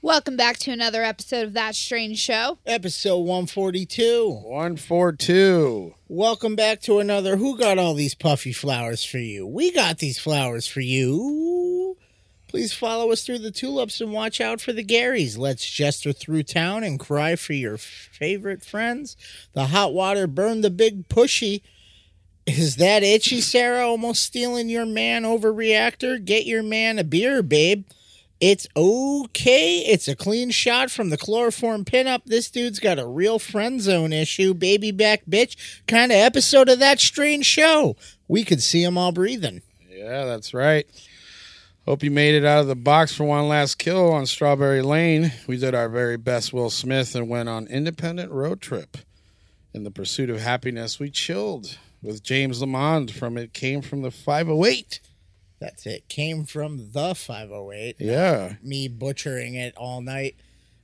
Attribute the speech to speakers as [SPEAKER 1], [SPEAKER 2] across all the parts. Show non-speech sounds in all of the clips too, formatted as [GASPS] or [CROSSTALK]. [SPEAKER 1] welcome back to another episode of That Strange Show.
[SPEAKER 2] Episode 142.
[SPEAKER 3] 142.
[SPEAKER 2] Welcome back to another Who Got All These Puffy Flowers for You? We got these flowers for you. Please follow us through the tulips and watch out for the Garys. Let's jester through town and cry for your favorite friends. The hot water burned the big pushy. Is that itchy, Sarah? Almost stealing your man over reactor? Get your man a beer, babe. It's okay. It's a clean shot from the chloroform pinup. This dude's got a real friend zone issue, baby back bitch kind of episode of that strange show. We could see him all breathing.
[SPEAKER 3] Yeah, that's right. Hope you made it out of the box for one last kill on Strawberry Lane. We did our very best Will Smith and went on independent road trip. In the pursuit of happiness, we chilled with James Lamond from It Came from the 508.
[SPEAKER 2] That's it. Came from the 508.
[SPEAKER 3] Yeah.
[SPEAKER 2] Me butchering it all night.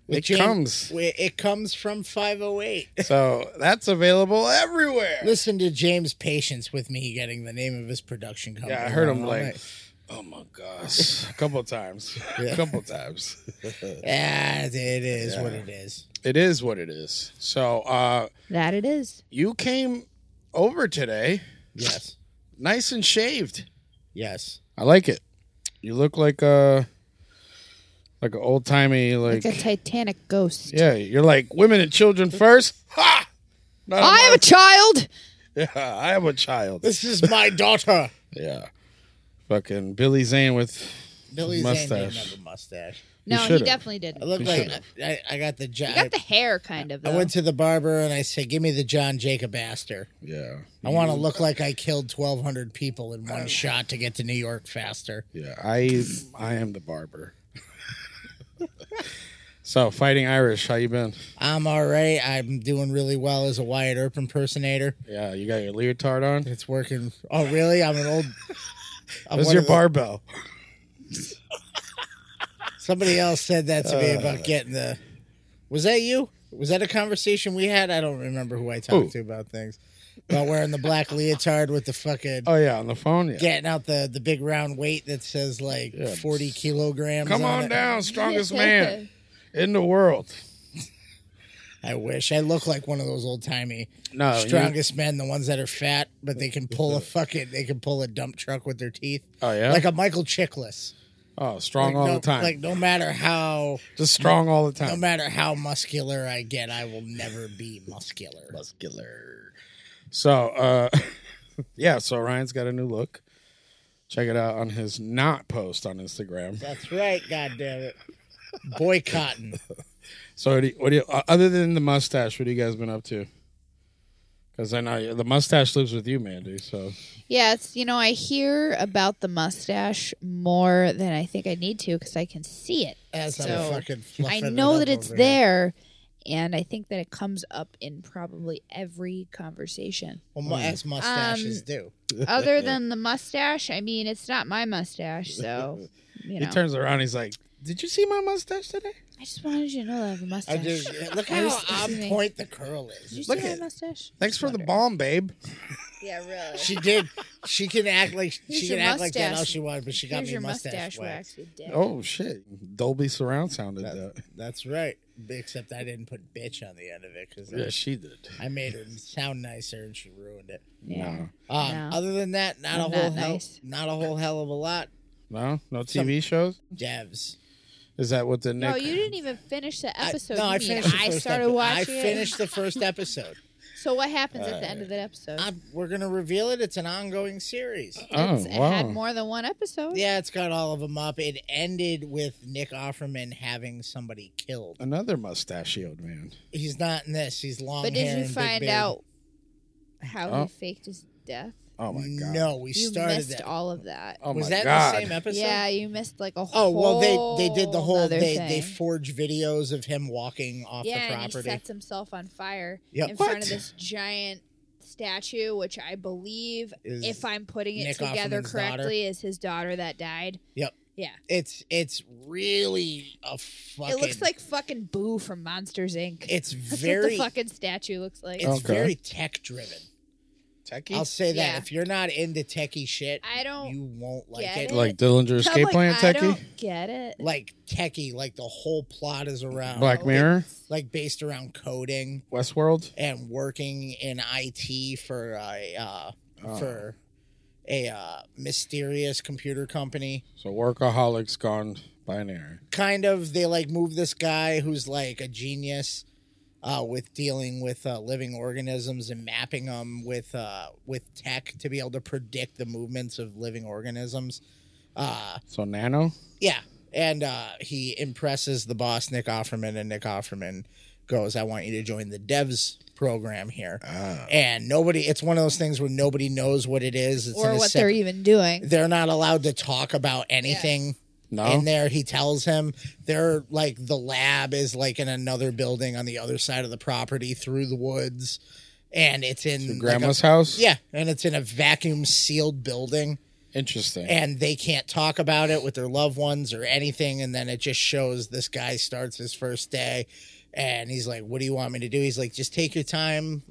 [SPEAKER 2] with
[SPEAKER 3] It comes.
[SPEAKER 2] wi- It comes from 508.
[SPEAKER 3] So that's available everywhere.
[SPEAKER 2] [LAUGHS] Listen to James' patience with me getting the name of his production company.
[SPEAKER 3] Yeah, I heard him
[SPEAKER 2] all
[SPEAKER 3] like,
[SPEAKER 2] night.
[SPEAKER 3] oh my gosh, a couple times.
[SPEAKER 2] Yeah.
[SPEAKER 3] A couple times.
[SPEAKER 2] Ah, it is
[SPEAKER 3] Yeah.
[SPEAKER 2] what it is.
[SPEAKER 3] It is what it is. So uh,
[SPEAKER 1] That it is.
[SPEAKER 3] you came over today,
[SPEAKER 2] Yes.
[SPEAKER 3] nice and shaved. [LAUGHS]
[SPEAKER 2] Yes.
[SPEAKER 3] I like it. You look like a like an old timey like,
[SPEAKER 1] Like a Titanic ghost.
[SPEAKER 3] yeah. You're like women and children first. Ha! Not
[SPEAKER 1] I am a child.
[SPEAKER 3] a [LAUGHS] yeah, I am a child.
[SPEAKER 2] This is my daughter.
[SPEAKER 3] Yeah, fucking Billy Zane with
[SPEAKER 2] Billy Zane didn't
[SPEAKER 3] mustache.
[SPEAKER 2] have a mustache.
[SPEAKER 1] No, he
[SPEAKER 3] should've.
[SPEAKER 1] definitely
[SPEAKER 2] I
[SPEAKER 1] didn't.
[SPEAKER 2] look
[SPEAKER 3] You
[SPEAKER 2] like
[SPEAKER 3] should've.
[SPEAKER 2] I, I got the jo-
[SPEAKER 1] He got the hair kind of.
[SPEAKER 2] I
[SPEAKER 1] though.
[SPEAKER 2] went to the barber and I said, "Give me the John Jacob Astor.
[SPEAKER 3] Yeah,
[SPEAKER 2] I want
[SPEAKER 3] Mm.
[SPEAKER 2] to look like I killed twelve hundred people in
[SPEAKER 3] Oh.
[SPEAKER 2] one shot to get to New York faster."
[SPEAKER 3] Yeah, I I am the barber. [LAUGHS] so fighting Irish, how you been?
[SPEAKER 2] I'm all right. I'm doing really well as a Wyatt Earp impersonator.
[SPEAKER 3] Yeah, you got your leotard on.
[SPEAKER 2] It's working. Oh, really? I'm an old. I'm
[SPEAKER 3] Where's
[SPEAKER 2] one
[SPEAKER 3] your
[SPEAKER 2] of the-
[SPEAKER 3] barbell?
[SPEAKER 2] Somebody else said that to me
[SPEAKER 3] Uh.
[SPEAKER 2] about getting the. Was that you? Was that a conversation we had? I don't remember who I talked
[SPEAKER 3] Who?
[SPEAKER 2] to about things. About wearing the black leotard with the fucking.
[SPEAKER 3] Oh yeah, on the phone. Yeah.
[SPEAKER 2] getting out the the big round weight that says like
[SPEAKER 3] Yeah.
[SPEAKER 2] 40 kilograms
[SPEAKER 3] Come on
[SPEAKER 2] it.
[SPEAKER 3] down, strongest [LAUGHS] man in the world.
[SPEAKER 2] i wish i look like one of those old timey
[SPEAKER 3] No, Oh, you-
[SPEAKER 2] strongest men the ones that are fat but they can
[SPEAKER 3] [LAUGHS]
[SPEAKER 2] pull a fucking they can pull a dump truck with their teeth
[SPEAKER 3] Oh yeah.
[SPEAKER 2] like a michael chickless
[SPEAKER 3] oh, strong
[SPEAKER 2] Like,
[SPEAKER 3] all
[SPEAKER 2] no,
[SPEAKER 3] the time.
[SPEAKER 2] like no matter how
[SPEAKER 3] Just strong all the
[SPEAKER 2] no
[SPEAKER 3] time.
[SPEAKER 2] matter how muscular i get i will never be muscular
[SPEAKER 3] Muscular. So, uh, [LAUGHS] yeah. So Ryan's got a new look. Check it out on his not post on Instagram.
[SPEAKER 2] that's right god damn it boycotting
[SPEAKER 3] So, what do you, what do you, uh, other than the mustache, what have you guys been up to? Because I know you- the mustache lives with you, Mandy. So
[SPEAKER 1] Yes, you know, I hear about the mustache more than I think I need to because I can see it.
[SPEAKER 2] as i'm
[SPEAKER 1] So,
[SPEAKER 2] fucking
[SPEAKER 1] I
[SPEAKER 2] fluffing it
[SPEAKER 1] know
[SPEAKER 2] up
[SPEAKER 1] that it's
[SPEAKER 2] over here.
[SPEAKER 1] there, and I think that it comes up in probably every
[SPEAKER 2] [LAUGHS]
[SPEAKER 1] conversation.
[SPEAKER 2] well, mu- as mustaches
[SPEAKER 1] Um,
[SPEAKER 2] do
[SPEAKER 1] Other than the mustache, I mean, it's not my mustache,
[SPEAKER 2] [LAUGHS]
[SPEAKER 1] so you know.
[SPEAKER 3] he turns around. He's like, "Did you see my mustache today?
[SPEAKER 1] I just wanted you to know that I have a
[SPEAKER 2] I
[SPEAKER 1] mustache.
[SPEAKER 2] just look
[SPEAKER 1] I
[SPEAKER 2] how
[SPEAKER 1] was- excuse
[SPEAKER 2] on
[SPEAKER 1] me.
[SPEAKER 2] point the curl
[SPEAKER 1] Did you
[SPEAKER 2] is.
[SPEAKER 1] see
[SPEAKER 3] Look
[SPEAKER 1] my
[SPEAKER 3] at-
[SPEAKER 1] mustache?
[SPEAKER 3] Thanks for the
[SPEAKER 1] Wonder.
[SPEAKER 3] bomb, babe."
[SPEAKER 1] Yeah, really.
[SPEAKER 2] She did. She can act like
[SPEAKER 1] Here's
[SPEAKER 2] she
[SPEAKER 1] your
[SPEAKER 2] can act like that
[SPEAKER 1] mustache.
[SPEAKER 2] all she wanted, but she got
[SPEAKER 1] Here's
[SPEAKER 2] me
[SPEAKER 1] your
[SPEAKER 2] mustache,
[SPEAKER 1] mustache
[SPEAKER 2] wax.
[SPEAKER 1] wax. you dick.
[SPEAKER 3] Oh shit! Dolby surround sounded
[SPEAKER 2] That-
[SPEAKER 3] that.
[SPEAKER 2] That's right. Except I didn't put bitch on the end of it because
[SPEAKER 3] Yeah, she did.
[SPEAKER 2] I made her sound nicer and she ruined it.
[SPEAKER 1] yeah.
[SPEAKER 2] Um,
[SPEAKER 1] No.
[SPEAKER 2] Other than that, not a
[SPEAKER 1] Not
[SPEAKER 2] whole hell,
[SPEAKER 1] nice.
[SPEAKER 2] not a whole hell of a lot.
[SPEAKER 3] No, no TV shows.
[SPEAKER 2] Devs.
[SPEAKER 3] Is that what the Nick?
[SPEAKER 1] No, you didn't even finish the
[SPEAKER 2] I-
[SPEAKER 1] episode.
[SPEAKER 2] no,
[SPEAKER 1] you
[SPEAKER 2] I
[SPEAKER 1] mean.
[SPEAKER 2] finished. The
[SPEAKER 1] I
[SPEAKER 2] first
[SPEAKER 1] started
[SPEAKER 2] epi-
[SPEAKER 1] watching
[SPEAKER 2] I finished the first episode. [LAUGHS]
[SPEAKER 1] it. So what happens at the end of that episode?
[SPEAKER 2] i we're gonna reveal it. It's an ongoing series.
[SPEAKER 3] Oh
[SPEAKER 1] It's- It had more than one episode.
[SPEAKER 2] Yeah, it's got all of them up. It ended with Nick Offerman having somebody killed.
[SPEAKER 3] Another mustachioed man.
[SPEAKER 2] He's not in this. He's long.
[SPEAKER 1] But did
[SPEAKER 2] hair
[SPEAKER 1] you
[SPEAKER 2] and big
[SPEAKER 1] find
[SPEAKER 2] beard.
[SPEAKER 1] out how
[SPEAKER 3] Oh.
[SPEAKER 1] he faked his death?
[SPEAKER 3] Oh my god.
[SPEAKER 2] No, we
[SPEAKER 1] you
[SPEAKER 2] started
[SPEAKER 1] missed
[SPEAKER 2] that.
[SPEAKER 1] all of that.
[SPEAKER 3] Oh
[SPEAKER 2] was
[SPEAKER 3] my
[SPEAKER 2] that
[SPEAKER 3] god.
[SPEAKER 2] the same episode?
[SPEAKER 1] yeah, you missed like a
[SPEAKER 2] Oh
[SPEAKER 1] whole.
[SPEAKER 2] well, they they did the whole
[SPEAKER 1] nother
[SPEAKER 2] they
[SPEAKER 1] thing.
[SPEAKER 2] they forge videos of him walking off
[SPEAKER 1] yeah,
[SPEAKER 2] the
[SPEAKER 1] and he
[SPEAKER 2] property.
[SPEAKER 1] sets himself on fire
[SPEAKER 2] Yep.
[SPEAKER 1] in
[SPEAKER 3] What?
[SPEAKER 1] front of this giant statue, which I believe,
[SPEAKER 2] Is
[SPEAKER 1] if I'm putting it
[SPEAKER 2] Nick
[SPEAKER 1] together
[SPEAKER 2] Offerman's daughter.
[SPEAKER 1] correctly, is his daughter that died.
[SPEAKER 2] it's it's really a fucking.
[SPEAKER 1] It looks like fucking Boo from Monsters Inc.
[SPEAKER 2] it's
[SPEAKER 1] [LAUGHS] That's
[SPEAKER 2] very
[SPEAKER 1] what the fucking statue looks like.
[SPEAKER 2] it's
[SPEAKER 3] Okay.
[SPEAKER 2] very tech driven.
[SPEAKER 3] Techie?
[SPEAKER 2] I'll say that
[SPEAKER 1] Yeah.
[SPEAKER 2] if you're not into techie shit,
[SPEAKER 1] I don't
[SPEAKER 2] you won't like
[SPEAKER 1] get
[SPEAKER 2] it.
[SPEAKER 1] it.
[SPEAKER 3] like
[SPEAKER 2] [LAUGHS]
[SPEAKER 3] Dillinger
[SPEAKER 1] I'm
[SPEAKER 3] Escape
[SPEAKER 1] like,
[SPEAKER 3] Plan
[SPEAKER 1] I
[SPEAKER 3] Techie?
[SPEAKER 1] don't get it.
[SPEAKER 2] Like techie, like the whole plot is around
[SPEAKER 3] Black Mirror?
[SPEAKER 2] like based around coding
[SPEAKER 3] Westworld?
[SPEAKER 2] and working in IT for a uh,
[SPEAKER 3] Oh.
[SPEAKER 2] for a uh, mysterious computer company.
[SPEAKER 3] So workaholics gone binary.
[SPEAKER 2] kind of they like move this guy who's like a genius uh, with dealing with uh, living organisms and mapping them with uh, with tech to be able to predict the movements of living organisms. Uh,
[SPEAKER 3] So Nano?
[SPEAKER 2] yeah, and uh, he impresses the boss Nick Offerman, and Nick Offerman goes, "I want you to join the devs." program here
[SPEAKER 3] Ah.
[SPEAKER 2] and nobody it's one of those things where nobody knows what it is it's in
[SPEAKER 1] or
[SPEAKER 2] a
[SPEAKER 1] what
[SPEAKER 2] sep-
[SPEAKER 1] they're even doing.
[SPEAKER 2] they're not allowed to talk about anything
[SPEAKER 3] No?
[SPEAKER 2] in there he tells him they're like the lab is like in another building on the other side of the property through the woods and it's in like, a-
[SPEAKER 3] Grandma's house?
[SPEAKER 2] yeah and it's in a vacuum sealed building
[SPEAKER 3] Interesting.
[SPEAKER 2] and they can't talk about it with their loved ones or anything and then it just shows this guy starts his first day and he's like what do you want me to do he's like just take your time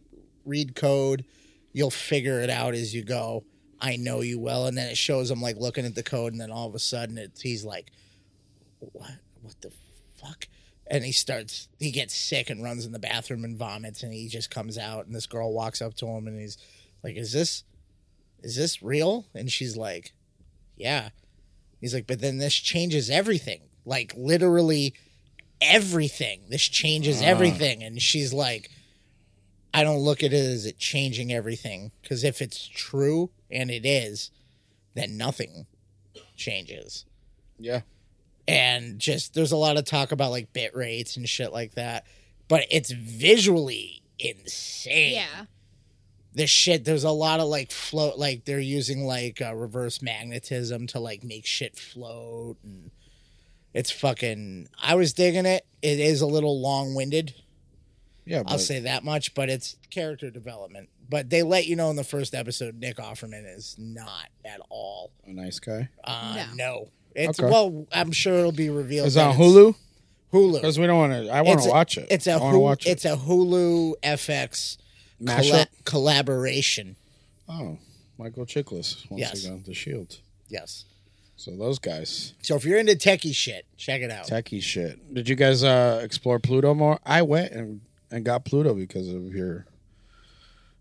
[SPEAKER 2] read code you'll figure it out as you go i know you will and then it shows him like looking at the code and then all of a sudden it's he's like what what the fuck and he starts he gets sick and runs in the bathroom and vomits and he just comes out and this girl walks up to him and he's like is this is this real and she's like yeah. He's like, but then this changes everything. Like literally everything. This changes
[SPEAKER 3] Ah.
[SPEAKER 2] everything. And she's like, I don't look at it as it changing everything. Because if it's true and it is, then nothing changes.
[SPEAKER 3] yeah.
[SPEAKER 2] And just there's a lot of talk about like bit rates and shit like that. But it's visually insane
[SPEAKER 1] Yeah.
[SPEAKER 2] this shit there's a lot of like float like they're using like uh, reverse magnetism to like make shit float and it's fucking i was digging it it is a little long-winded
[SPEAKER 3] Yeah,
[SPEAKER 2] i'll
[SPEAKER 3] but
[SPEAKER 2] say that much but it's character development but they let you know in the first episode nick offerman is not at all
[SPEAKER 3] a nice guy.
[SPEAKER 2] uh
[SPEAKER 1] No.
[SPEAKER 2] no, it's
[SPEAKER 3] Okay.
[SPEAKER 2] well i'm sure it'll be revealed
[SPEAKER 3] Is
[SPEAKER 2] that
[SPEAKER 3] on Hulu?
[SPEAKER 2] hulu
[SPEAKER 3] Because we don't want to. I want
[SPEAKER 2] Oh, It's
[SPEAKER 3] to
[SPEAKER 2] a-
[SPEAKER 3] watch it.
[SPEAKER 2] it's
[SPEAKER 3] I
[SPEAKER 2] a
[SPEAKER 3] want to
[SPEAKER 2] hulu,
[SPEAKER 3] watch it.
[SPEAKER 2] it's a hulu fx
[SPEAKER 3] Mashup?
[SPEAKER 2] colla- collaboration
[SPEAKER 3] Oh, Michael Chiklis once
[SPEAKER 2] Yes.
[SPEAKER 3] again the Shield.
[SPEAKER 2] yes
[SPEAKER 3] So those guys,
[SPEAKER 2] so if you're into techie shit check it out
[SPEAKER 3] techie shit. Did you guys uh, explore Pluto more? I went and, and got Pluto because of your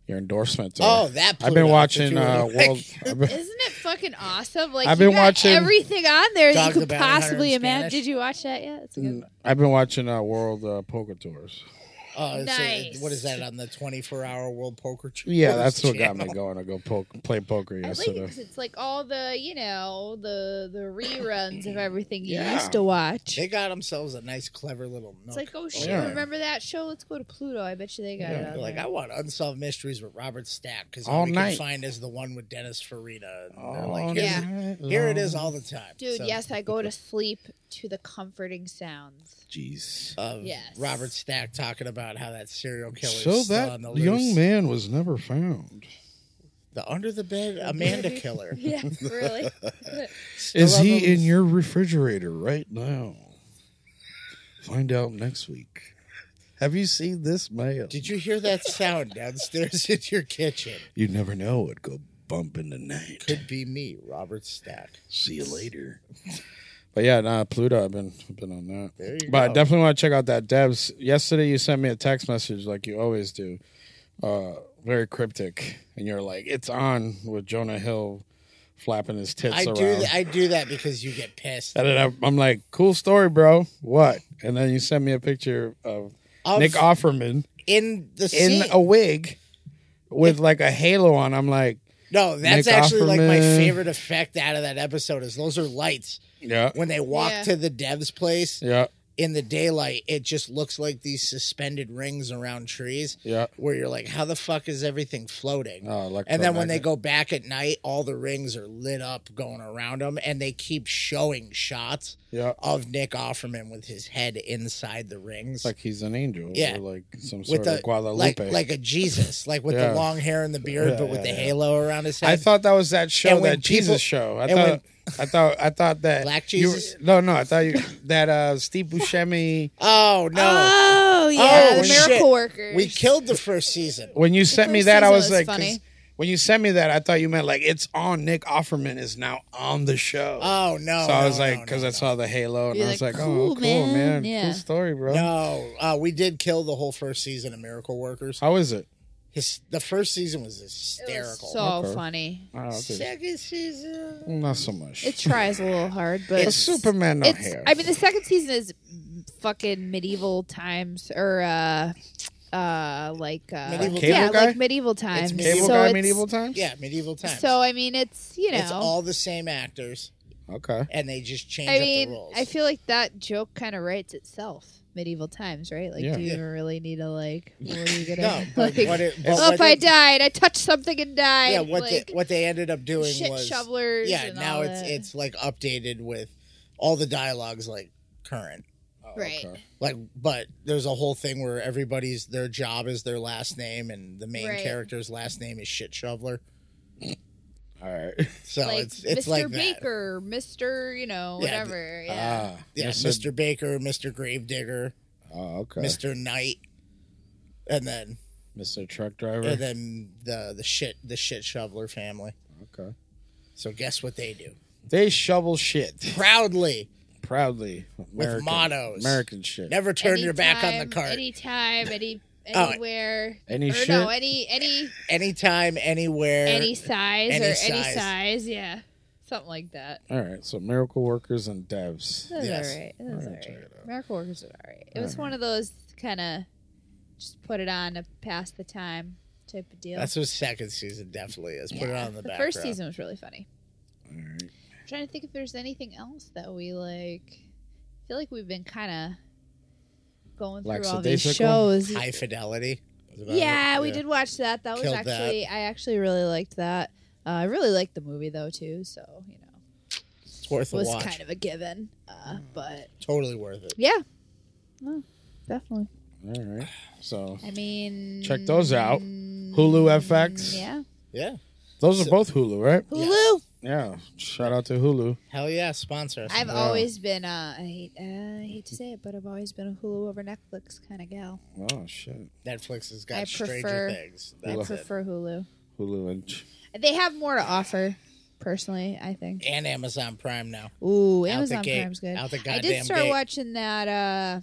[SPEAKER 3] your endorsement. there.
[SPEAKER 2] Oh, that
[SPEAKER 3] I've
[SPEAKER 2] Pluto,
[SPEAKER 3] been
[SPEAKER 2] if
[SPEAKER 3] watching
[SPEAKER 2] you
[SPEAKER 3] uh,
[SPEAKER 2] were-
[SPEAKER 3] World. I've been-
[SPEAKER 1] Isn't it fucking awesome? Like
[SPEAKER 3] I've
[SPEAKER 1] I've
[SPEAKER 3] been
[SPEAKER 1] been you got
[SPEAKER 3] watching-
[SPEAKER 1] everything on there that
[SPEAKER 2] Dog
[SPEAKER 1] you
[SPEAKER 2] the
[SPEAKER 1] could
[SPEAKER 2] Bounty Hunter in
[SPEAKER 1] possibly imagine.
[SPEAKER 2] Spanish.
[SPEAKER 1] Did you watch that yet? It's a good one.
[SPEAKER 3] I've been watching uh, World uh, Poker Tours.
[SPEAKER 2] [LAUGHS] Oh, it's a-
[SPEAKER 1] Nice.
[SPEAKER 2] what is that on the 24 hour World Poker Tour?
[SPEAKER 3] Yeah, that's what got me going to go poke, play poker
[SPEAKER 1] I like it
[SPEAKER 3] yesterday.
[SPEAKER 1] 'cause it's like all the you know the the reruns of everything you
[SPEAKER 3] Yeah.
[SPEAKER 1] used to watch.
[SPEAKER 2] They got themselves a nice, clever little nook.
[SPEAKER 1] It's like, oh shit,
[SPEAKER 3] Yeah.
[SPEAKER 1] remember that show? Let's go to Pluto. I bet you they got
[SPEAKER 3] Yeah.
[SPEAKER 1] it.
[SPEAKER 2] They're
[SPEAKER 1] On
[SPEAKER 2] like,
[SPEAKER 1] there.
[SPEAKER 2] I want Unsolved Mysteries with Robert Stack because
[SPEAKER 3] All
[SPEAKER 2] all, we
[SPEAKER 3] night.
[SPEAKER 2] can find is the one with Dennis Farina. And they're
[SPEAKER 3] Oh,
[SPEAKER 2] like,
[SPEAKER 1] Yeah.
[SPEAKER 2] "Here's- Here it is all the time.
[SPEAKER 1] Dude,
[SPEAKER 2] So,
[SPEAKER 1] yes, I go to sleep to the
[SPEAKER 3] [LAUGHS]
[SPEAKER 1] comforting sounds.
[SPEAKER 3] Jeez.
[SPEAKER 2] Of
[SPEAKER 1] Yes.
[SPEAKER 2] um, Robert Stack talking about how that serial killer
[SPEAKER 3] So
[SPEAKER 2] is still
[SPEAKER 3] that
[SPEAKER 2] on uh, the loose.
[SPEAKER 3] young man was never found.
[SPEAKER 2] The under the bed Amanda
[SPEAKER 1] [LAUGHS]
[SPEAKER 2] killer.
[SPEAKER 1] Yeah,
[SPEAKER 3] [LAUGHS]
[SPEAKER 1] really.
[SPEAKER 2] Still
[SPEAKER 3] Is
[SPEAKER 2] on
[SPEAKER 3] he
[SPEAKER 2] the
[SPEAKER 3] in
[SPEAKER 2] loose.
[SPEAKER 3] your refrigerator right now? Find out next week. Have you seen this mail?
[SPEAKER 2] Did you hear that sound downstairs [LAUGHS] in your kitchen?
[SPEAKER 3] You never know. It'd go bump in the night.
[SPEAKER 2] Could be me, Robert Stack.
[SPEAKER 3] See you later. But yeah, nah, Pluto. I've been I've been on that.
[SPEAKER 2] There you
[SPEAKER 3] but I
[SPEAKER 2] go.
[SPEAKER 3] definitely want to check out that Debs. Yesterday, you sent me a text message like you always do, uh, very cryptic, and you're like, "It's on" with Jonah Hill flapping his tits
[SPEAKER 2] I
[SPEAKER 3] around.
[SPEAKER 2] do, th- I do that because you get pissed.
[SPEAKER 3] And then I- I'm like, cool story, bro. What? And then you sent me a picture of
[SPEAKER 2] Of-
[SPEAKER 3] Nick Offerman
[SPEAKER 2] in the
[SPEAKER 3] in
[SPEAKER 2] scene.
[SPEAKER 3] a wig with like a halo on. I'm like,
[SPEAKER 2] No, that's
[SPEAKER 3] Nick
[SPEAKER 2] actually like my
[SPEAKER 3] Offerman.
[SPEAKER 2] favorite effect out of that episode is those are lights.
[SPEAKER 3] yeah,
[SPEAKER 2] When they walk
[SPEAKER 1] Yeah.
[SPEAKER 2] to the dev's place
[SPEAKER 3] yeah,
[SPEAKER 2] in the daylight, it just looks like these suspended rings around trees
[SPEAKER 3] yeah.
[SPEAKER 2] where you're like, how the fuck is everything floating?
[SPEAKER 3] Oh,
[SPEAKER 2] and then when they
[SPEAKER 3] electromagnet.
[SPEAKER 2] go back at night, all the rings are lit up going around them and they keep showing shots
[SPEAKER 3] yeah,
[SPEAKER 2] of Nick Offerman with his head inside the rings.
[SPEAKER 3] it's like he's an angel,
[SPEAKER 2] Yeah.
[SPEAKER 3] or like some sort
[SPEAKER 2] with the
[SPEAKER 3] of Guadalupe.
[SPEAKER 2] like like a Jesus, like with
[SPEAKER 3] Yeah.
[SPEAKER 2] the long hair and the beard,
[SPEAKER 3] Yeah,
[SPEAKER 2] but with
[SPEAKER 3] yeah,
[SPEAKER 2] the
[SPEAKER 3] yeah.
[SPEAKER 2] halo around his head.
[SPEAKER 3] I thought that was that show,
[SPEAKER 2] And when
[SPEAKER 3] that Jesus
[SPEAKER 2] people-
[SPEAKER 3] show. I
[SPEAKER 2] and
[SPEAKER 3] thought,
[SPEAKER 2] when-
[SPEAKER 3] I thought, I thought that
[SPEAKER 2] Black
[SPEAKER 3] you were-
[SPEAKER 2] Jesus?
[SPEAKER 3] no, no, I thought you that uh
[SPEAKER 2] [LAUGHS]
[SPEAKER 3] Steve Buscemi.
[SPEAKER 2] oh no.
[SPEAKER 1] Oh yeah,
[SPEAKER 2] Oh,
[SPEAKER 1] the
[SPEAKER 2] shit.
[SPEAKER 1] miracle workers. Oh,
[SPEAKER 2] We killed the first season.
[SPEAKER 3] When you sent me
[SPEAKER 1] first
[SPEAKER 3] that, I
[SPEAKER 1] season
[SPEAKER 3] was
[SPEAKER 1] was
[SPEAKER 3] like,
[SPEAKER 1] "Oh, funny.
[SPEAKER 3] 'cause When you sent me that, I thought you meant like it's on. Nick Offerman is now on the show.
[SPEAKER 2] Oh no!
[SPEAKER 3] so I was
[SPEAKER 2] no,
[SPEAKER 3] like,
[SPEAKER 2] no,
[SPEAKER 3] because
[SPEAKER 2] no,
[SPEAKER 3] I saw the Halo, and
[SPEAKER 1] You're
[SPEAKER 3] I was
[SPEAKER 1] like,
[SPEAKER 3] like,
[SPEAKER 1] "Cool,
[SPEAKER 3] oh, cool,
[SPEAKER 1] man."
[SPEAKER 3] man,
[SPEAKER 1] Yeah.
[SPEAKER 3] cool story, bro.
[SPEAKER 2] No, uh, we did kill the whole first season of Miracle Workers.
[SPEAKER 3] How is it?
[SPEAKER 2] His, the first season was
[SPEAKER 1] It was
[SPEAKER 2] hysterical.
[SPEAKER 1] so
[SPEAKER 3] Okay.
[SPEAKER 1] funny.
[SPEAKER 3] I don't think-
[SPEAKER 2] Second season,
[SPEAKER 3] not so much.
[SPEAKER 1] It tries a little hard, but
[SPEAKER 3] It's Superman no
[SPEAKER 1] it's.
[SPEAKER 3] hair.
[SPEAKER 1] I mean, the second season is fucking medieval times or uh, uh, like uh,
[SPEAKER 2] Medieval
[SPEAKER 1] yeah,
[SPEAKER 3] Cable guy?
[SPEAKER 1] like medieval times.
[SPEAKER 3] cable
[SPEAKER 2] medieval
[SPEAKER 1] so
[SPEAKER 3] guy
[SPEAKER 1] it's,
[SPEAKER 3] medieval times.
[SPEAKER 2] yeah, medieval times.
[SPEAKER 1] So I mean, it's you know,
[SPEAKER 2] it's all the same actors,
[SPEAKER 3] Okay.
[SPEAKER 2] and they just change
[SPEAKER 1] I
[SPEAKER 2] up the
[SPEAKER 1] mean,
[SPEAKER 2] roles.
[SPEAKER 1] I feel like that joke kind of writes itself. Medieval times, right? Like,
[SPEAKER 3] Yeah.
[SPEAKER 1] do you
[SPEAKER 2] Yeah.
[SPEAKER 1] even really need to
[SPEAKER 2] [LAUGHS]
[SPEAKER 1] like? What are you
[SPEAKER 2] no,
[SPEAKER 1] gonna? [LAUGHS]
[SPEAKER 2] but
[SPEAKER 1] like,
[SPEAKER 2] what it, but
[SPEAKER 1] oh,
[SPEAKER 2] what
[SPEAKER 1] if I
[SPEAKER 2] it-
[SPEAKER 1] died, I touched something and died.
[SPEAKER 2] yeah, what
[SPEAKER 1] like,
[SPEAKER 2] they, what they ended up doing
[SPEAKER 1] shit
[SPEAKER 2] was
[SPEAKER 1] shovelers.
[SPEAKER 2] yeah.
[SPEAKER 1] and
[SPEAKER 2] Now
[SPEAKER 1] all
[SPEAKER 2] it's
[SPEAKER 1] that.
[SPEAKER 2] it's like updated with all the dialogues like current.
[SPEAKER 1] right.
[SPEAKER 3] Oh, okay.
[SPEAKER 2] Like, but there's a whole thing where everybody's their job is their last name, and the main
[SPEAKER 1] Right.
[SPEAKER 2] character's last name is Shit Shoveler.
[SPEAKER 3] All right.
[SPEAKER 2] So
[SPEAKER 1] like
[SPEAKER 2] it's it's
[SPEAKER 1] Mr.
[SPEAKER 2] like that.
[SPEAKER 1] Baker, Mr. You know
[SPEAKER 2] Yeah,
[SPEAKER 1] whatever.
[SPEAKER 3] [LAUGHS]
[SPEAKER 1] Yeah.
[SPEAKER 3] Ah,
[SPEAKER 2] Yeah,
[SPEAKER 3] Mr.
[SPEAKER 2] Mr. Baker, Mr. Gravedigger,
[SPEAKER 3] Oh, okay.
[SPEAKER 2] Mr. Knight, and then
[SPEAKER 3] Mr. Truck Driver.
[SPEAKER 2] and then the the shit the shit shoveler family.
[SPEAKER 3] okay.
[SPEAKER 2] So guess what they do?
[SPEAKER 3] They shovel shit
[SPEAKER 2] Proudly,
[SPEAKER 3] proudly American-
[SPEAKER 2] mottos.
[SPEAKER 3] American shit.
[SPEAKER 2] never turn your back on the
[SPEAKER 1] Anytime,
[SPEAKER 2] cart.
[SPEAKER 1] Anytime, any
[SPEAKER 2] [LAUGHS] Oh,
[SPEAKER 1] anywhere.
[SPEAKER 3] any
[SPEAKER 1] or
[SPEAKER 3] shit.
[SPEAKER 1] no, any any
[SPEAKER 2] Anytime, anywhere.
[SPEAKER 1] any size
[SPEAKER 2] any
[SPEAKER 1] or any
[SPEAKER 2] size.
[SPEAKER 1] size, yeah, something like that.
[SPEAKER 3] all right. So miracle workers and devs.
[SPEAKER 1] That was
[SPEAKER 2] Yes.
[SPEAKER 1] all right. That was
[SPEAKER 3] All
[SPEAKER 1] all
[SPEAKER 3] right, check
[SPEAKER 1] right.
[SPEAKER 3] it out.
[SPEAKER 1] Miracle Workers was all right. It was
[SPEAKER 2] Uh-huh.
[SPEAKER 1] one of those kind of just put it on to pass the time type of deal.
[SPEAKER 2] That's what second season definitely is. Put it
[SPEAKER 1] Yeah.
[SPEAKER 2] on the,
[SPEAKER 1] the
[SPEAKER 2] back.
[SPEAKER 1] first season was really funny.
[SPEAKER 3] All right.
[SPEAKER 1] I'm trying to think if there's anything else that we like. I feel like we've been kind of going through all these
[SPEAKER 3] Lackadaisical?
[SPEAKER 1] shows.
[SPEAKER 2] High fidelity. is about
[SPEAKER 1] Yeah,
[SPEAKER 2] it.
[SPEAKER 1] we did watch that. That was
[SPEAKER 2] Killed that.
[SPEAKER 1] actually I actually really liked that. Uh, I really liked the movie though too, so you know
[SPEAKER 2] It's worth
[SPEAKER 1] it
[SPEAKER 2] a
[SPEAKER 1] was
[SPEAKER 2] watch. Mm.
[SPEAKER 1] kind of a given. Uh, but
[SPEAKER 2] Totally worth it.
[SPEAKER 1] yeah, no, definitely.
[SPEAKER 3] All right. So
[SPEAKER 1] I mean,
[SPEAKER 3] Check those out.
[SPEAKER 1] Hulu
[SPEAKER 3] Hulu FX.
[SPEAKER 1] Yeah,
[SPEAKER 2] Yeah.
[SPEAKER 3] those are
[SPEAKER 2] So-
[SPEAKER 3] both Hulu, right?
[SPEAKER 1] Hulu.
[SPEAKER 3] Yeah. Shout out to Hulu.
[SPEAKER 2] Hell yeah, sponsor us.
[SPEAKER 1] I've
[SPEAKER 3] Yeah.
[SPEAKER 1] always been uh, I hate uh, I hate to say it, but I've always been a Hulu over Netflix kind of gal.
[SPEAKER 3] Oh shit.
[SPEAKER 2] Netflix has got
[SPEAKER 1] I
[SPEAKER 2] Stranger
[SPEAKER 1] prefer-
[SPEAKER 2] Things.
[SPEAKER 1] I
[SPEAKER 2] That's it.
[SPEAKER 1] prefer Hulu.
[SPEAKER 3] Hulu and
[SPEAKER 1] They have more to offer, personally. I think.
[SPEAKER 2] And Amazon Prime now.
[SPEAKER 1] Ooh,
[SPEAKER 2] Out the
[SPEAKER 1] Amazon
[SPEAKER 2] gate.
[SPEAKER 1] Prime's good.
[SPEAKER 2] Out the goddamn
[SPEAKER 1] I did start
[SPEAKER 2] gate.
[SPEAKER 1] watching that uh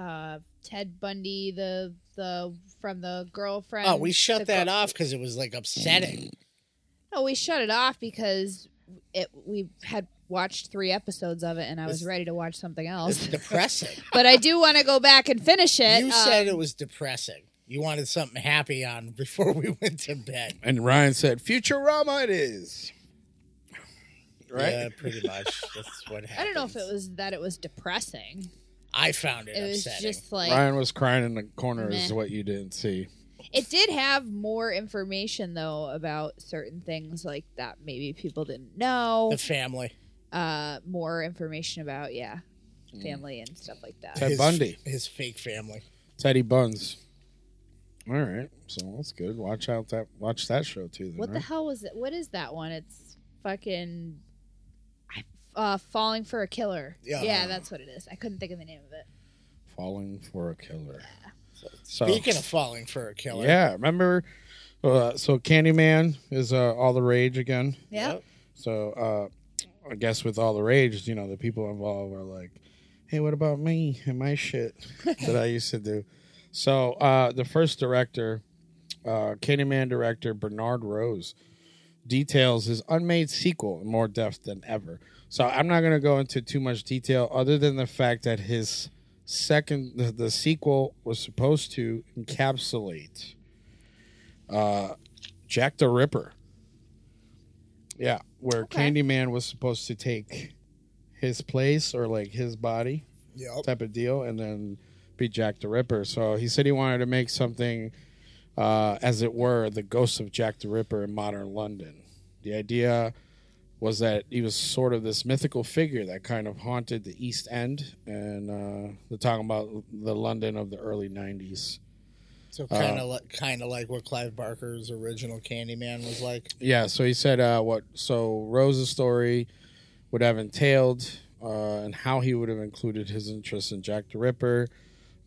[SPEAKER 1] uh Ted Bundy the the from the girlfriend.
[SPEAKER 2] Oh, we shut
[SPEAKER 1] the Mm.
[SPEAKER 2] that
[SPEAKER 1] girl-
[SPEAKER 2] off because it was like upsetting.
[SPEAKER 1] No, we shut it off because it we had watched three episodes of it and I was
[SPEAKER 2] It's-
[SPEAKER 1] ready to watch something
[SPEAKER 2] It's
[SPEAKER 1] else. [LAUGHS]
[SPEAKER 2] depressing.
[SPEAKER 1] but I do want to go back and finish it.
[SPEAKER 2] you
[SPEAKER 1] Um,
[SPEAKER 2] said it was depressing. You wanted something happy on before [LAUGHS] we went to bed.
[SPEAKER 3] and Ryan said Futurama it is. Right.
[SPEAKER 2] Yeah, pretty much. That's what happened.
[SPEAKER 1] I don't know if it was that it was depressing.
[SPEAKER 2] I found it,
[SPEAKER 1] It was
[SPEAKER 2] upsetting.
[SPEAKER 1] just like
[SPEAKER 3] Ryan was crying in the corner is
[SPEAKER 1] Meh.
[SPEAKER 3] what you didn't see.
[SPEAKER 1] It did have more information though about certain things like that maybe people didn't know.
[SPEAKER 2] the family.
[SPEAKER 1] Uh, more information about yeah,
[SPEAKER 2] Mm.
[SPEAKER 1] family and stuff like that.
[SPEAKER 3] Ted
[SPEAKER 2] his,
[SPEAKER 3] Bundy.
[SPEAKER 2] His fake family.
[SPEAKER 3] Teddy Buns. All right. So that's good. Watch out that watch that show too then.
[SPEAKER 1] What the
[SPEAKER 3] right?
[SPEAKER 1] hell was it? What is that one? It's fucking uh, falling for a killer.
[SPEAKER 2] Yeah.
[SPEAKER 1] yeah, that's what it is. I couldn't think of the name of it.
[SPEAKER 3] Falling for a killer. So,
[SPEAKER 2] Speaking of falling for a killer.
[SPEAKER 3] yeah, remember uh, so Candyman is uh, all the rage again.
[SPEAKER 1] Yeah.
[SPEAKER 2] Yep.
[SPEAKER 3] So uh, I guess with all the rage, you know, the people involved are like, "Hey, what about me and my shit [LAUGHS] that I used to do?" So uh, the first director, uh, Candyman director Bernard Rose, details his unmade sequel in more depth than ever. So I'm not going to go into too much detail, other than the fact that his second, the, the sequel was supposed to encapsulate uh, Jack the Ripper. Yeah, where
[SPEAKER 1] Okay.
[SPEAKER 3] Candyman was supposed to take his place or like his body
[SPEAKER 2] Yep.
[SPEAKER 3] type of deal, and then be Jack the Ripper. So he said he wanted to make something, uh, as it were, the ghost of Jack the Ripper in modern London. The idea was that he was sort of this mythical figure that kind of haunted the East End, and uh, they're talking about the London of the early '90s.
[SPEAKER 2] So
[SPEAKER 3] Uh,
[SPEAKER 2] kind of like kind of like what Clive Barker's original Candyman was like.
[SPEAKER 3] Yeah, so he said uh, what so Rose's story would have entailed uh, and how he would have included his interest in Jack the Ripper.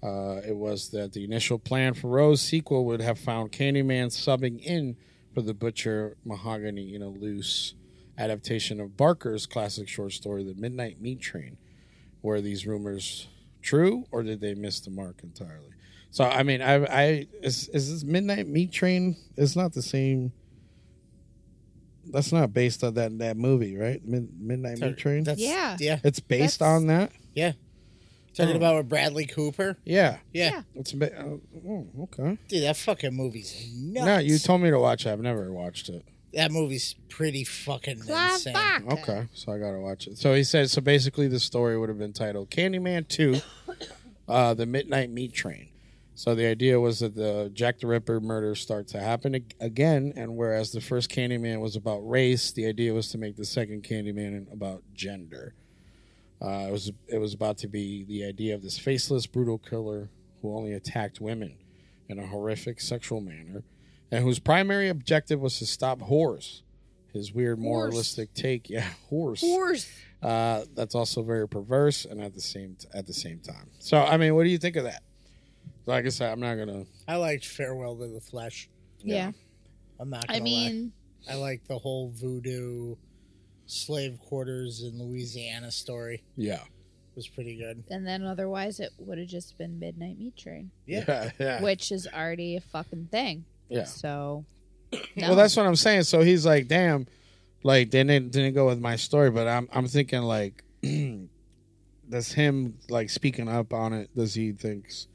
[SPEAKER 3] Uh, it was that the initial plan for Rose's sequel would have found Candyman subbing in for the Butcher Mahogany in a Loose adaptation of Barker's classic short story, The Midnight Meat Train. Were these rumors true, or did they miss the mark entirely? So, I mean, I, I is, is this Midnight Meat Train? It's not the same. That's not based on that that movie, right? Mid, Midnight Meat Train.
[SPEAKER 2] That's,
[SPEAKER 1] Yeah.
[SPEAKER 2] Yeah.
[SPEAKER 3] It's based
[SPEAKER 1] That's-
[SPEAKER 3] on that.
[SPEAKER 2] Yeah. Talking
[SPEAKER 3] Oh.
[SPEAKER 2] about with Bradley Cooper.
[SPEAKER 3] Yeah.
[SPEAKER 2] Yeah.
[SPEAKER 1] Yeah.
[SPEAKER 3] It's ba- oh, oh, okay.
[SPEAKER 2] Dude, that fucking movie's nuts.
[SPEAKER 3] No, you told me to watch it. I've never watched it.
[SPEAKER 2] that movie's pretty fucking
[SPEAKER 1] Clive
[SPEAKER 2] insane.
[SPEAKER 1] Barker.
[SPEAKER 3] Okay, so I gotta watch it. So he said. So basically, the story would have been titled "Candyman Two: [COUGHS] uh, The Midnight Meat Train." So the idea was that the Jack the Ripper murders start to happen ag- again, and whereas the first Candyman was about race, the idea was to make the second Candyman about gender. Uh, it was it was about to be the idea of this faceless, brutal killer who only attacked women in a horrific sexual manner, and whose primary objective was to stop whores. His weird moralistic take, yeah, [LAUGHS] horse.
[SPEAKER 1] Horse.
[SPEAKER 3] Uh, that's also very perverse, and at the same at the same time. So, I mean, what do you think of that? Like I said, I'm not gonna.
[SPEAKER 2] I liked Farewell to the Flesh.
[SPEAKER 1] Yeah.
[SPEAKER 2] I'm not gonna
[SPEAKER 1] I mean,
[SPEAKER 2] lie. I like the whole voodoo slave quarters in Louisiana story.
[SPEAKER 3] Yeah,
[SPEAKER 2] It was pretty good.
[SPEAKER 1] and then otherwise it would have just been Midnight Meat Train,
[SPEAKER 2] Yeah.
[SPEAKER 3] [LAUGHS] yeah, yeah.
[SPEAKER 1] which is already a fucking thing.
[SPEAKER 3] yeah.
[SPEAKER 1] So. No.
[SPEAKER 3] Well, that's what I'm saying. So he's like, damn, like they didn't didn't go with my story, but I'm I'm thinking like, [CLEARS THROAT] does him like speaking up on it? Does he thinks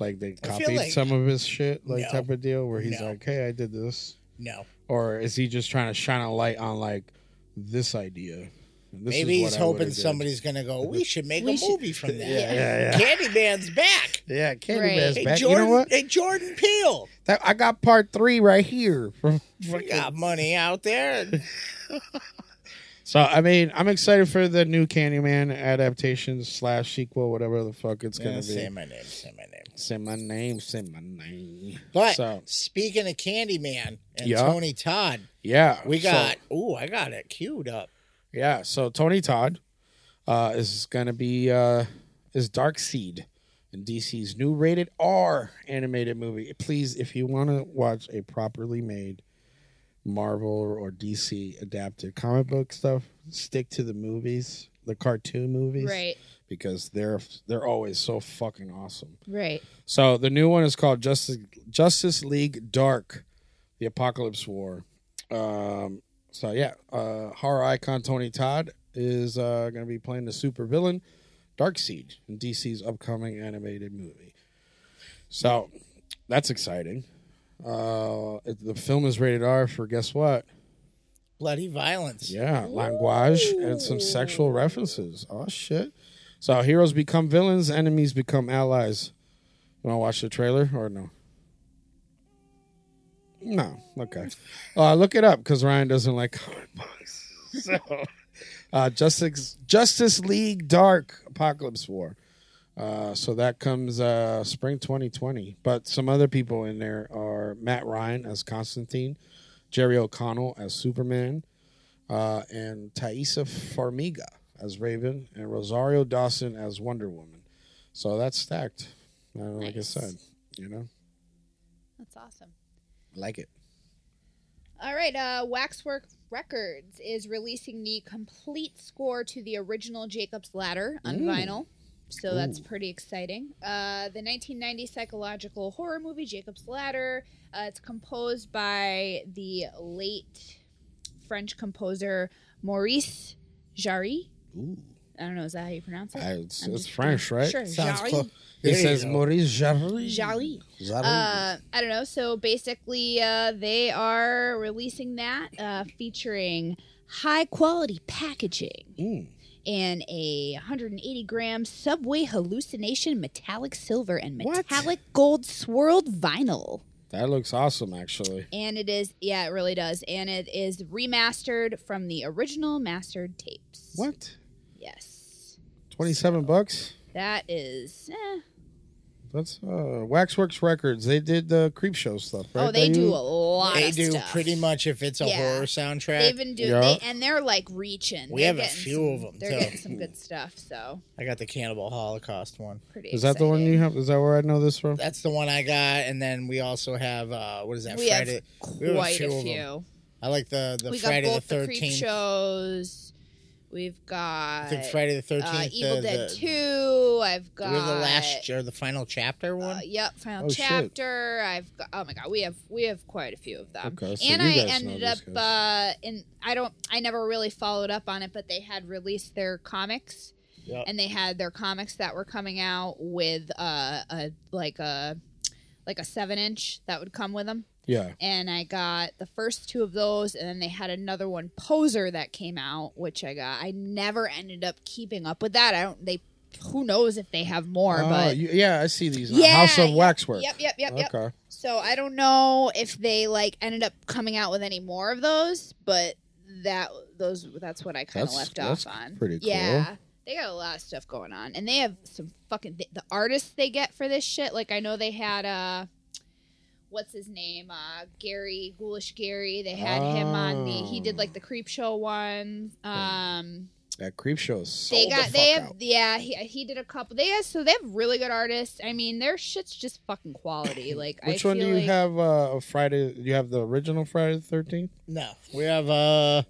[SPEAKER 3] like they
[SPEAKER 2] I feel
[SPEAKER 3] copied
[SPEAKER 2] like-
[SPEAKER 3] some of his shit, like
[SPEAKER 2] No.
[SPEAKER 3] type of deal, where he's
[SPEAKER 2] No.
[SPEAKER 3] like, hey, I did this,
[SPEAKER 2] No.
[SPEAKER 3] or is he just trying to shine a light on like this idea? And This
[SPEAKER 2] Maybe
[SPEAKER 3] is
[SPEAKER 2] he's
[SPEAKER 3] what I would've
[SPEAKER 2] hoping
[SPEAKER 3] did.
[SPEAKER 2] somebody's gonna go, We should make
[SPEAKER 1] We
[SPEAKER 2] a
[SPEAKER 1] should- [LAUGHS]
[SPEAKER 2] movie from that.
[SPEAKER 3] Yeah, yeah, yeah.
[SPEAKER 2] Candyman's back.
[SPEAKER 3] Yeah, Candyman's
[SPEAKER 1] Right.
[SPEAKER 2] Hey
[SPEAKER 3] back.
[SPEAKER 2] Jordan
[SPEAKER 3] you know what?
[SPEAKER 2] Hey Jordan Peele.
[SPEAKER 3] That, I got part three right here.
[SPEAKER 2] We got money out there.
[SPEAKER 3] [LAUGHS] So I mean, I'm excited for the new Candyman adaptation slash sequel, whatever the fuck it's gonna
[SPEAKER 2] Yeah,
[SPEAKER 3] be.
[SPEAKER 2] say my name, say my name.
[SPEAKER 3] Say my name. Say my name.
[SPEAKER 2] But
[SPEAKER 3] So-
[SPEAKER 2] speaking of Candyman and
[SPEAKER 3] Yeah.
[SPEAKER 2] Tony Todd,
[SPEAKER 3] Yeah,
[SPEAKER 2] we
[SPEAKER 3] so-
[SPEAKER 2] got ooh, I got it queued up.
[SPEAKER 3] yeah. So Tony Todd uh, is gonna be uh, is Dark Seed in DC's new rated R animated movie. Please, if you want to watch a properly made Marvel or DC adapted comic book stuff, stick to the movies, the cartoon movies,
[SPEAKER 1] Right.
[SPEAKER 3] Because they're they're always so fucking awesome.
[SPEAKER 1] Right.
[SPEAKER 3] So the new one is called Justice Justice League Dark, the Apocalypse War. Um, so yeah, uh, horror icon Tony Todd is uh, going to be playing the super villain Darkseid in DC's upcoming animated movie. So that's exciting. Uh, it- the film is rated R for guess what?
[SPEAKER 2] Bloody violence.
[SPEAKER 3] Yeah, language and some sexual references. Oh shit! So heroes become villains, enemies become allies. You want to watch the trailer or no? No. Okay. Uh, look it up because Ryan doesn't like comic books. [LAUGHS] So, uh, Justice Justice League Dark Apocalypse War. Uh, so that comes uh, spring 2020. But some other people in there are Matt Ryan as Constantine, Jerry O'Connell as Superman, uh, and Thaisa Farmiga as Raven, and Rosario Dawson as Wonder Woman. So that's stacked. Uh, Like I
[SPEAKER 1] Nice.
[SPEAKER 3] said, you know,
[SPEAKER 1] That's awesome.
[SPEAKER 3] like it.
[SPEAKER 1] All right, uh, Waxwork Records is releasing the complete score to the original Jacob's Ladder on
[SPEAKER 3] Ooh.
[SPEAKER 1] vinyl. So that's
[SPEAKER 3] Mm. Ooh.
[SPEAKER 1] pretty exciting. Uh, the 1990 psychological horror movie Jacob's Ladder. Uh, it's composed by the late French composer Maurice Jarry.
[SPEAKER 3] Ooh.
[SPEAKER 1] I don't know, is that how you pronounce it?
[SPEAKER 3] I, it's
[SPEAKER 1] I'm
[SPEAKER 3] it's
[SPEAKER 1] just-
[SPEAKER 3] French, right?
[SPEAKER 1] Sure,
[SPEAKER 2] Sounds
[SPEAKER 1] Jarry.
[SPEAKER 2] close.
[SPEAKER 3] It
[SPEAKER 2] There you
[SPEAKER 3] says
[SPEAKER 2] go.
[SPEAKER 3] Maurice Jarry.
[SPEAKER 1] Jarry.
[SPEAKER 3] Jarry.
[SPEAKER 1] Uh, I don't know. So basically, uh, they are releasing that uh, featuring high quality packaging
[SPEAKER 3] Mm.
[SPEAKER 1] and a 180 gram Subway hallucination metallic silver and
[SPEAKER 3] What?
[SPEAKER 1] metallic gold swirled vinyl.
[SPEAKER 3] That looks awesome, actually.
[SPEAKER 1] And it is, yeah, it really does. And it is remastered from the original mastered tapes.
[SPEAKER 3] What?
[SPEAKER 1] Yes.
[SPEAKER 3] Twenty-seven bucks?
[SPEAKER 1] That is eh,
[SPEAKER 3] That's uh, Waxworks Records. They did the creep show stuff, right?
[SPEAKER 1] oh, they do a
[SPEAKER 3] a
[SPEAKER 1] lot.
[SPEAKER 2] They
[SPEAKER 1] of
[SPEAKER 2] do
[SPEAKER 1] stuff.
[SPEAKER 2] pretty much if it's a
[SPEAKER 1] Yeah.
[SPEAKER 2] horror soundtrack.
[SPEAKER 1] They've been doing,
[SPEAKER 3] Yeah.
[SPEAKER 1] they, and they're like reaching.
[SPEAKER 2] We
[SPEAKER 1] They're
[SPEAKER 2] have a
[SPEAKER 1] getting
[SPEAKER 2] few
[SPEAKER 1] some-
[SPEAKER 2] of 'em,
[SPEAKER 1] They're
[SPEAKER 2] too.
[SPEAKER 1] getting some good stuff. So
[SPEAKER 2] I got the Cannibal Holocaust one.
[SPEAKER 1] pretty.
[SPEAKER 3] Is that the one you
[SPEAKER 1] exciting.
[SPEAKER 3] have? Is that where I know this from?
[SPEAKER 2] That's the one I got, and then we also have uh what is that
[SPEAKER 1] We have
[SPEAKER 2] Friday? we have a
[SPEAKER 1] quite
[SPEAKER 2] few
[SPEAKER 1] a
[SPEAKER 2] of 'em.
[SPEAKER 1] few.
[SPEAKER 2] I like the the
[SPEAKER 1] we got
[SPEAKER 2] Friday
[SPEAKER 1] both
[SPEAKER 2] the
[SPEAKER 1] the, creep
[SPEAKER 2] Thirteenth.
[SPEAKER 1] shows. We've
[SPEAKER 2] I
[SPEAKER 1] got
[SPEAKER 2] think Friday the Thirteenth.
[SPEAKER 1] uh, Evil Dead
[SPEAKER 2] the,
[SPEAKER 1] Two. I've
[SPEAKER 2] do
[SPEAKER 1] got
[SPEAKER 2] we have the last or the final chapter
[SPEAKER 1] Uh,
[SPEAKER 2] one.
[SPEAKER 1] yep, final
[SPEAKER 3] Oh, shit.
[SPEAKER 1] chapter. I've got. Oh my god, we have we have quite a few of them.
[SPEAKER 3] Okay, so
[SPEAKER 1] and
[SPEAKER 3] you
[SPEAKER 1] I
[SPEAKER 3] guys know
[SPEAKER 1] ended up
[SPEAKER 3] these
[SPEAKER 1] uh, in. I don't. I never really followed up on it, but they had released their comics,
[SPEAKER 2] Yep.
[SPEAKER 1] and they had their comics that were coming out with uh, a like a like a seven inch that would come with them.
[SPEAKER 3] Yeah.
[SPEAKER 1] And I got the first two of those, and then they had another one, Poser, that came out, which I got. I never ended up keeping up with that. I don't. They. Who knows if they have more?
[SPEAKER 3] Oh,
[SPEAKER 1] but
[SPEAKER 3] you- yeah, I see these. now.
[SPEAKER 1] Yeah,
[SPEAKER 3] House of
[SPEAKER 1] yep,
[SPEAKER 3] Waxwork.
[SPEAKER 1] Yep, yep, yep, yep.
[SPEAKER 3] Okay.
[SPEAKER 1] So I don't know if they like ended up coming out with any more of those, but that those that's what I kind of
[SPEAKER 3] That's-
[SPEAKER 1] left
[SPEAKER 3] that's
[SPEAKER 1] off on.
[SPEAKER 3] pretty cool.
[SPEAKER 1] Yeah. They got a lot of stuff going on and they have some fucking the, the artists they get for this shit. Like I know they had uh what's his name? Uh Gary, Ghoulish Gary. They had him on the he did
[SPEAKER 3] Oh.
[SPEAKER 1] like the creep show one. Um
[SPEAKER 3] That creep show. Sold
[SPEAKER 1] they
[SPEAKER 3] The
[SPEAKER 1] got
[SPEAKER 3] fuck
[SPEAKER 1] they have
[SPEAKER 3] out.
[SPEAKER 1] yeah he, he did a couple they have so they have really good artists i mean their shit's just fucking quality like
[SPEAKER 3] Which
[SPEAKER 1] I
[SPEAKER 3] one do
[SPEAKER 1] feel
[SPEAKER 3] you
[SPEAKER 1] like,
[SPEAKER 3] have? Uh, a Friday. You have the original Friday the Thirteenth.
[SPEAKER 2] No, we have uh.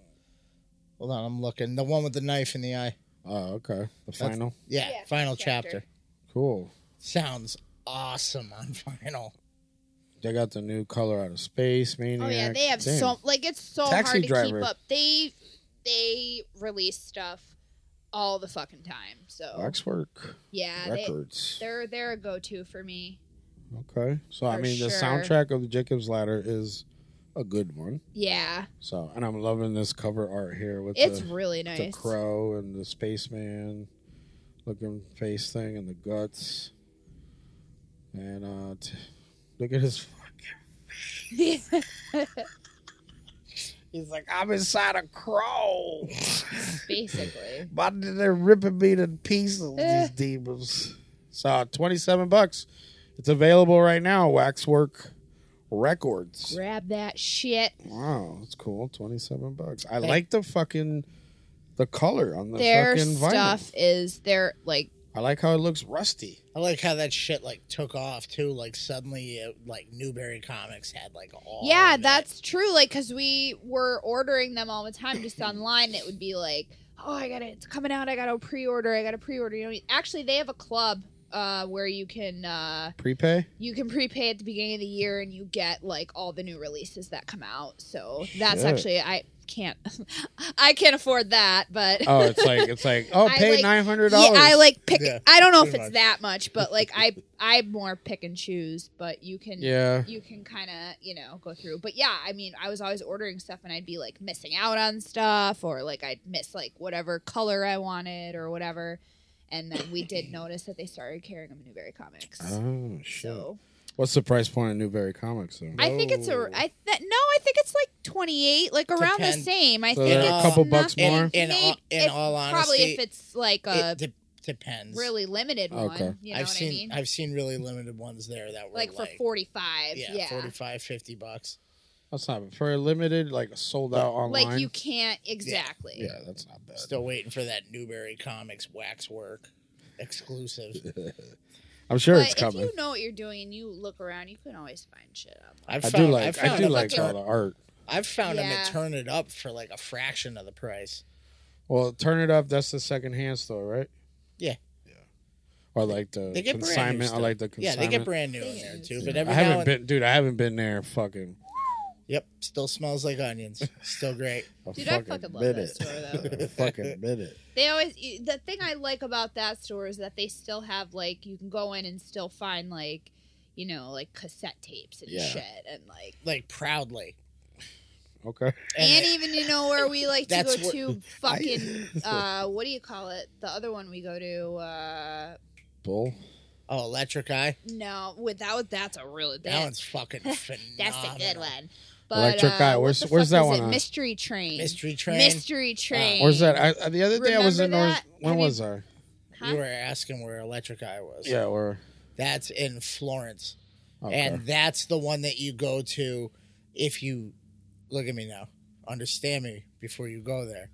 [SPEAKER 2] Hold on, I'm looking. The one with the knife in the eye.
[SPEAKER 3] Oh, okay. The
[SPEAKER 2] That's-
[SPEAKER 3] final.
[SPEAKER 2] Yeah,
[SPEAKER 1] Yeah,
[SPEAKER 2] final
[SPEAKER 1] chapter.
[SPEAKER 2] chapter.
[SPEAKER 3] Cool.
[SPEAKER 2] Sounds awesome on [LAUGHS] final.
[SPEAKER 3] They got the new color out of space. Maniac.
[SPEAKER 1] oh yeah they have
[SPEAKER 3] Damn.
[SPEAKER 1] so like it's so
[SPEAKER 3] Taxi
[SPEAKER 1] hard to
[SPEAKER 3] Driver.
[SPEAKER 1] keep up they they release stuff all the fucking time so
[SPEAKER 3] Waxwork
[SPEAKER 1] yeah they,
[SPEAKER 3] Records.
[SPEAKER 1] they're they're a go-to for me
[SPEAKER 3] okay. So I
[SPEAKER 1] For
[SPEAKER 3] mean, the
[SPEAKER 1] sure.
[SPEAKER 3] soundtrack of the Jacob's Ladder is a good one.
[SPEAKER 1] yeah
[SPEAKER 3] So, and I'm loving this cover art here with
[SPEAKER 1] it's
[SPEAKER 3] the,
[SPEAKER 1] really
[SPEAKER 3] the
[SPEAKER 1] nice
[SPEAKER 3] crow and the spaceman looking face thing and the guts. And uh t- look at his fucking. He's like, I'm inside a crow.
[SPEAKER 1] [LAUGHS]
[SPEAKER 3] [LAUGHS]
[SPEAKER 1] basically
[SPEAKER 3] But they're ripping me to pieces,
[SPEAKER 1] Eh.
[SPEAKER 3] these demons. So, 27 bucks. It's available right now, Waxwork Records.
[SPEAKER 1] grab that shit
[SPEAKER 3] Wow, that's cool. 27 bucks. I
[SPEAKER 2] Thank-
[SPEAKER 3] like the fucking the color on the
[SPEAKER 1] their
[SPEAKER 3] fucking vinyl.
[SPEAKER 1] stuff is their like
[SPEAKER 3] I like how it looks rusty.
[SPEAKER 2] I like how that shit like took off too. Like suddenly, it, like Newberry Comics had like all.
[SPEAKER 1] yeah
[SPEAKER 2] of it.
[SPEAKER 1] that's true like because we were ordering them all the
[SPEAKER 3] [CLEARS THROAT]
[SPEAKER 1] time just online it would be like oh i got it it's coming out i gotta pre-order i gotta pre-order you know actually they have a club uh, where you can uh,
[SPEAKER 3] Prepay?
[SPEAKER 1] you can prepay at the beginning of the year and you get like all the new releases that come out so that's
[SPEAKER 3] Shit.
[SPEAKER 1] actually i can't [LAUGHS] i can't afford that but
[SPEAKER 3] Oh, it's like it's like oh,
[SPEAKER 1] I
[SPEAKER 3] pay
[SPEAKER 1] like-
[SPEAKER 3] $900.
[SPEAKER 1] [LAUGHS] yeah, I like pick.
[SPEAKER 2] Yeah,
[SPEAKER 1] I don't know if
[SPEAKER 2] pretty
[SPEAKER 1] it's
[SPEAKER 2] much.
[SPEAKER 1] that much, but like
[SPEAKER 3] [LAUGHS]
[SPEAKER 1] I, I more pick and choose. But you can,
[SPEAKER 3] Yeah.
[SPEAKER 1] you can kind of you know go through but yeah i mean i was always ordering stuff and i'd be like missing out on stuff or like i'd miss like whatever color i wanted or whatever and then
[SPEAKER 3] [CLEARS THROAT]
[SPEAKER 1] we did notice that they started carrying them in newberry comics
[SPEAKER 3] Oh shit.
[SPEAKER 1] so
[SPEAKER 3] What's the price point of Newberry Comics though?
[SPEAKER 1] i think it's a
[SPEAKER 2] No.
[SPEAKER 1] i th- no i think it's like 28 like around the
[SPEAKER 2] Depend-
[SPEAKER 1] same i
[SPEAKER 3] So
[SPEAKER 1] think
[SPEAKER 2] they're
[SPEAKER 1] it's
[SPEAKER 2] a couple
[SPEAKER 1] not-
[SPEAKER 3] bucks
[SPEAKER 2] In-
[SPEAKER 3] more?
[SPEAKER 2] In, all,
[SPEAKER 1] Maybe-
[SPEAKER 2] in
[SPEAKER 1] if-
[SPEAKER 2] all honesty,
[SPEAKER 1] probably if it's like a
[SPEAKER 2] it de- depends.
[SPEAKER 1] really limited one
[SPEAKER 3] Okay.
[SPEAKER 1] you know
[SPEAKER 2] I've
[SPEAKER 1] what
[SPEAKER 2] seen
[SPEAKER 1] i mean
[SPEAKER 2] have seen really limited ones there that were
[SPEAKER 1] like
[SPEAKER 2] like,
[SPEAKER 1] for 45
[SPEAKER 2] yeah,
[SPEAKER 1] yeah,
[SPEAKER 2] 45 50 bucks.
[SPEAKER 3] That's not for a limited like sold out online.
[SPEAKER 1] like you can't exactly
[SPEAKER 3] yeah, that's not bad.
[SPEAKER 2] Still waiting for that Newberry Comics waxwork
[SPEAKER 3] [LAUGHS]
[SPEAKER 2] exclusive.
[SPEAKER 3] I'm sure
[SPEAKER 1] but
[SPEAKER 3] it's coming.
[SPEAKER 1] if you know what you're doing and you look around, you can always find shit up.
[SPEAKER 2] I've
[SPEAKER 3] I
[SPEAKER 2] found-
[SPEAKER 3] do like
[SPEAKER 2] I've
[SPEAKER 3] I
[SPEAKER 2] found
[SPEAKER 3] do
[SPEAKER 2] them
[SPEAKER 3] like
[SPEAKER 2] at
[SPEAKER 3] all
[SPEAKER 2] turn,
[SPEAKER 3] the art.
[SPEAKER 2] I've found them
[SPEAKER 1] Yeah.
[SPEAKER 2] at Turn It Up for like a fraction of the price.
[SPEAKER 3] Well, turn it up. That's the second hand store, right?
[SPEAKER 2] Yeah.
[SPEAKER 3] Yeah. Or like the
[SPEAKER 2] They get brand new
[SPEAKER 3] consignment. I
[SPEAKER 2] stuff.
[SPEAKER 3] like the
[SPEAKER 2] yeah,
[SPEAKER 3] consignment.
[SPEAKER 2] they get brand new in
[SPEAKER 1] Yeah.
[SPEAKER 2] there too.
[SPEAKER 3] Yeah.
[SPEAKER 2] But every
[SPEAKER 3] I
[SPEAKER 2] now
[SPEAKER 3] haven't
[SPEAKER 2] and-
[SPEAKER 3] been, dude. I haven't been there. Fucking.
[SPEAKER 2] Yep, still smells like onions. Still great.
[SPEAKER 3] A
[SPEAKER 1] Dude,
[SPEAKER 3] fucking
[SPEAKER 1] I fucking love
[SPEAKER 3] minute.
[SPEAKER 1] that store
[SPEAKER 3] [LAUGHS]
[SPEAKER 1] though.
[SPEAKER 3] A fucking minute.
[SPEAKER 1] they always the thing I like about that store is that they still have like you can go in and still find like you know like cassette tapes and
[SPEAKER 3] Yeah.
[SPEAKER 1] shit and like
[SPEAKER 2] Like proudly.
[SPEAKER 3] Okay.
[SPEAKER 1] and,
[SPEAKER 2] And it-
[SPEAKER 1] even you know where we like to go
[SPEAKER 2] That's what-
[SPEAKER 1] to
[SPEAKER 3] [LAUGHS]
[SPEAKER 1] fucking [LAUGHS] uh what do you call it the other one we go to uh
[SPEAKER 3] Bull.
[SPEAKER 2] oh, Electric Eye.
[SPEAKER 1] no without that's a real
[SPEAKER 2] That one's fucking phenomenal.
[SPEAKER 1] [LAUGHS] that's a good one but
[SPEAKER 3] Electric
[SPEAKER 1] uh,
[SPEAKER 3] Eye,
[SPEAKER 1] what
[SPEAKER 3] where's-
[SPEAKER 1] the
[SPEAKER 3] where's that
[SPEAKER 1] fuck is
[SPEAKER 3] one
[SPEAKER 1] it?
[SPEAKER 3] on? Uh,
[SPEAKER 1] mystery train
[SPEAKER 2] Mystery Train.
[SPEAKER 1] mystery train
[SPEAKER 3] Where's that? I, I- the other day I was in
[SPEAKER 1] Remember
[SPEAKER 3] North.
[SPEAKER 1] that?
[SPEAKER 3] When
[SPEAKER 1] Have you-
[SPEAKER 3] was I?
[SPEAKER 1] Huh?
[SPEAKER 2] You were asking where Electric Eye was.
[SPEAKER 3] Yeah, or
[SPEAKER 2] That's in Florence.
[SPEAKER 3] Okay.
[SPEAKER 2] And that's the one that you go to if you look at me now, understand me before you go there.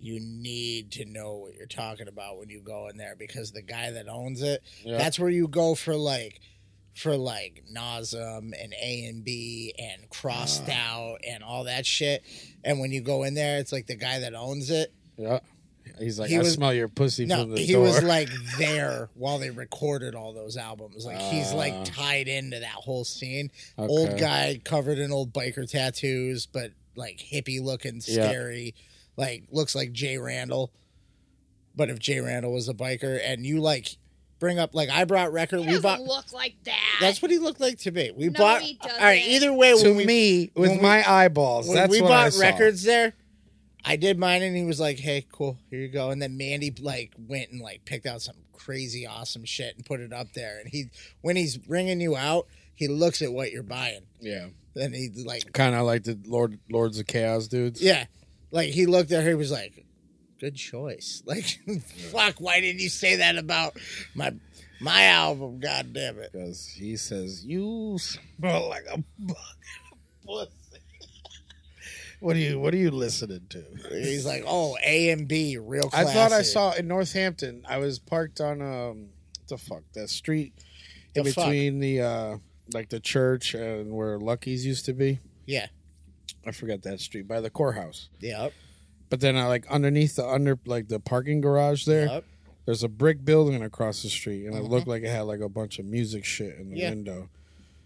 [SPEAKER 2] You need to know what you're talking about when you go in there because the guy that owns it,
[SPEAKER 3] Yeah.
[SPEAKER 2] that's where you go for like for like Nasm and A and B and crossed
[SPEAKER 3] Ah.
[SPEAKER 2] out and all that shit. And when you go in there, it's like the guy that owns it.
[SPEAKER 3] yeah. He's like,
[SPEAKER 2] He
[SPEAKER 3] I
[SPEAKER 2] was-
[SPEAKER 3] smell your pussy
[SPEAKER 2] No,
[SPEAKER 3] from the
[SPEAKER 2] he
[SPEAKER 3] door.
[SPEAKER 2] was like there while they recorded all those albums. Like he's
[SPEAKER 3] Ah.
[SPEAKER 2] like tied into that whole scene.
[SPEAKER 3] Okay.
[SPEAKER 2] Old guy covered in old biker tattoos, but like hippie looking,
[SPEAKER 3] Yeah.
[SPEAKER 2] scary. Like looks like Jay Randall. But if Jay Randall was a biker and you like bring up like I brought record
[SPEAKER 1] He
[SPEAKER 2] we
[SPEAKER 1] doesn't
[SPEAKER 2] bought
[SPEAKER 1] look like that.
[SPEAKER 2] that's what he looked like to me. We
[SPEAKER 1] No,
[SPEAKER 2] bought
[SPEAKER 1] he
[SPEAKER 2] all right.
[SPEAKER 1] doesn't.
[SPEAKER 2] Either way,
[SPEAKER 3] to
[SPEAKER 2] when we
[SPEAKER 3] me with
[SPEAKER 2] when we-
[SPEAKER 3] my eyeballs.
[SPEAKER 2] when
[SPEAKER 3] That's
[SPEAKER 2] we
[SPEAKER 3] what I
[SPEAKER 2] bought
[SPEAKER 3] saw.
[SPEAKER 2] records there, I did mine, and he was like, "Hey, cool, here you go." And then Mandy like went and like picked out some crazy awesome shit and put it up there. And he, when he's ringing you out, he looks at what you're buying,
[SPEAKER 3] Yeah,
[SPEAKER 2] and he like,
[SPEAKER 3] kind of like the Lord Lords of Chaos dudes.
[SPEAKER 2] yeah, like he looked at her. He was like, "Good choice." [LAUGHS] Like, fuck, why didn't you say that about my my album? God damn it.
[SPEAKER 3] because he says you smell like a bug pussy. what are you What are you listening to?
[SPEAKER 2] He's like, "Oh, A and B, real."
[SPEAKER 3] I
[SPEAKER 2] Classy.
[SPEAKER 3] thought I saw in Northampton. I was parked on um the fuck that street in
[SPEAKER 2] The fuck.
[SPEAKER 3] between the uh like the church and where Lucky's used to be.
[SPEAKER 2] Yeah.
[SPEAKER 3] I forgot that street by the courthouse.
[SPEAKER 2] Yep.
[SPEAKER 3] But then I like underneath the under like the parking garage there.
[SPEAKER 2] Yep.
[SPEAKER 3] There's a brick building across the street, and it looked like it had like a bunch of music shit in the
[SPEAKER 2] Uh-huh. Yeah.
[SPEAKER 3] window.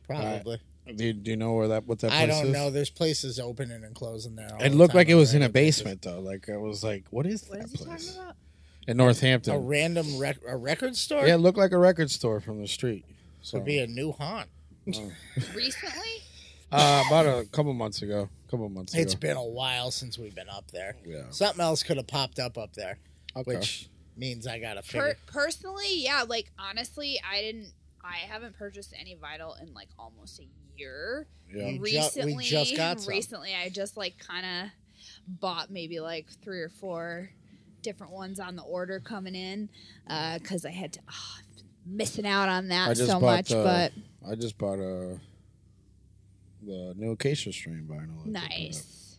[SPEAKER 2] Probably.
[SPEAKER 3] Do you, do you know where that what that? Place
[SPEAKER 2] I don't
[SPEAKER 3] is?
[SPEAKER 2] know. There's places opening and closing there. all
[SPEAKER 3] It
[SPEAKER 2] the
[SPEAKER 3] looked
[SPEAKER 2] time
[SPEAKER 3] like it
[SPEAKER 2] on
[SPEAKER 3] was in a
[SPEAKER 2] random places.
[SPEAKER 3] basement though. Like I was like, what is
[SPEAKER 1] What
[SPEAKER 3] that
[SPEAKER 1] is he
[SPEAKER 3] place?
[SPEAKER 1] talking about?
[SPEAKER 3] In
[SPEAKER 2] A
[SPEAKER 3] Northampton.
[SPEAKER 2] random rec- a record store
[SPEAKER 3] yeah, it looked like a record store from the street. So
[SPEAKER 2] would be a new haunt.
[SPEAKER 1] Recently?
[SPEAKER 3] uh, about a couple months ago. Couple months
[SPEAKER 2] It's
[SPEAKER 3] ago.
[SPEAKER 2] been a while since we've been up there.
[SPEAKER 3] Yeah.
[SPEAKER 2] Something else could have popped up up there,
[SPEAKER 3] Okay.
[SPEAKER 2] which means I got to figure.
[SPEAKER 1] Per- personally, yeah. Like honestly, I didn't. I haven't purchased any vinyl in like almost a year.
[SPEAKER 3] yeah.
[SPEAKER 2] ju- we
[SPEAKER 1] Recently,
[SPEAKER 2] just got some.
[SPEAKER 1] recently, I just like kind of bought maybe like three or four different ones on the order coming in because I had to. ah, I've been missing out on
[SPEAKER 3] I
[SPEAKER 1] that
[SPEAKER 3] just
[SPEAKER 1] so
[SPEAKER 3] bought
[SPEAKER 1] much,
[SPEAKER 3] the-
[SPEAKER 1] but
[SPEAKER 3] I just bought a the new Acacia Stream vinyl. that they put up.
[SPEAKER 1] nice.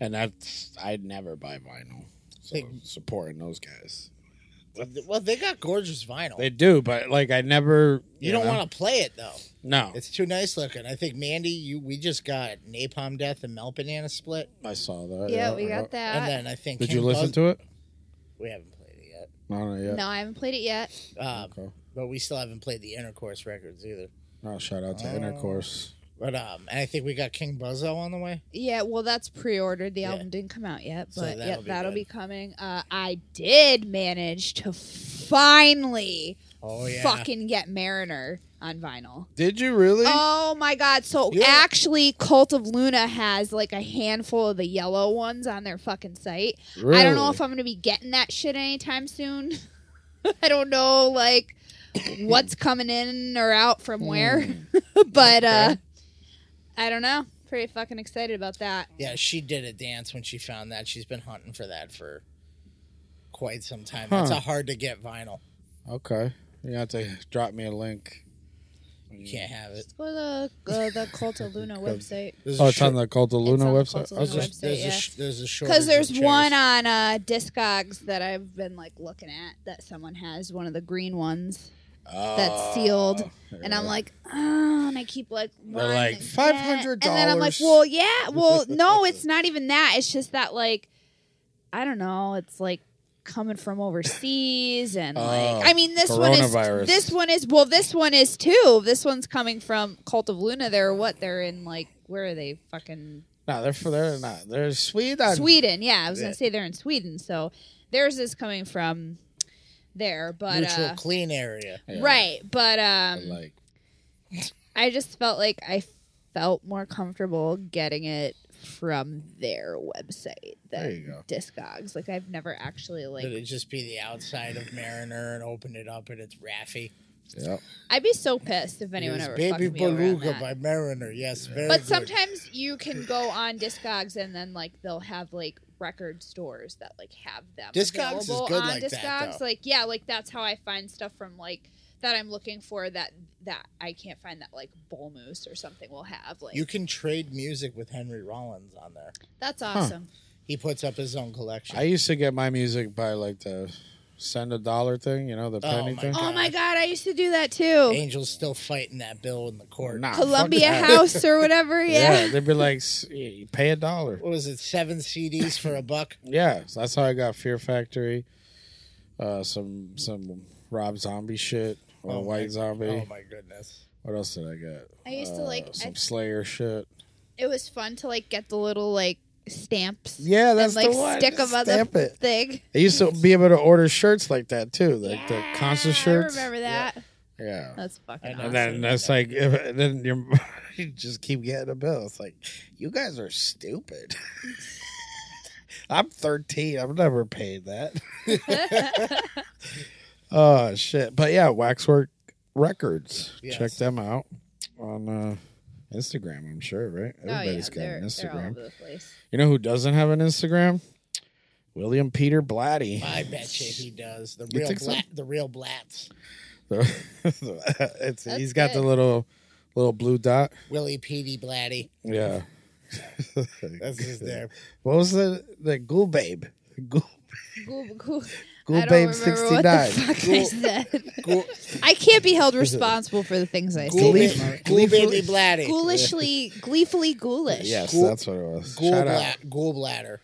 [SPEAKER 3] And that's I'd never buy vinyl. So
[SPEAKER 2] Big-
[SPEAKER 3] supporting those guys.
[SPEAKER 2] well, they got gorgeous vinyl.
[SPEAKER 3] They do, but like I never.
[SPEAKER 2] you don't want to play it though.
[SPEAKER 3] to. No,
[SPEAKER 2] It's too nice looking. I think Mandy, you we just got Napalm Death and Melt Banana Split,
[SPEAKER 3] I saw
[SPEAKER 2] Oh,
[SPEAKER 3] that.
[SPEAKER 1] Yeah, we got
[SPEAKER 2] and
[SPEAKER 1] that.
[SPEAKER 2] then I think
[SPEAKER 3] Did
[SPEAKER 2] King
[SPEAKER 3] you listen
[SPEAKER 2] Buzz-
[SPEAKER 3] to it?
[SPEAKER 2] We haven't played it yet,
[SPEAKER 3] No, not yet.
[SPEAKER 1] No, I haven't played it yet.
[SPEAKER 2] um,
[SPEAKER 3] Okay.
[SPEAKER 2] but we still haven't played the Intercourse records either.
[SPEAKER 3] No, shout out to
[SPEAKER 2] Oh.
[SPEAKER 3] Intercourse.
[SPEAKER 2] But um, and I think we got King Buzzo on the way.
[SPEAKER 1] Yeah, well, that's pre-ordered. The
[SPEAKER 2] Yeah.
[SPEAKER 1] album didn't come out yet,
[SPEAKER 2] So
[SPEAKER 1] but yeah,
[SPEAKER 2] that'll
[SPEAKER 1] that'll,
[SPEAKER 2] be
[SPEAKER 1] be,
[SPEAKER 2] good.
[SPEAKER 1] coming. Uh, I did manage to finally
[SPEAKER 2] Oh yeah,
[SPEAKER 1] fucking get Mariner on vinyl.
[SPEAKER 3] Did you really?
[SPEAKER 1] Oh my god! So
[SPEAKER 2] You-
[SPEAKER 1] actually, Cult of Luna has like a handful of the yellow ones on their fucking site. I don't know if I'm gonna be getting that shit anytime soon. [LAUGHS] I don't know like what's coming in or out from where, [LAUGHS] but uh,
[SPEAKER 3] Hmm. Okay.
[SPEAKER 1] I don't know. Pretty fucking excited about that.
[SPEAKER 2] yeah. She did a dance when she found that. She's been hunting for that for quite some time.
[SPEAKER 3] Huh.
[SPEAKER 2] That's a hard to get vinyl.
[SPEAKER 3] Okay, you have to drop me a link.
[SPEAKER 2] You can't have it.
[SPEAKER 1] Go to the uh, the Cult
[SPEAKER 3] [LAUGHS]
[SPEAKER 1] of Luna website
[SPEAKER 2] There's
[SPEAKER 3] Oh,
[SPEAKER 2] a
[SPEAKER 3] it's on the Cult of Luna
[SPEAKER 1] on the
[SPEAKER 3] website.
[SPEAKER 1] Cult of
[SPEAKER 3] I was
[SPEAKER 1] Luna
[SPEAKER 3] just-
[SPEAKER 1] website.
[SPEAKER 2] there's, a,
[SPEAKER 1] yeah.
[SPEAKER 2] sh- there's a shortage.
[SPEAKER 1] because there's
[SPEAKER 2] of chairs.
[SPEAKER 1] one on uh, Discogs that I've been like looking at that someone has one of the green ones,
[SPEAKER 2] Uh,
[SPEAKER 3] Ah,
[SPEAKER 1] sealed,
[SPEAKER 3] yeah.
[SPEAKER 1] and I'm like, oh, and I keep like,
[SPEAKER 3] They're
[SPEAKER 1] wanting
[SPEAKER 3] like,
[SPEAKER 1] to get it." and then I'm like,
[SPEAKER 3] $500.
[SPEAKER 1] well, yeah,
[SPEAKER 3] [LAUGHS]
[SPEAKER 1] well, no, it's not even that. It's just that like, I don't know, it's like coming from overseas and like
[SPEAKER 3] Oh,
[SPEAKER 1] i mean this one is
[SPEAKER 3] coronavirus.
[SPEAKER 1] this one is well this one is too this one's coming from cult of luna they're what they're in like where are they fucking
[SPEAKER 3] no, they're for they're not. They're Sweden.
[SPEAKER 1] Sweden. Yeah, I was
[SPEAKER 3] Yeah.
[SPEAKER 1] gonna say they're in Sweden, so theirs is coming from there. But
[SPEAKER 2] neutral
[SPEAKER 1] uh,
[SPEAKER 2] clean area.
[SPEAKER 3] Yeah.
[SPEAKER 1] right, but
[SPEAKER 3] But,
[SPEAKER 1] um,
[SPEAKER 3] Like
[SPEAKER 1] I just felt like I felt more comfortable getting it from their website
[SPEAKER 3] There
[SPEAKER 1] than
[SPEAKER 3] you go.
[SPEAKER 1] Discogs. Like I've never actually like
[SPEAKER 2] Could it just be the outside of Mariner and open it up and it's Raffy?
[SPEAKER 3] yeah.
[SPEAKER 1] I'd be so pissed if anyone
[SPEAKER 2] Here's
[SPEAKER 1] ever fucked
[SPEAKER 2] Baby
[SPEAKER 1] me over on
[SPEAKER 2] Beluga
[SPEAKER 1] that.
[SPEAKER 2] by Mariner. Yes, very
[SPEAKER 1] But
[SPEAKER 2] good.
[SPEAKER 1] sometimes you can go on Discogs and then like they'll have like record stores that like have them
[SPEAKER 2] Discogs is
[SPEAKER 1] available
[SPEAKER 2] good
[SPEAKER 1] on
[SPEAKER 2] like that,
[SPEAKER 1] Discogs.
[SPEAKER 2] though.
[SPEAKER 1] like yeah, like that's how I find stuff from like that I'm looking for that that I can't find that like bull moose or something will have. Like
[SPEAKER 2] You can trade music with Henry Rollins on there.
[SPEAKER 1] that's awesome.
[SPEAKER 2] He puts up his own collection.
[SPEAKER 3] I used to get my music by like the send a dollar thing, you know, the penny
[SPEAKER 2] my
[SPEAKER 3] thing.
[SPEAKER 1] Oh
[SPEAKER 2] God.
[SPEAKER 1] my god, I used to do that too.
[SPEAKER 2] Angel's still fighting that bill in the court.
[SPEAKER 3] Nah, fuck
[SPEAKER 1] Columbia
[SPEAKER 3] that.
[SPEAKER 1] House [LAUGHS] or whatever.
[SPEAKER 3] Yeah.
[SPEAKER 1] Ah, Yeah.
[SPEAKER 3] they'd be like, "S- you pay a dollar.
[SPEAKER 2] What was it? Seven CDs for
[SPEAKER 3] [LAUGHS]
[SPEAKER 2] a buck.
[SPEAKER 3] Yeah, so that's how I got Fear Factory, uh, some some Rob Zombie shit or
[SPEAKER 2] my-
[SPEAKER 3] White Zombie.
[SPEAKER 2] Oh my goodness.
[SPEAKER 3] What else did I get?
[SPEAKER 1] I used to
[SPEAKER 3] Uh,
[SPEAKER 1] like.
[SPEAKER 3] some
[SPEAKER 1] I-
[SPEAKER 3] Slayer shit.
[SPEAKER 1] it was fun to like get the little like stamps.
[SPEAKER 3] Yeah,
[SPEAKER 1] and
[SPEAKER 3] that's
[SPEAKER 1] like
[SPEAKER 3] the one.
[SPEAKER 1] stick them on
[SPEAKER 3] Stamp
[SPEAKER 1] the
[SPEAKER 3] it.
[SPEAKER 1] thing.
[SPEAKER 3] I used to be able to order shirts like that too, like the concert shirts.
[SPEAKER 1] I remember that.
[SPEAKER 3] Yeah.
[SPEAKER 1] That's fucking
[SPEAKER 2] know.
[SPEAKER 3] And
[SPEAKER 1] awesome. [LAUGHS]
[SPEAKER 3] then that's like, if, then you're, [LAUGHS] you just keep getting a bill. It's like, you guys are stupid. [LAUGHS] I'm 13. I've never paid that. [LAUGHS] oh shit! But yeah, Waxwork Records.
[SPEAKER 2] Yes.
[SPEAKER 3] Check them out on uh, Instagram. I'm sure, right?
[SPEAKER 1] Oh, yeah,
[SPEAKER 3] Everybody's got
[SPEAKER 1] they're,
[SPEAKER 3] an
[SPEAKER 1] they're all
[SPEAKER 3] Instagram.
[SPEAKER 1] over the place.
[SPEAKER 3] You know who doesn't have an Instagram? William Peter Blatty.
[SPEAKER 2] I bet you he does. The
[SPEAKER 3] You
[SPEAKER 2] real
[SPEAKER 3] think so?
[SPEAKER 2] blat, the real blats.
[SPEAKER 3] [LAUGHS] It's-
[SPEAKER 1] That's
[SPEAKER 3] he's got the
[SPEAKER 1] good.
[SPEAKER 3] little little blue dot.
[SPEAKER 2] Willie Petey Blatty.
[SPEAKER 3] Yeah. [LAUGHS]
[SPEAKER 2] That's his [LAUGHS] name.
[SPEAKER 3] What was the the Ghoul Babe? Ghoul,
[SPEAKER 1] Cool, cool.
[SPEAKER 3] Ghoul
[SPEAKER 1] I don't
[SPEAKER 3] Babe
[SPEAKER 1] remember
[SPEAKER 3] sixty
[SPEAKER 1] what the
[SPEAKER 3] nine.
[SPEAKER 1] fuck
[SPEAKER 3] [LAUGHS]
[SPEAKER 1] I said.
[SPEAKER 2] Ghoul,
[SPEAKER 1] I can't be held responsible for the things I
[SPEAKER 2] ghoul,
[SPEAKER 1] say.
[SPEAKER 3] Gleef-
[SPEAKER 2] ba- ghoul baby Blatty.
[SPEAKER 1] Ghoulishly, gleefully ghoulish.
[SPEAKER 3] Yes,
[SPEAKER 2] Ghoul-
[SPEAKER 3] that's what it was.
[SPEAKER 2] Ghoul,
[SPEAKER 3] Shout out.
[SPEAKER 2] blat, ghoul bladder.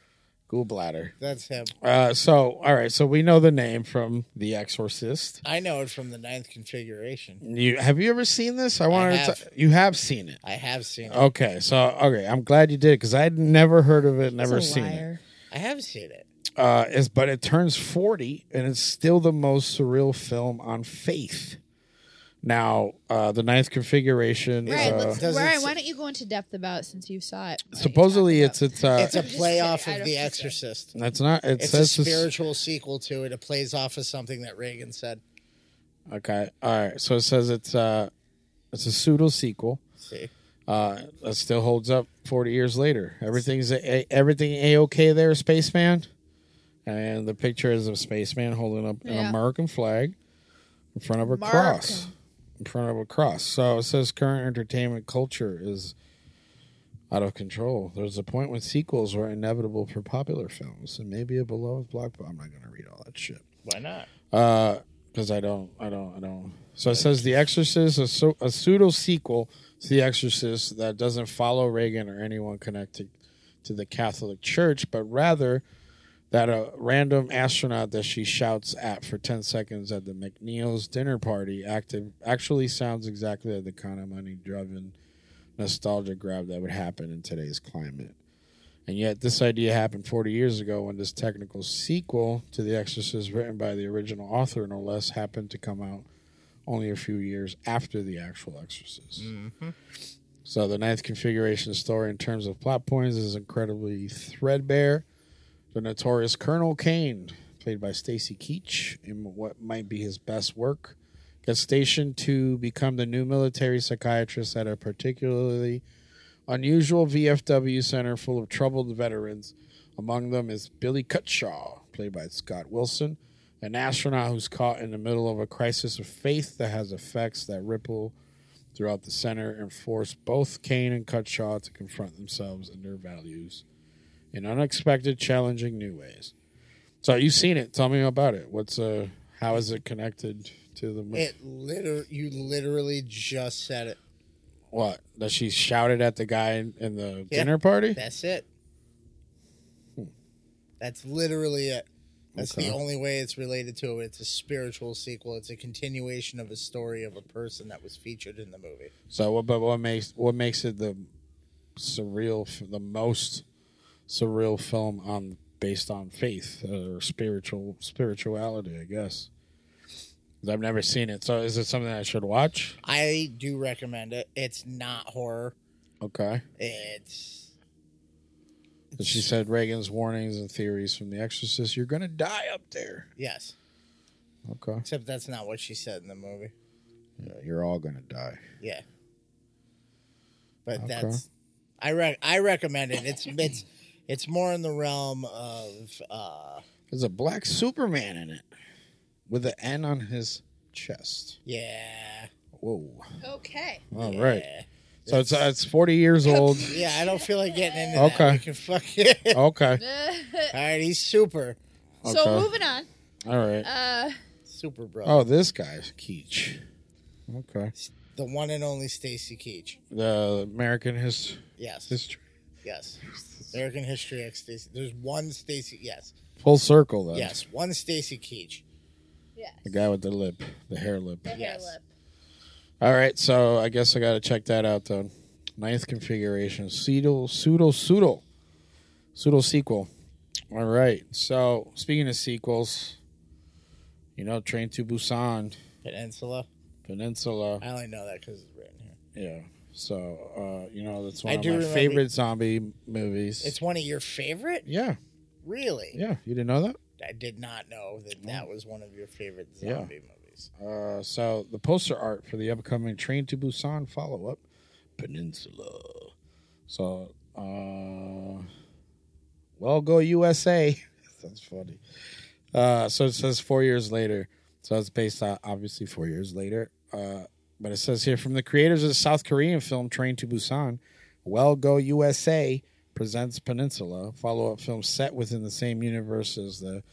[SPEAKER 3] Ghoul Bladder.
[SPEAKER 2] That's him.
[SPEAKER 3] Uh, so all right, so we know the name from The Exorcist.
[SPEAKER 2] I know it from the ninth configuration.
[SPEAKER 3] You have you ever seen this? I wanted to.
[SPEAKER 2] have.
[SPEAKER 3] You have seen it.
[SPEAKER 2] I have seen it.
[SPEAKER 3] Okay, so okay, I'm glad you did because I'd never heard of it, never
[SPEAKER 1] He's a
[SPEAKER 3] seen it.
[SPEAKER 1] liar.
[SPEAKER 2] I have seen it.
[SPEAKER 3] Uh, it's, but it turns 40 and it's still the most surreal film on faith. Now, uh, the ninth configuration.
[SPEAKER 1] Right,
[SPEAKER 3] uh,
[SPEAKER 1] let's,
[SPEAKER 2] does it
[SPEAKER 1] Ryan,
[SPEAKER 2] say-
[SPEAKER 1] why don't you go into depth about it since you saw it?
[SPEAKER 3] supposedly it's it's uh
[SPEAKER 2] It's a
[SPEAKER 1] just
[SPEAKER 2] playoff
[SPEAKER 1] kidding. I
[SPEAKER 2] of
[SPEAKER 1] don't
[SPEAKER 2] The
[SPEAKER 1] think so.
[SPEAKER 2] Exorcist.
[SPEAKER 3] that's not it
[SPEAKER 2] It's a
[SPEAKER 3] says it's-
[SPEAKER 2] spiritual sequel to it. It plays off of something that Reagan said.
[SPEAKER 3] okay all right so it says it's uh it's a pseudo sequel
[SPEAKER 2] See,
[SPEAKER 3] uh that still holds up 40 years later everything's a, a- everything a-ok there spaceman and the picture is of spaceman holding up an
[SPEAKER 1] Yeah.
[SPEAKER 3] american flag in front of a
[SPEAKER 1] American.
[SPEAKER 3] cross in front of a cross so it says current entertainment culture is out of control. There's a point when sequels were inevitable for popular films, and maybe a beloved blockbuster. I'm not going to read all that shit.
[SPEAKER 2] why not?
[SPEAKER 3] because Uh, I don't, I don't, I don't. So it says The Exorcist, a, so, a pseudo sequel to The Exorcist that doesn't follow Reagan or anyone connected to the Catholic Church, but rather that a random astronaut that she shouts at for 10 seconds at the McNeil's dinner party active, actually sounds exactly like the kind of money driven nostalgia grab that would happen in today's climate. And yet, this idea happened 40 years ago when this technical sequel to The Exorcist, written by the original author, no less, happened to come out only a few years after the actual Exorcist. So, the ninth configuration story, in terms of plot points, is incredibly threadbare. The notorious Colonel Kane, played by Stacy Keach, in what might be his best work, gets stationed to become the new military psychiatrist at a particularly unusual VFW center full of troubled veterans. Among them is Billy Cutshaw, played by Scott Wilson, an astronaut who's caught in the middle of a crisis of faith that has effects that ripple throughout the center and force both Kane and Cutshaw to confront themselves and their values in unexpected, challenging new ways. So you've seen it. Tell me about it. What's uh, how is it connected to the movie?
[SPEAKER 2] It liter- you literally just said it.
[SPEAKER 3] what that she shouted at the guy in, in the
[SPEAKER 2] Yeah.
[SPEAKER 3] dinner party?
[SPEAKER 2] That's it. That's literally it. That's
[SPEAKER 3] Hmm. Okay.
[SPEAKER 2] the only way it's related to it. It's a spiritual sequel. It's a continuation of a story of a person that was featured in the movie.
[SPEAKER 3] So, what, but what makes what makes it the surreal, f- the most surreal film on based on faith or spiritual spirituality? I guess 'Cause I've never seen it. So, is it something I should watch?
[SPEAKER 2] I do recommend it. It's not horror.
[SPEAKER 3] Okay.
[SPEAKER 2] It's
[SPEAKER 3] But she said Reagan's warnings and theories from The Exorcist. You're gonna die up there.
[SPEAKER 2] yes,
[SPEAKER 3] Okay.
[SPEAKER 2] except that's not what she said in the movie.
[SPEAKER 3] Yeah, you're all gonna die.
[SPEAKER 2] Yeah, but
[SPEAKER 3] Okay.
[SPEAKER 2] that's I re- I recommend it. It's it's it's more in the realm of uh
[SPEAKER 3] There's a black Superman in it with an N on his chest.
[SPEAKER 2] Yeah.
[SPEAKER 3] Whoa.
[SPEAKER 1] Okay.
[SPEAKER 3] All
[SPEAKER 2] yeah.
[SPEAKER 3] right. So it's, it's 40 [LAUGHS] years old.
[SPEAKER 2] Yeah, I don't feel like getting into that.
[SPEAKER 3] Okay.
[SPEAKER 2] We can fuck [LAUGHS] it.
[SPEAKER 1] [LAUGHS]
[SPEAKER 2] All
[SPEAKER 3] Okay.
[SPEAKER 2] right, he's super.
[SPEAKER 1] so
[SPEAKER 3] Okay.
[SPEAKER 1] moving on.
[SPEAKER 3] [LAUGHS] All right.
[SPEAKER 1] Uh,
[SPEAKER 2] Super bro.
[SPEAKER 3] Oh, this guy, Keach. Okay.
[SPEAKER 2] The one and only Stacy Keach.
[SPEAKER 3] The American his
[SPEAKER 2] Yes.
[SPEAKER 3] history.
[SPEAKER 2] Yes. American History X Stacy. There's one Stacy. Yes.
[SPEAKER 3] Full circle, though.
[SPEAKER 2] Yes. One Stacy Keach.
[SPEAKER 1] yeah.
[SPEAKER 3] The guy with the lip, the hair lip.
[SPEAKER 1] The hair
[SPEAKER 2] Yes.
[SPEAKER 1] lip.
[SPEAKER 3] All right, so I guess I got to check that out though. Ninth configuration, pseudo pseudo pseudo pseudo sequel. All right, so speaking of sequels, you know, Train to Busan
[SPEAKER 2] Peninsula.
[SPEAKER 3] Peninsula.
[SPEAKER 2] I only know that because it's written here.
[SPEAKER 3] Yeah, so uh, you know that's one
[SPEAKER 2] I
[SPEAKER 3] of
[SPEAKER 2] do
[SPEAKER 3] my
[SPEAKER 2] remember-
[SPEAKER 3] favorite zombie movies.
[SPEAKER 2] It's one of your favorite?
[SPEAKER 3] yeah,
[SPEAKER 2] Really?
[SPEAKER 3] yeah. You didn't know that?
[SPEAKER 2] I did not know that that was one of your favorite
[SPEAKER 3] Yeah.
[SPEAKER 2] zombie movies.
[SPEAKER 3] Uh, so the poster art for the upcoming Train to Busan follow up, Peninsula. So, uh, well, go USA. [LAUGHS] That's funny. Uh, so it says four years later. So it's based on obviously four years later. Uh, but it says here from the creators of the South Korean film Train to Busan, Well Go USA presents Peninsula, follow up film set within the same universe as the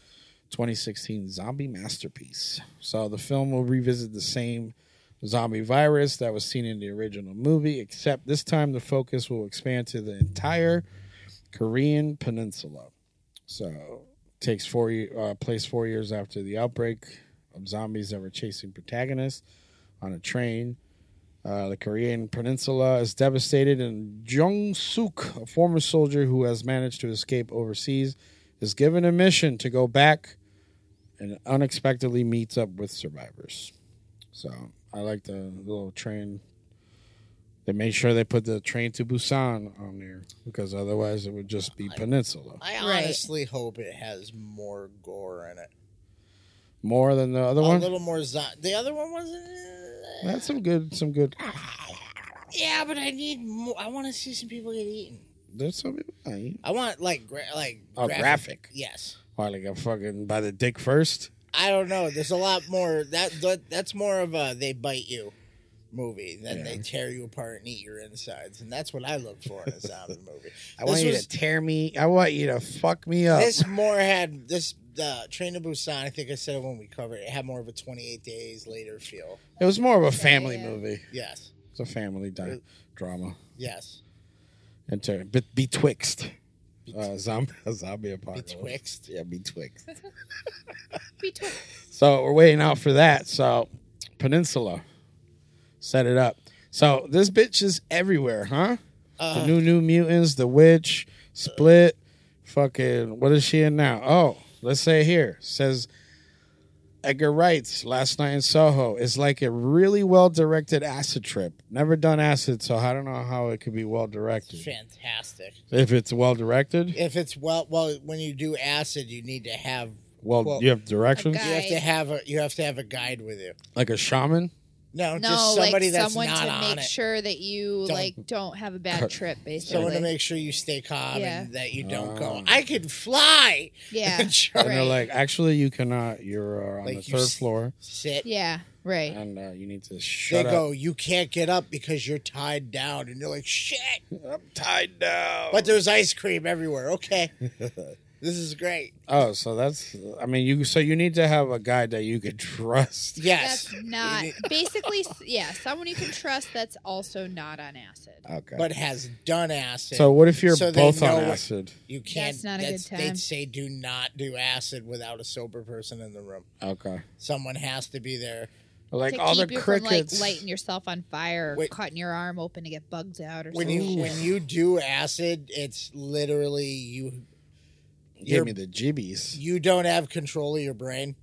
[SPEAKER 3] 2016 zombie masterpiece. So the film will revisit the same zombie virus that was seen in the original movie, except this time the focus will expand to the entire Korean peninsula. So takes four ye- uh, place four years after the outbreak of zombies that were chasing protagonists on a train. Uh, the Korean peninsula is devastated, and Jung Suk, a former soldier who has managed to escape overseas, is given a mission to go back and unexpectedly meets up with survivors. So I like the little train. They made sure they put the train to Busan on there because otherwise it would just be peninsula.
[SPEAKER 2] I
[SPEAKER 1] Right.
[SPEAKER 2] honestly hope it has more gore in it.
[SPEAKER 3] More than the other
[SPEAKER 2] A
[SPEAKER 3] one.
[SPEAKER 2] little more zo- The other one wasn't.
[SPEAKER 3] That's some good, some good.
[SPEAKER 2] Yeah, but I need more. I want to see some people get eaten.
[SPEAKER 3] There's some. I-
[SPEAKER 2] I want like gra- like
[SPEAKER 3] Oh, graphic.
[SPEAKER 2] Yes.
[SPEAKER 3] Why, like a fucking by the dick first?
[SPEAKER 2] I don't know. There's a lot more. That, that that's more of a they bite you movie than
[SPEAKER 3] Yeah.
[SPEAKER 2] they tear you apart and eat your insides, and that's what I look for in a zombie movie.
[SPEAKER 3] I want you
[SPEAKER 2] was-
[SPEAKER 3] to tear me. I want you to fuck me up.
[SPEAKER 2] This more had this uh, Train to Busan. I think I said it when we covered it. It had more of a 28 days later feel.
[SPEAKER 3] it was more of a family
[SPEAKER 1] Yeah.
[SPEAKER 3] movie.
[SPEAKER 2] Yes,
[SPEAKER 3] It's a family di- drama.
[SPEAKER 2] yes.
[SPEAKER 3] And ter- bet- betwixt. Uh, zombie, [LAUGHS] zombie apocalypse.
[SPEAKER 2] Betwixt.
[SPEAKER 3] Yeah, betwixt.
[SPEAKER 1] Between.
[SPEAKER 3] So we're waiting out for that. So Peninsula, set it up. So this bitch is everywhere, huh? the
[SPEAKER 2] Uh,
[SPEAKER 3] new New Mutants, The Witch, Split, fucking what is she in now? Oh, let's say it here says Edgar Wright's Last Night in Soho is like a really well directed acid trip. Never done acid, so I don't know how it could be well directed.
[SPEAKER 2] fantastic.
[SPEAKER 3] If it's well directed,
[SPEAKER 2] If it's well, well, when you do acid, you need to have
[SPEAKER 3] well,
[SPEAKER 2] Well,
[SPEAKER 3] you have directions
[SPEAKER 1] a
[SPEAKER 2] you
[SPEAKER 1] guy-
[SPEAKER 2] have to have a you have to have a guide with you.
[SPEAKER 3] like a shaman.
[SPEAKER 2] No,
[SPEAKER 1] No,
[SPEAKER 2] just somebody
[SPEAKER 1] like
[SPEAKER 2] that's
[SPEAKER 1] someone
[SPEAKER 2] not
[SPEAKER 1] to
[SPEAKER 2] on
[SPEAKER 1] make
[SPEAKER 2] it.
[SPEAKER 1] sure that you
[SPEAKER 2] Don't-
[SPEAKER 1] like don't have a bad trip,
[SPEAKER 2] Someone
[SPEAKER 1] basically.
[SPEAKER 2] to make sure you stay calm
[SPEAKER 1] Yeah.
[SPEAKER 2] and that you don't
[SPEAKER 3] Oh.
[SPEAKER 2] go. I can fly. [LAUGHS]
[SPEAKER 1] yeah.
[SPEAKER 2] Sure.
[SPEAKER 3] And they're
[SPEAKER 1] Right.
[SPEAKER 3] like, actually, you cannot. You're uh, on
[SPEAKER 2] Like
[SPEAKER 3] the
[SPEAKER 2] you
[SPEAKER 3] third
[SPEAKER 2] s-
[SPEAKER 3] floor,
[SPEAKER 2] Sit.
[SPEAKER 1] Yeah. Right.
[SPEAKER 3] and uh, you need to
[SPEAKER 2] They
[SPEAKER 3] shut
[SPEAKER 2] go. You can't get up because you're tied down, and you're like, shit.
[SPEAKER 3] up. I'm tied down.
[SPEAKER 2] Oh. But there's ice cream everywhere.
[SPEAKER 1] [LAUGHS]
[SPEAKER 2] Okay, this is great.
[SPEAKER 3] Oh, so that's. I mean, you. So you need to have a guy that you can [LAUGHS] trust.
[SPEAKER 2] Yes,
[SPEAKER 1] That's not
[SPEAKER 2] You need-
[SPEAKER 1] basically s- yeah, someone you can trust that's also not on acid.
[SPEAKER 3] Okay.
[SPEAKER 2] but has done acid.
[SPEAKER 3] so what if you're
[SPEAKER 2] so they
[SPEAKER 3] both on
[SPEAKER 2] know what-
[SPEAKER 3] acid?
[SPEAKER 2] you can't.
[SPEAKER 1] That's not a good time.
[SPEAKER 2] They'd say do not do acid without a sober person in the room.
[SPEAKER 3] okay.
[SPEAKER 2] Someone has to be there.
[SPEAKER 3] Like
[SPEAKER 1] to
[SPEAKER 3] all the
[SPEAKER 1] keep you
[SPEAKER 3] crickets.
[SPEAKER 1] from like lighting yourself on fire or
[SPEAKER 2] Wait.
[SPEAKER 1] cutting your arm open to get bugs out or
[SPEAKER 2] When
[SPEAKER 1] something.
[SPEAKER 2] you when you do acid, it's literally you
[SPEAKER 3] Give
[SPEAKER 2] your-
[SPEAKER 3] me the jibbies.
[SPEAKER 2] you don't have control of your brain.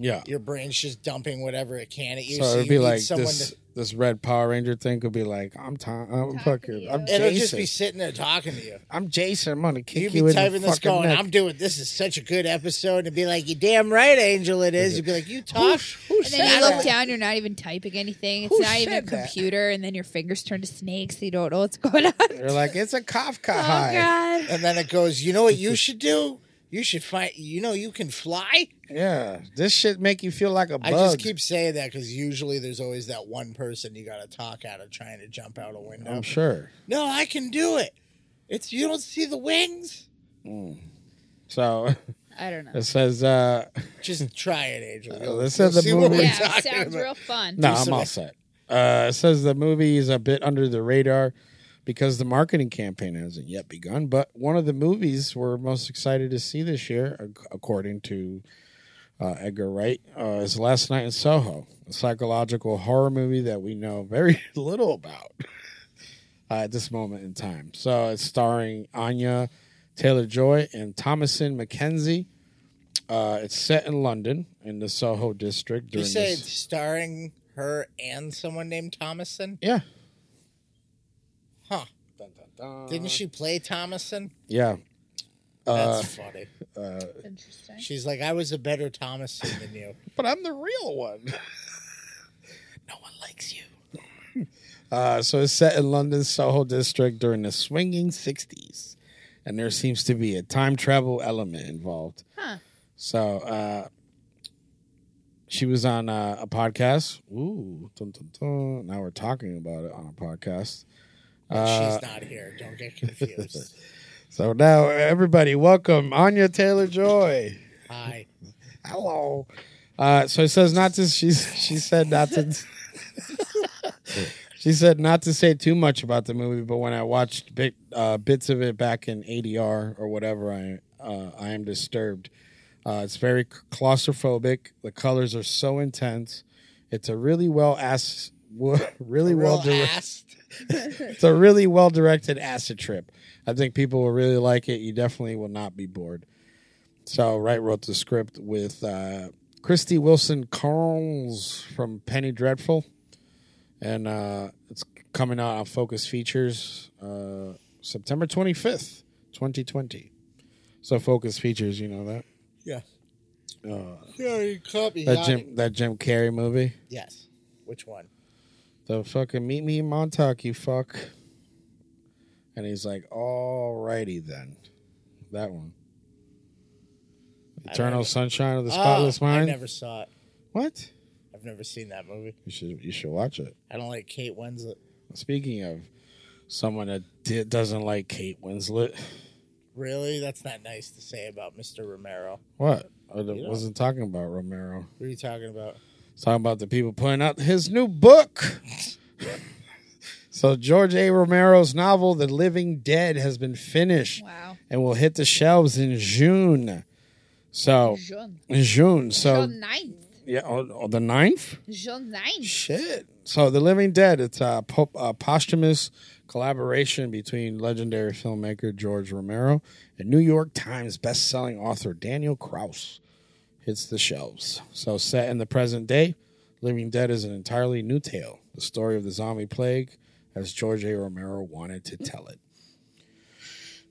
[SPEAKER 3] Yeah.
[SPEAKER 2] Your brain's just dumping whatever it can at you.
[SPEAKER 3] So
[SPEAKER 2] So,
[SPEAKER 3] it'd
[SPEAKER 2] you
[SPEAKER 3] be
[SPEAKER 2] need
[SPEAKER 3] like
[SPEAKER 2] someone
[SPEAKER 3] this.
[SPEAKER 2] to.
[SPEAKER 3] This red Power Ranger thing could be like, I'm Tom. I'm
[SPEAKER 1] Talking to
[SPEAKER 3] fucking.
[SPEAKER 1] you.
[SPEAKER 3] I'm
[SPEAKER 2] It'll
[SPEAKER 3] Jason.
[SPEAKER 2] just be sitting there talking to you.
[SPEAKER 3] I'm Jason. I'm gonna kick
[SPEAKER 2] You'd
[SPEAKER 3] you
[SPEAKER 2] be
[SPEAKER 3] in
[SPEAKER 2] typing
[SPEAKER 3] the
[SPEAKER 2] this
[SPEAKER 3] fucking [LAUGHS]
[SPEAKER 2] going,
[SPEAKER 3] neck.
[SPEAKER 2] I'm doing this is such a good episode and be like, You damn right, Angel it is. You'd be like, You talk
[SPEAKER 3] Who
[SPEAKER 1] and then
[SPEAKER 2] said
[SPEAKER 1] you look
[SPEAKER 2] that?
[SPEAKER 1] down, you're not even typing anything. It's
[SPEAKER 3] Who
[SPEAKER 1] not even a
[SPEAKER 3] said that?
[SPEAKER 1] computer, and then your fingers turn to snakes. So you
[SPEAKER 2] [LAUGHS]
[SPEAKER 1] don't know what's going on.
[SPEAKER 3] You're like, it's a Kafka
[SPEAKER 1] Oh
[SPEAKER 3] high.
[SPEAKER 1] god!
[SPEAKER 2] and then it goes, You know what you should do? You should find. You know, you can fly.
[SPEAKER 3] Yeah, this shit make you feel like a bug.
[SPEAKER 2] I just keep saying that because usually there's always that one person you got to talk out of trying to jump out a window.
[SPEAKER 3] I'm sure.
[SPEAKER 2] No, I can do it. It's you don't see the wings.
[SPEAKER 3] So [LAUGHS]
[SPEAKER 1] I don't know.
[SPEAKER 3] it says, uh, [LAUGHS]
[SPEAKER 2] Just try it, Angel.
[SPEAKER 3] Uh, this
[SPEAKER 2] You'll
[SPEAKER 3] is the
[SPEAKER 2] see what
[SPEAKER 3] movie.
[SPEAKER 2] we're
[SPEAKER 1] Yeah, it
[SPEAKER 2] talking
[SPEAKER 1] sounds
[SPEAKER 2] about.
[SPEAKER 1] real fun.
[SPEAKER 3] no, I'm
[SPEAKER 2] some-
[SPEAKER 3] all set. Uh, it says the movie is a bit under the radar because the marketing campaign hasn't yet begun. But one of the movies we're most excited to see this year, ac- according to uh, Edgar Wright, uh, is Last Night in Soho, a psychological horror movie that we know very [LAUGHS] little about uh, at this moment in time. So it's starring Anya Taylor Joy and Thomason McKenzie. Uh, it's set in London in the Soho district.
[SPEAKER 2] You
[SPEAKER 3] During
[SPEAKER 2] say
[SPEAKER 3] this-
[SPEAKER 2] it's starring her and someone named Thomason,
[SPEAKER 3] Yeah.
[SPEAKER 2] huh?
[SPEAKER 3] Dun, dun, dun.
[SPEAKER 2] Didn't she play Thomason?
[SPEAKER 3] Yeah. Uh,
[SPEAKER 2] That's funny.
[SPEAKER 3] uh,
[SPEAKER 1] Interesting.
[SPEAKER 2] She's like, I was a better Thomason
[SPEAKER 3] [LAUGHS]
[SPEAKER 2] than you.
[SPEAKER 3] but I'm the real one. [LAUGHS] no one likes you. uh, so it's set in London's Soho district during the swinging 60s. And there seems to be a time travel element involved.
[SPEAKER 1] Huh.
[SPEAKER 3] So uh, she was on uh, a podcast. Ooh, dun, dun, dun. now we're talking about it on a podcast.
[SPEAKER 2] But
[SPEAKER 3] Uh,
[SPEAKER 2] she's not here. Don't get confused.
[SPEAKER 3] [LAUGHS] So now, everybody, welcome Anya Taylor Joy.
[SPEAKER 2] Hi.
[SPEAKER 3] Hello. Uh, so it says not to. She she said not to. she said not to say too much about the movie, but when I watched bit, uh, bits of it back in ADR or whatever, I uh, I am disturbed. Uh, it's very claustrophobic. The colors are so intense. It's a really well ass, [LAUGHS] really well
[SPEAKER 2] Real
[SPEAKER 3] directed
[SPEAKER 2] assed.
[SPEAKER 3] it's a really well directed acid trip. I think people will really like it. You definitely will not be bored. So Wright wrote the script with uh, Christy Wilson Carnes from Penny Dreadful, and uh, it's coming out on Focus Features uh, September twenty fifth, twenty twenty. So Focus Features, you know that
[SPEAKER 2] Yeah.
[SPEAKER 3] uh,
[SPEAKER 2] Yeah, you caught me.
[SPEAKER 3] that
[SPEAKER 2] yawning.
[SPEAKER 3] Jim that Jim Carrey movie,
[SPEAKER 2] Yes. Which one?
[SPEAKER 3] the fucking Meet Me in Montauk, you fuck. And he's like, alrighty then. That one.
[SPEAKER 2] I
[SPEAKER 3] Eternal
[SPEAKER 2] never-
[SPEAKER 3] Sunshine of the
[SPEAKER 2] Oh,
[SPEAKER 3] Spotless
[SPEAKER 2] I
[SPEAKER 3] Mind.
[SPEAKER 2] never saw it.
[SPEAKER 3] What?
[SPEAKER 2] I've never seen that movie.
[SPEAKER 3] You should you should watch it.
[SPEAKER 2] I don't like Kate Winslet.
[SPEAKER 3] Speaking of someone that di- doesn't like Kate Winslet,
[SPEAKER 2] Really? That's not nice to say about Mr. Romero.
[SPEAKER 3] what? I d-
[SPEAKER 2] You know.
[SPEAKER 3] wasn't talking about Romero.
[SPEAKER 2] What are you talking about?
[SPEAKER 3] It's talking about the people putting out his new
[SPEAKER 2] [LAUGHS]
[SPEAKER 3] book. so George A. Romero's novel, The Living Dead, has been finished.
[SPEAKER 1] Wow.
[SPEAKER 3] and will hit the shelves in June.
[SPEAKER 2] Oh.
[SPEAKER 3] So
[SPEAKER 1] June.
[SPEAKER 3] in June. So
[SPEAKER 1] June 9th.
[SPEAKER 3] yeah, on, on the 9th?
[SPEAKER 1] June 9th.
[SPEAKER 3] Shit. So The Living Dead, it's a, po- a posthumous collaboration between legendary filmmaker George Romero and New York Times best-selling author Daniel Krauss. Hits the shelves. So set in the present day, Living Dead is an entirely new tale, the story of the zombie plague as George A. Romero wanted to tell it.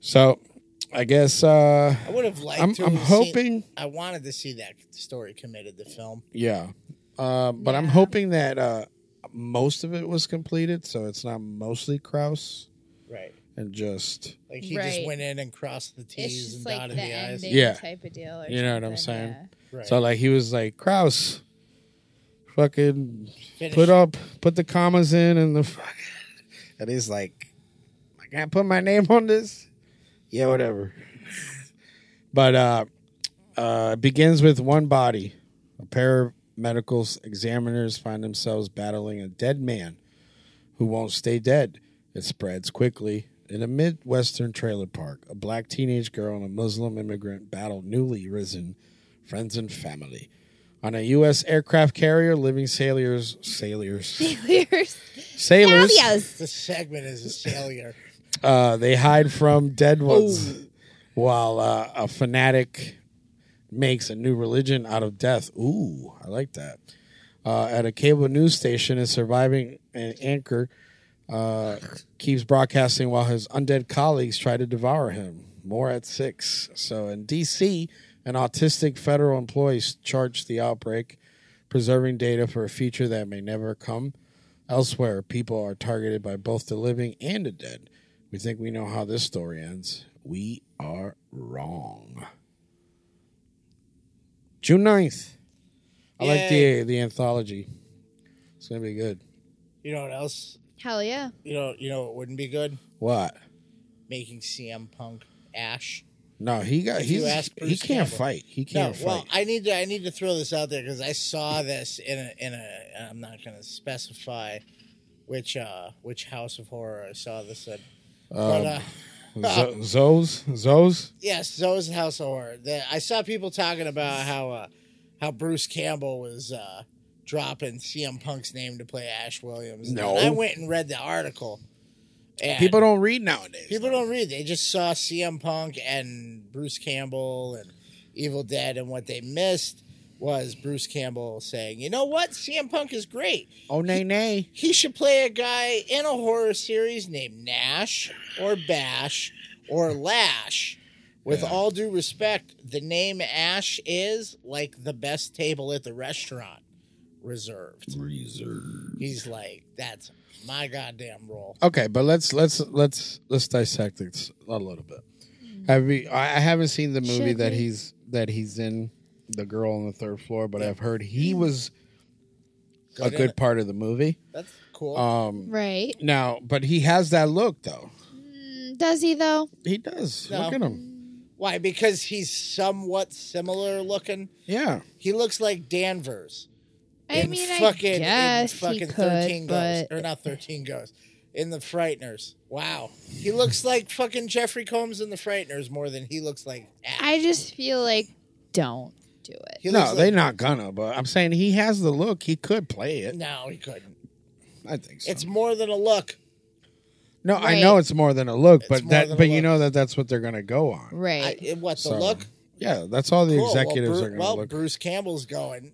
[SPEAKER 3] So I guess uh
[SPEAKER 2] I would have liked
[SPEAKER 3] I'm,
[SPEAKER 2] to.
[SPEAKER 3] I'm
[SPEAKER 2] have seen-
[SPEAKER 3] hoping,
[SPEAKER 2] I wanted to see that story committed to film.
[SPEAKER 3] yeah, uh, but I'm
[SPEAKER 1] Yeah.
[SPEAKER 3] hoping that uh, most of it was completed, so it's not mostly Kraus
[SPEAKER 2] Right.
[SPEAKER 3] and just
[SPEAKER 2] Like he just
[SPEAKER 1] Right.
[SPEAKER 2] went in and crossed the
[SPEAKER 1] It's
[SPEAKER 2] T's and
[SPEAKER 1] just like
[SPEAKER 2] dotted
[SPEAKER 1] the,
[SPEAKER 2] the, I's.
[SPEAKER 1] ending
[SPEAKER 3] Yeah.
[SPEAKER 1] type of deal. Or
[SPEAKER 3] You know what I'm
[SPEAKER 1] something,
[SPEAKER 3] saying?
[SPEAKER 1] yeah.
[SPEAKER 2] Right.
[SPEAKER 3] so like he was like Kraus, fucking
[SPEAKER 2] Finish.
[SPEAKER 3] put up, put the commas in, and the [LAUGHS] fuck, and he's like, I can't put my name on this. Yeah, whatever. but uh, uh, it begins with one body. A pair of medical examiners find themselves battling a dead man who won't stay dead. It spreads quickly. In a Midwestern trailer park, a black teenage girl and a Muslim immigrant battle newly risen friends and family. On a U.S. aircraft carrier, living sailors, sailors,
[SPEAKER 1] [LAUGHS] Sailors.
[SPEAKER 3] sailors,
[SPEAKER 2] The segment is a failure.
[SPEAKER 3] uh, they hide from dead ones while uh, a fanatic makes a new religion out of death. Ooh, I like that. Uh, at a cable news station, a surviving an anchor uh, keeps broadcasting while his undead colleagues try to devour him. More at six. So in D.C., an autistic federal employee charged the outbreak, preserving data for a future that may never come. Elsewhere, people are targeted by both the living and the dead. We think we know how this story ends. We are wrong. June 9th. I like
[SPEAKER 2] Yay.
[SPEAKER 3] the the anthology. It's gonna be good.
[SPEAKER 2] You know what else?
[SPEAKER 1] Hell yeah.
[SPEAKER 2] You know, you know what wouldn't be good?
[SPEAKER 3] What?
[SPEAKER 2] Making CM Punk Ash.
[SPEAKER 3] No, he got
[SPEAKER 2] If you
[SPEAKER 3] he's,
[SPEAKER 2] ask
[SPEAKER 3] he
[SPEAKER 2] Bruce
[SPEAKER 3] can't
[SPEAKER 2] Campbell.
[SPEAKER 3] fight. He
[SPEAKER 2] No,
[SPEAKER 3] can't fight.
[SPEAKER 2] well, I need to I need to throw this out there because I saw this in a in a I'm not going to specify which uh which house of horror I saw this in.
[SPEAKER 3] Um,
[SPEAKER 2] but uh,
[SPEAKER 3] Zo-
[SPEAKER 2] [LAUGHS]
[SPEAKER 3] Zoes, Zoes.
[SPEAKER 2] yes, Zoe's house of horror. The, I saw people talking about how uh how Bruce Campbell was uh dropping CM Punk's name to play Ash Williams.
[SPEAKER 3] No.
[SPEAKER 2] And I went and read the article. And
[SPEAKER 3] People don't read nowadays.
[SPEAKER 2] People don't read. They just saw CM Punk and Bruce Campbell and Evil Dead, and what they missed was Bruce Campbell saying, "You know what? CM Punk is great.
[SPEAKER 3] Oh nay nay.
[SPEAKER 2] He should play a guy in a horror series named Nash or Bash or Lash." With
[SPEAKER 3] Yeah.
[SPEAKER 2] all due respect, the name Ash is like the best table at the restaurant reserved. He's like, that's my goddamn role.
[SPEAKER 3] Okay, but let's let's let's let's dissect this a little bit. Have we, I I haven't seen the movie
[SPEAKER 1] Should
[SPEAKER 3] that
[SPEAKER 1] we?
[SPEAKER 3] he's that he's in, the girl on the third floor, but I've heard he was a good
[SPEAKER 2] Good in Mm-hmm. it.
[SPEAKER 3] part of the movie.
[SPEAKER 2] That's cool.
[SPEAKER 3] Um,
[SPEAKER 1] Right.
[SPEAKER 3] now, but he has that look though.
[SPEAKER 1] Mm, does he though?
[SPEAKER 3] He does.
[SPEAKER 2] No.
[SPEAKER 3] Look at him.
[SPEAKER 2] Why? Because he's somewhat similar looking.
[SPEAKER 3] Yeah.
[SPEAKER 2] He looks like Danvers.
[SPEAKER 1] I
[SPEAKER 2] in
[SPEAKER 1] mean,
[SPEAKER 2] fucking,
[SPEAKER 1] I
[SPEAKER 2] in
[SPEAKER 1] guess
[SPEAKER 2] fucking
[SPEAKER 1] he could,
[SPEAKER 2] 13
[SPEAKER 1] but
[SPEAKER 2] Ghosts. Or not 13 Ghosts. In The Frighteners. Wow. He looks like fucking Jeffrey Combs in The Frighteners more than he looks like Ash.
[SPEAKER 1] I just feel like don't do it.
[SPEAKER 2] He
[SPEAKER 3] no,
[SPEAKER 2] looks
[SPEAKER 3] they're
[SPEAKER 2] like,
[SPEAKER 3] not gonna. But I'm saying he has the look. He could play it.
[SPEAKER 2] No, he couldn't.
[SPEAKER 3] I think so.
[SPEAKER 2] It's more than a look.
[SPEAKER 3] no, I
[SPEAKER 1] Right.
[SPEAKER 3] know it's more than a look,
[SPEAKER 2] It's
[SPEAKER 3] but
[SPEAKER 2] more
[SPEAKER 3] that
[SPEAKER 2] than a
[SPEAKER 3] but you
[SPEAKER 2] look.
[SPEAKER 3] know that that's what they're gonna go on.
[SPEAKER 2] I,
[SPEAKER 1] Right.
[SPEAKER 2] it- what, the
[SPEAKER 3] So,
[SPEAKER 2] look?
[SPEAKER 3] Yeah, that's all the
[SPEAKER 2] Cool.
[SPEAKER 3] executives
[SPEAKER 2] well,
[SPEAKER 3] are
[SPEAKER 2] Bru-
[SPEAKER 3] gonna
[SPEAKER 2] well,
[SPEAKER 3] look.
[SPEAKER 2] Bruce Campbell's going,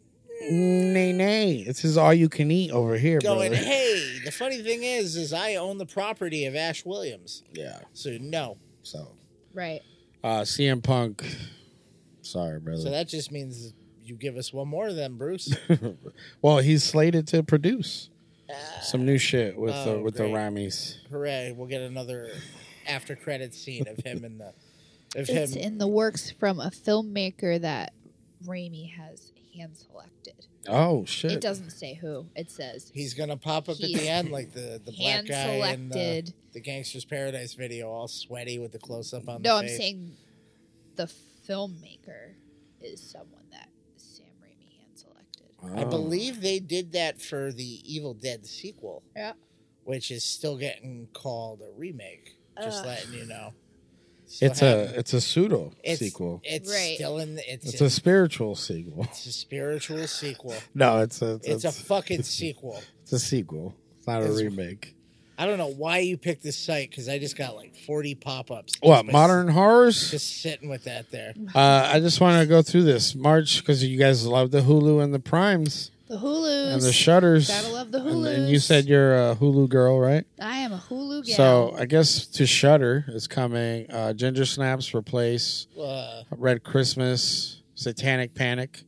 [SPEAKER 3] Mm, Nay, nay. This is all you can eat over here,
[SPEAKER 2] going,
[SPEAKER 3] brother.
[SPEAKER 2] hey, the funny thing is, is I own the property of Ash Williams.
[SPEAKER 3] Yeah.
[SPEAKER 2] So, no.
[SPEAKER 3] So,
[SPEAKER 1] Right.
[SPEAKER 3] uh, CM Punk. Sorry, brother.
[SPEAKER 2] So that just means you give us one more of them,
[SPEAKER 1] [LAUGHS]
[SPEAKER 2] Bruce.
[SPEAKER 3] well, he's slated to produce some new shit with the
[SPEAKER 2] Ah. Oh,
[SPEAKER 3] with
[SPEAKER 2] great.
[SPEAKER 3] the Rammies.
[SPEAKER 2] Hooray! We'll get another after credit scene of him and the of
[SPEAKER 1] It's
[SPEAKER 2] him.
[SPEAKER 1] in the works from a filmmaker that Raimi has hand selected.
[SPEAKER 3] Oh
[SPEAKER 1] It
[SPEAKER 3] shit!
[SPEAKER 1] doesn't say who. It says
[SPEAKER 2] He's gonna pop up at
[SPEAKER 1] He's
[SPEAKER 2] the end like the the black
[SPEAKER 1] hand
[SPEAKER 2] guy in the,
[SPEAKER 1] selected.
[SPEAKER 2] the Gangster's Paradise video, all sweaty with the close up on.
[SPEAKER 1] No,
[SPEAKER 2] the
[SPEAKER 1] I'm
[SPEAKER 2] face.
[SPEAKER 1] saying the filmmaker is someone that Sam Raimi hand selected.
[SPEAKER 3] Oh.
[SPEAKER 2] I believe they did that for the Evil Dead sequel,
[SPEAKER 1] Yeah.
[SPEAKER 2] which is still getting called a remake. Just
[SPEAKER 1] Ugh.
[SPEAKER 2] letting you know. Still
[SPEAKER 3] it's
[SPEAKER 2] happening.
[SPEAKER 3] a it's a pseudo
[SPEAKER 2] It's-
[SPEAKER 3] sequel.
[SPEAKER 2] It's
[SPEAKER 1] Right.
[SPEAKER 2] still in. The, it's
[SPEAKER 3] It's
[SPEAKER 2] a,
[SPEAKER 3] a spiritual sequel. [LAUGHS]
[SPEAKER 2] it's a spiritual sequel.
[SPEAKER 3] No, it's a it's,
[SPEAKER 2] It's a
[SPEAKER 3] a [LAUGHS]
[SPEAKER 2] fucking sequel.
[SPEAKER 3] it's a sequel. It's not
[SPEAKER 2] It's-
[SPEAKER 3] a remake.
[SPEAKER 2] I don't know why you picked this site because I just got like 40 pop ups.
[SPEAKER 3] What modern horrors?
[SPEAKER 2] Just sitting with that there.
[SPEAKER 3] Uh, I just want to go through this March because you guys love the Hulu and the Primes
[SPEAKER 1] The Hulus.
[SPEAKER 3] and the Shutters.
[SPEAKER 1] Gotta love the
[SPEAKER 3] And, and you
[SPEAKER 1] Hulus.
[SPEAKER 3] said you're a Hulu girl, right?
[SPEAKER 1] I am a Hulu gal.
[SPEAKER 3] So I guess to Shutter is coming. Uh, Ginger Snaps replace
[SPEAKER 2] Uh,
[SPEAKER 3] Red Christmas, Satanic Panic,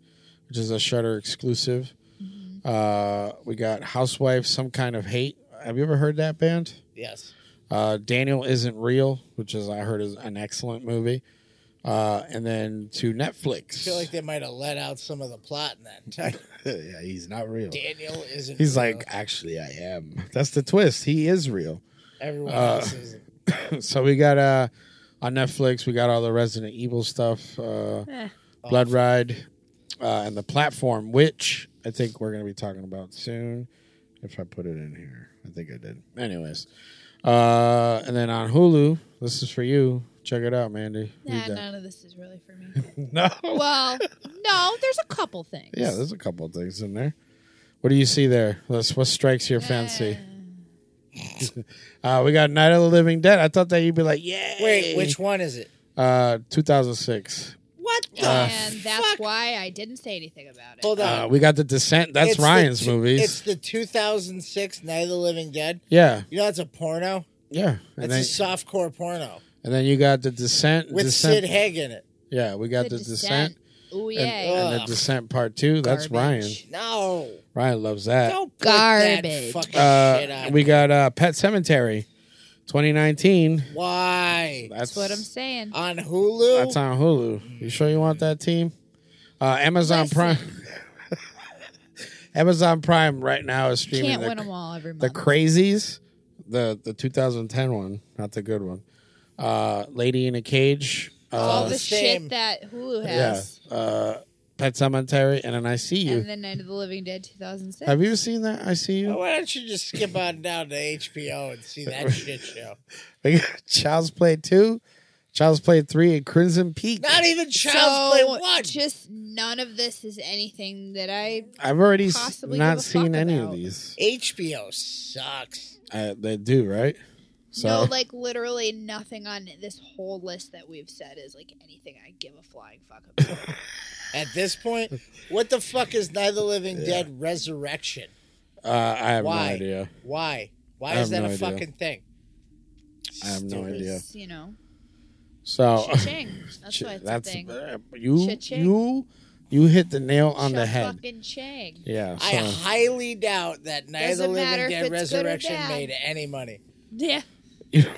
[SPEAKER 3] which is a Shutter exclusive.
[SPEAKER 1] Mm-hmm.
[SPEAKER 3] Uh, we got Housewife, Some Kind of Hate. Have you ever heard that band?
[SPEAKER 2] yes.
[SPEAKER 3] Uh, Daniel isn't real, which is I heard is an excellent movie. Uh, and then to Netflix.
[SPEAKER 2] I feel like they might have let out some of the plot in that title.
[SPEAKER 3] [LAUGHS] yeah, he's not real.
[SPEAKER 2] Daniel isn't.
[SPEAKER 3] He's
[SPEAKER 2] real.
[SPEAKER 3] like, actually, I am. [LAUGHS] That's the twist. He is [LAUGHS] real.
[SPEAKER 2] everyone
[SPEAKER 3] uh,
[SPEAKER 2] else is.
[SPEAKER 3] so we got uh on Netflix. We got all the Resident Evil stuff, uh,
[SPEAKER 1] Eh.
[SPEAKER 3] Blood Ride, uh, and the platform, which I think we're gonna be talking about soon. If I put it in here, I think I did. Anyways, uh, and then on Hulu, this is for you. Check it out, Mandy.
[SPEAKER 1] Nah,
[SPEAKER 3] Read that.
[SPEAKER 1] none of this is really for me.
[SPEAKER 3] [LAUGHS] No.
[SPEAKER 1] well, no, there's a couple things.
[SPEAKER 3] Yeah, there's a couple of things in there. What do you see there? Let's, what strikes your fancy? Uh, we got Night of the Living Dead. I thought that you'd be like, yeah.
[SPEAKER 2] Wait, which one is it?
[SPEAKER 3] Uh, 2006.
[SPEAKER 2] What the?
[SPEAKER 1] Eh,
[SPEAKER 3] Ah.
[SPEAKER 1] and that's
[SPEAKER 2] fuck?
[SPEAKER 1] why I didn't say anything about it.
[SPEAKER 2] Hold on.
[SPEAKER 3] Uh, we got the Descent. That's
[SPEAKER 2] It's the
[SPEAKER 3] Ryan's
[SPEAKER 2] two-
[SPEAKER 3] movies.
[SPEAKER 2] It's the 2006 Night of the Living Dead.
[SPEAKER 3] yeah,
[SPEAKER 2] You know, that's a porno.
[SPEAKER 3] yeah. And
[SPEAKER 2] That's
[SPEAKER 3] then,
[SPEAKER 2] a softcore porno
[SPEAKER 3] and then you got the Descent.
[SPEAKER 2] with
[SPEAKER 3] Descent.
[SPEAKER 2] Sid Haig in it.
[SPEAKER 3] Yeah, we got the, Descent.
[SPEAKER 1] Oh
[SPEAKER 3] and- uh,
[SPEAKER 1] yeah.
[SPEAKER 3] And,
[SPEAKER 2] Ugh.
[SPEAKER 3] the Descent Part Two. That's
[SPEAKER 1] Garbage.
[SPEAKER 2] No,
[SPEAKER 3] Ryan. Ryan loves that.
[SPEAKER 2] don't put that
[SPEAKER 1] Garbage.
[SPEAKER 2] fucking shit
[SPEAKER 3] Uh,
[SPEAKER 2] on.
[SPEAKER 3] we got uh, Pet Cemetery, 2019.
[SPEAKER 2] Why
[SPEAKER 3] That's,
[SPEAKER 1] That's what I'm saying.
[SPEAKER 2] on Hulu?
[SPEAKER 3] That's on Hulu. You sure you want that team? Uh, Amazon
[SPEAKER 1] Listen.
[SPEAKER 3] Prime. Amazon Prime right now is streaming
[SPEAKER 1] Can't
[SPEAKER 3] the,
[SPEAKER 1] win them all every
[SPEAKER 3] the
[SPEAKER 1] month.
[SPEAKER 3] Crazies, the the 2010 one, not the good one. Uh, Lady in a Cage. Uh,
[SPEAKER 1] all the
[SPEAKER 2] the Oh, same.
[SPEAKER 1] shit that Hulu
[SPEAKER 3] yeah.
[SPEAKER 1] has.
[SPEAKER 3] Uh, Pet Cemetery and then I See You.
[SPEAKER 1] And then Oh. Night of the Living Dead 2006.
[SPEAKER 3] Have you seen that? I See You.
[SPEAKER 2] Why don't you just skip on down to HBO and see that shit show?
[SPEAKER 3] We got [LAUGHS] Child's Play two, Child's Play three, and Crimson Peak.
[SPEAKER 2] Not even Child's
[SPEAKER 1] so
[SPEAKER 2] Play One.
[SPEAKER 1] just none of this is anything that I.
[SPEAKER 3] I've already s-
[SPEAKER 1] possibly give
[SPEAKER 3] not
[SPEAKER 1] a
[SPEAKER 3] seen
[SPEAKER 1] fuck
[SPEAKER 3] any of
[SPEAKER 1] about.
[SPEAKER 3] these.
[SPEAKER 2] HBO sucks.
[SPEAKER 3] Uh, they do right. So
[SPEAKER 1] No, like literally nothing on this whole list that we've said is like anything I give a flying fuck about.
[SPEAKER 3] [LAUGHS]
[SPEAKER 2] At this point, what the fuck is Neither Living Dead Resurrection?
[SPEAKER 3] uh, I have
[SPEAKER 2] Why?
[SPEAKER 3] no idea.
[SPEAKER 2] Why? Why
[SPEAKER 3] I
[SPEAKER 2] is
[SPEAKER 3] have
[SPEAKER 2] that
[SPEAKER 3] no
[SPEAKER 2] a
[SPEAKER 3] idea.
[SPEAKER 2] fucking thing?
[SPEAKER 3] I have no
[SPEAKER 2] Stupid.
[SPEAKER 3] idea.
[SPEAKER 1] It's, you know,
[SPEAKER 3] So [LAUGHS]
[SPEAKER 1] cha-ching. That's why it's
[SPEAKER 3] Oh. that's
[SPEAKER 1] a thing.
[SPEAKER 3] uh, you
[SPEAKER 1] Cha-ching.
[SPEAKER 3] you you hit the nail on the head.
[SPEAKER 1] Fucking chang.
[SPEAKER 3] [LAUGHS] Yeah.
[SPEAKER 2] I
[SPEAKER 3] So
[SPEAKER 2] highly doubt that Neither
[SPEAKER 1] Doesn't matter
[SPEAKER 2] Living
[SPEAKER 1] if
[SPEAKER 2] Dead
[SPEAKER 1] it's good or
[SPEAKER 2] Resurrection
[SPEAKER 1] bad.
[SPEAKER 2] made any money.
[SPEAKER 1] Yeah.
[SPEAKER 3] you don't,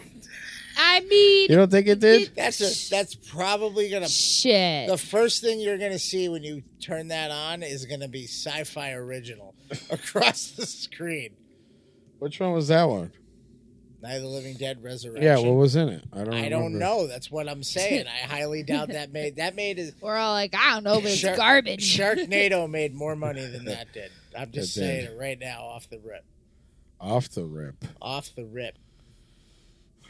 [SPEAKER 1] I mean,
[SPEAKER 3] you don't think it did?
[SPEAKER 2] That's a, that's probably gonna.
[SPEAKER 1] shit.
[SPEAKER 2] The first thing you're gonna see when you turn that on is gonna be Sci-Fi Original [LAUGHS] across the screen.
[SPEAKER 3] Which one was that one?
[SPEAKER 2] Neither Living Dead Resurrection.
[SPEAKER 3] Yeah. What was in it? I don't.
[SPEAKER 2] I don't
[SPEAKER 3] remember.
[SPEAKER 2] know. That's what I'm saying. I
[SPEAKER 3] [LAUGHS]
[SPEAKER 2] highly doubt that made that made is
[SPEAKER 1] We're all like, I don't know, but Oh, it's
[SPEAKER 2] Shark-
[SPEAKER 1] garbage.
[SPEAKER 2] Sharknado made more money than that did. I'm just
[SPEAKER 3] It did.
[SPEAKER 2] saying it right now, off the rip,
[SPEAKER 3] Off the rip.
[SPEAKER 2] off the rip.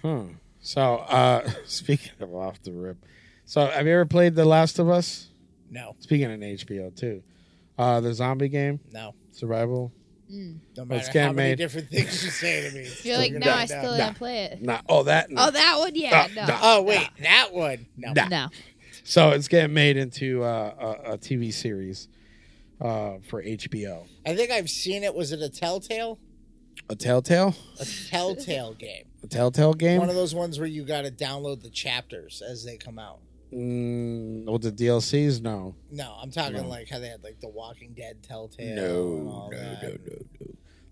[SPEAKER 3] Huh. So uh, [LAUGHS] speaking of off the rip, so have you ever played The Last of Us?
[SPEAKER 2] No,
[SPEAKER 3] Speaking of HBO too, uh, the zombie game
[SPEAKER 2] no.
[SPEAKER 3] survival.
[SPEAKER 2] No
[SPEAKER 3] Well, it's
[SPEAKER 2] matter how
[SPEAKER 3] getting
[SPEAKER 2] many
[SPEAKER 3] made.
[SPEAKER 2] different things you say to me,
[SPEAKER 1] [LAUGHS] [LAUGHS]
[SPEAKER 2] it's
[SPEAKER 1] You're
[SPEAKER 2] still
[SPEAKER 1] like,
[SPEAKER 2] gonna
[SPEAKER 1] no,
[SPEAKER 2] be
[SPEAKER 1] I still
[SPEAKER 2] no.
[SPEAKER 1] didn't play it.
[SPEAKER 3] Nah, oh that. nah.
[SPEAKER 1] Oh, that one? Yeah,
[SPEAKER 3] Nah,
[SPEAKER 1] no.
[SPEAKER 3] nah.
[SPEAKER 2] Oh wait, that one. No,
[SPEAKER 3] Nah.
[SPEAKER 1] No.
[SPEAKER 3] So it's getting made into uh, a, a TV series uh, for HBO.
[SPEAKER 2] I think I've seen it. Was it a Telltale?
[SPEAKER 3] A Telltale,
[SPEAKER 1] [LAUGHS]
[SPEAKER 2] A Telltale game.
[SPEAKER 3] a Telltale game.
[SPEAKER 2] One of those ones where you got to download the chapters as they come out.
[SPEAKER 3] mm, well, the DLCs, no.
[SPEAKER 2] No, I'm talking
[SPEAKER 3] No.
[SPEAKER 2] like how they had like the Walking Dead Telltale. and all that.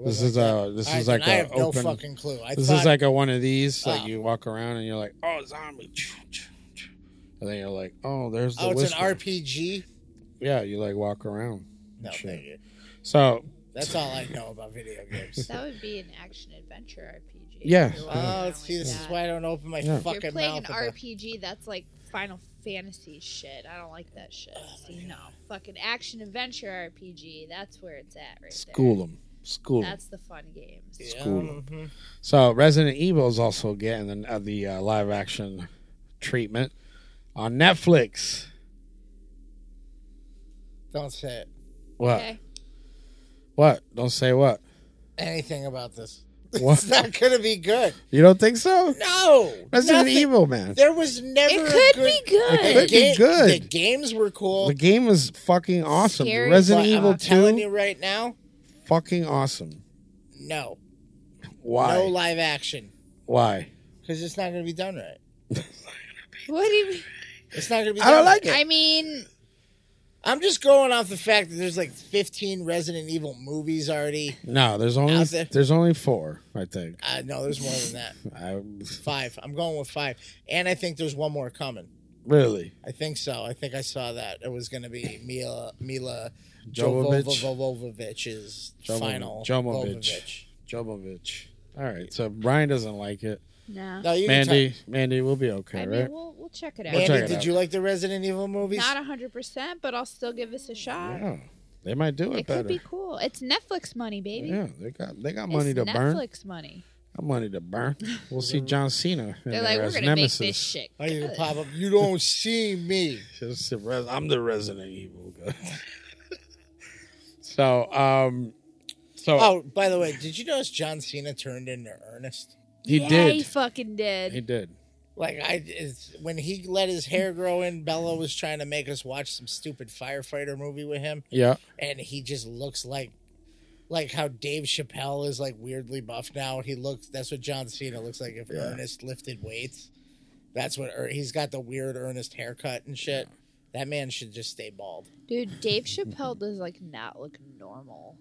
[SPEAKER 3] This is a this
[SPEAKER 2] All
[SPEAKER 3] is
[SPEAKER 2] right,
[SPEAKER 3] like
[SPEAKER 2] then I
[SPEAKER 3] a
[SPEAKER 2] have no
[SPEAKER 3] open.
[SPEAKER 2] fucking clue. I
[SPEAKER 3] this
[SPEAKER 2] thought,
[SPEAKER 3] is like a one of these. Like
[SPEAKER 2] Ah.
[SPEAKER 3] you walk around and you're like, oh zombie, and then you're like, oh there's the
[SPEAKER 2] [LAUGHS] oh, it's
[SPEAKER 3] whisper.
[SPEAKER 2] an RPG.
[SPEAKER 3] Yeah, you like walk around.
[SPEAKER 2] No,
[SPEAKER 3] Sure.
[SPEAKER 2] thank you.
[SPEAKER 3] So
[SPEAKER 2] That's all I know about video
[SPEAKER 3] [LAUGHS]
[SPEAKER 2] games.
[SPEAKER 1] That would be an action adventure RPG.
[SPEAKER 3] Yeah.
[SPEAKER 1] You're like,
[SPEAKER 2] oh,
[SPEAKER 1] something
[SPEAKER 2] see,
[SPEAKER 1] like
[SPEAKER 2] this
[SPEAKER 1] that.
[SPEAKER 2] is why I don't open my
[SPEAKER 3] Yeah.
[SPEAKER 2] fucking
[SPEAKER 1] You're playing an
[SPEAKER 2] mouth. about-
[SPEAKER 1] RPG that's like Final Fantasy shit. I don't like that shit.
[SPEAKER 2] Oh,
[SPEAKER 1] See, no. Fucking action adventure RPG. That's where it's at right
[SPEAKER 3] school them, school
[SPEAKER 1] there.
[SPEAKER 3] 'em.
[SPEAKER 1] That's the fun games.
[SPEAKER 2] Yeah,
[SPEAKER 3] school.
[SPEAKER 2] mhm.
[SPEAKER 3] So Resident Evil is also getting the, uh, the uh, live action treatment on Netflix.
[SPEAKER 2] Don't say it.
[SPEAKER 3] What?
[SPEAKER 1] Okay.
[SPEAKER 3] What? Don't say what.
[SPEAKER 2] anything about this. [LAUGHS]
[SPEAKER 3] What?
[SPEAKER 2] It's not going to be good.
[SPEAKER 3] You don't think so?
[SPEAKER 2] No,
[SPEAKER 3] Resident
[SPEAKER 2] nothing.
[SPEAKER 3] Evil, man.
[SPEAKER 2] There was never.
[SPEAKER 1] It
[SPEAKER 2] a
[SPEAKER 1] could
[SPEAKER 2] good,
[SPEAKER 1] be good.
[SPEAKER 2] The
[SPEAKER 3] It could be
[SPEAKER 2] ga-
[SPEAKER 3] good.
[SPEAKER 2] The games were cool.
[SPEAKER 3] The game was fucking awesome.
[SPEAKER 1] Scary
[SPEAKER 2] but
[SPEAKER 3] Resident
[SPEAKER 2] I'm
[SPEAKER 3] Evil
[SPEAKER 2] telling
[SPEAKER 3] 2,
[SPEAKER 2] you right now,
[SPEAKER 3] fucking awesome.
[SPEAKER 2] no,
[SPEAKER 3] Why?
[SPEAKER 2] no live action
[SPEAKER 3] Why?
[SPEAKER 2] because it's not going to be done right.
[SPEAKER 1] What do you mean?
[SPEAKER 2] It's not going to be.
[SPEAKER 3] I don't
[SPEAKER 2] done
[SPEAKER 3] like
[SPEAKER 2] right.
[SPEAKER 3] it.
[SPEAKER 1] I mean,
[SPEAKER 2] I'm just going off the fact that there's like 15 Resident Evil movies already.
[SPEAKER 3] No, there's only
[SPEAKER 2] Out there.
[SPEAKER 3] there's only four, I think.
[SPEAKER 2] Uh, no, there's more than that.
[SPEAKER 3] I,
[SPEAKER 2] Five. I'm going with five, and I think there's one more coming.
[SPEAKER 3] really,
[SPEAKER 2] I think so. I think I saw that it was going to be Mila Mila
[SPEAKER 3] Jovovich?
[SPEAKER 2] Jovovich's
[SPEAKER 3] Jovo-
[SPEAKER 2] final.
[SPEAKER 3] Jovovich.
[SPEAKER 2] Jovovich.
[SPEAKER 3] Jovovich. All right, so Brian doesn't like it.
[SPEAKER 1] no.
[SPEAKER 2] No, you can
[SPEAKER 3] Mandy, Mandy, we'll be okay,
[SPEAKER 1] I
[SPEAKER 3] right?
[SPEAKER 1] mean, we'll, we'll check it out.
[SPEAKER 2] tell-
[SPEAKER 3] check it
[SPEAKER 2] Mandy, did
[SPEAKER 3] out.
[SPEAKER 2] you like the Resident Evil movies?
[SPEAKER 1] Not 100%, but I'll still give this a shot.
[SPEAKER 3] Yeah, they might do it,
[SPEAKER 1] It
[SPEAKER 3] better.
[SPEAKER 1] could be cool. It's Netflix money, baby.
[SPEAKER 3] Yeah, they got they got money
[SPEAKER 1] it's
[SPEAKER 3] to burn.
[SPEAKER 1] Netflix money.
[SPEAKER 3] Got money to burn. We'll see John Cena. in
[SPEAKER 1] They're
[SPEAKER 3] there
[SPEAKER 1] like, we're
[SPEAKER 3] as
[SPEAKER 1] gonna
[SPEAKER 3] nemesis.
[SPEAKER 1] make this shit.
[SPEAKER 2] Oh, you can
[SPEAKER 1] good."
[SPEAKER 2] pop up. You don't see me.
[SPEAKER 3] Just the res- [LAUGHS] I'm the Resident Evil guy. so, um, so
[SPEAKER 2] Oh, by the way, did you notice John Cena turned into Ernest?
[SPEAKER 3] he
[SPEAKER 1] yeah, He
[SPEAKER 3] did.
[SPEAKER 1] fucking did.
[SPEAKER 3] He did.
[SPEAKER 2] Like I, it's, when he let his hair grow in, Bella was trying to make us watch some stupid firefighter movie with him,
[SPEAKER 1] [LAUGHS]
[SPEAKER 3] Yeah.
[SPEAKER 2] and he just looks like, like how Dave Chappelle is like weirdly buff now. He looks. That's what John Cena looks like if
[SPEAKER 3] Yeah.
[SPEAKER 2] Ernest lifted weights. That's what er, he's got the weird Ernest haircut and shit. That man should just stay bald.
[SPEAKER 1] Dude, Dave Chappelle does like not look normal.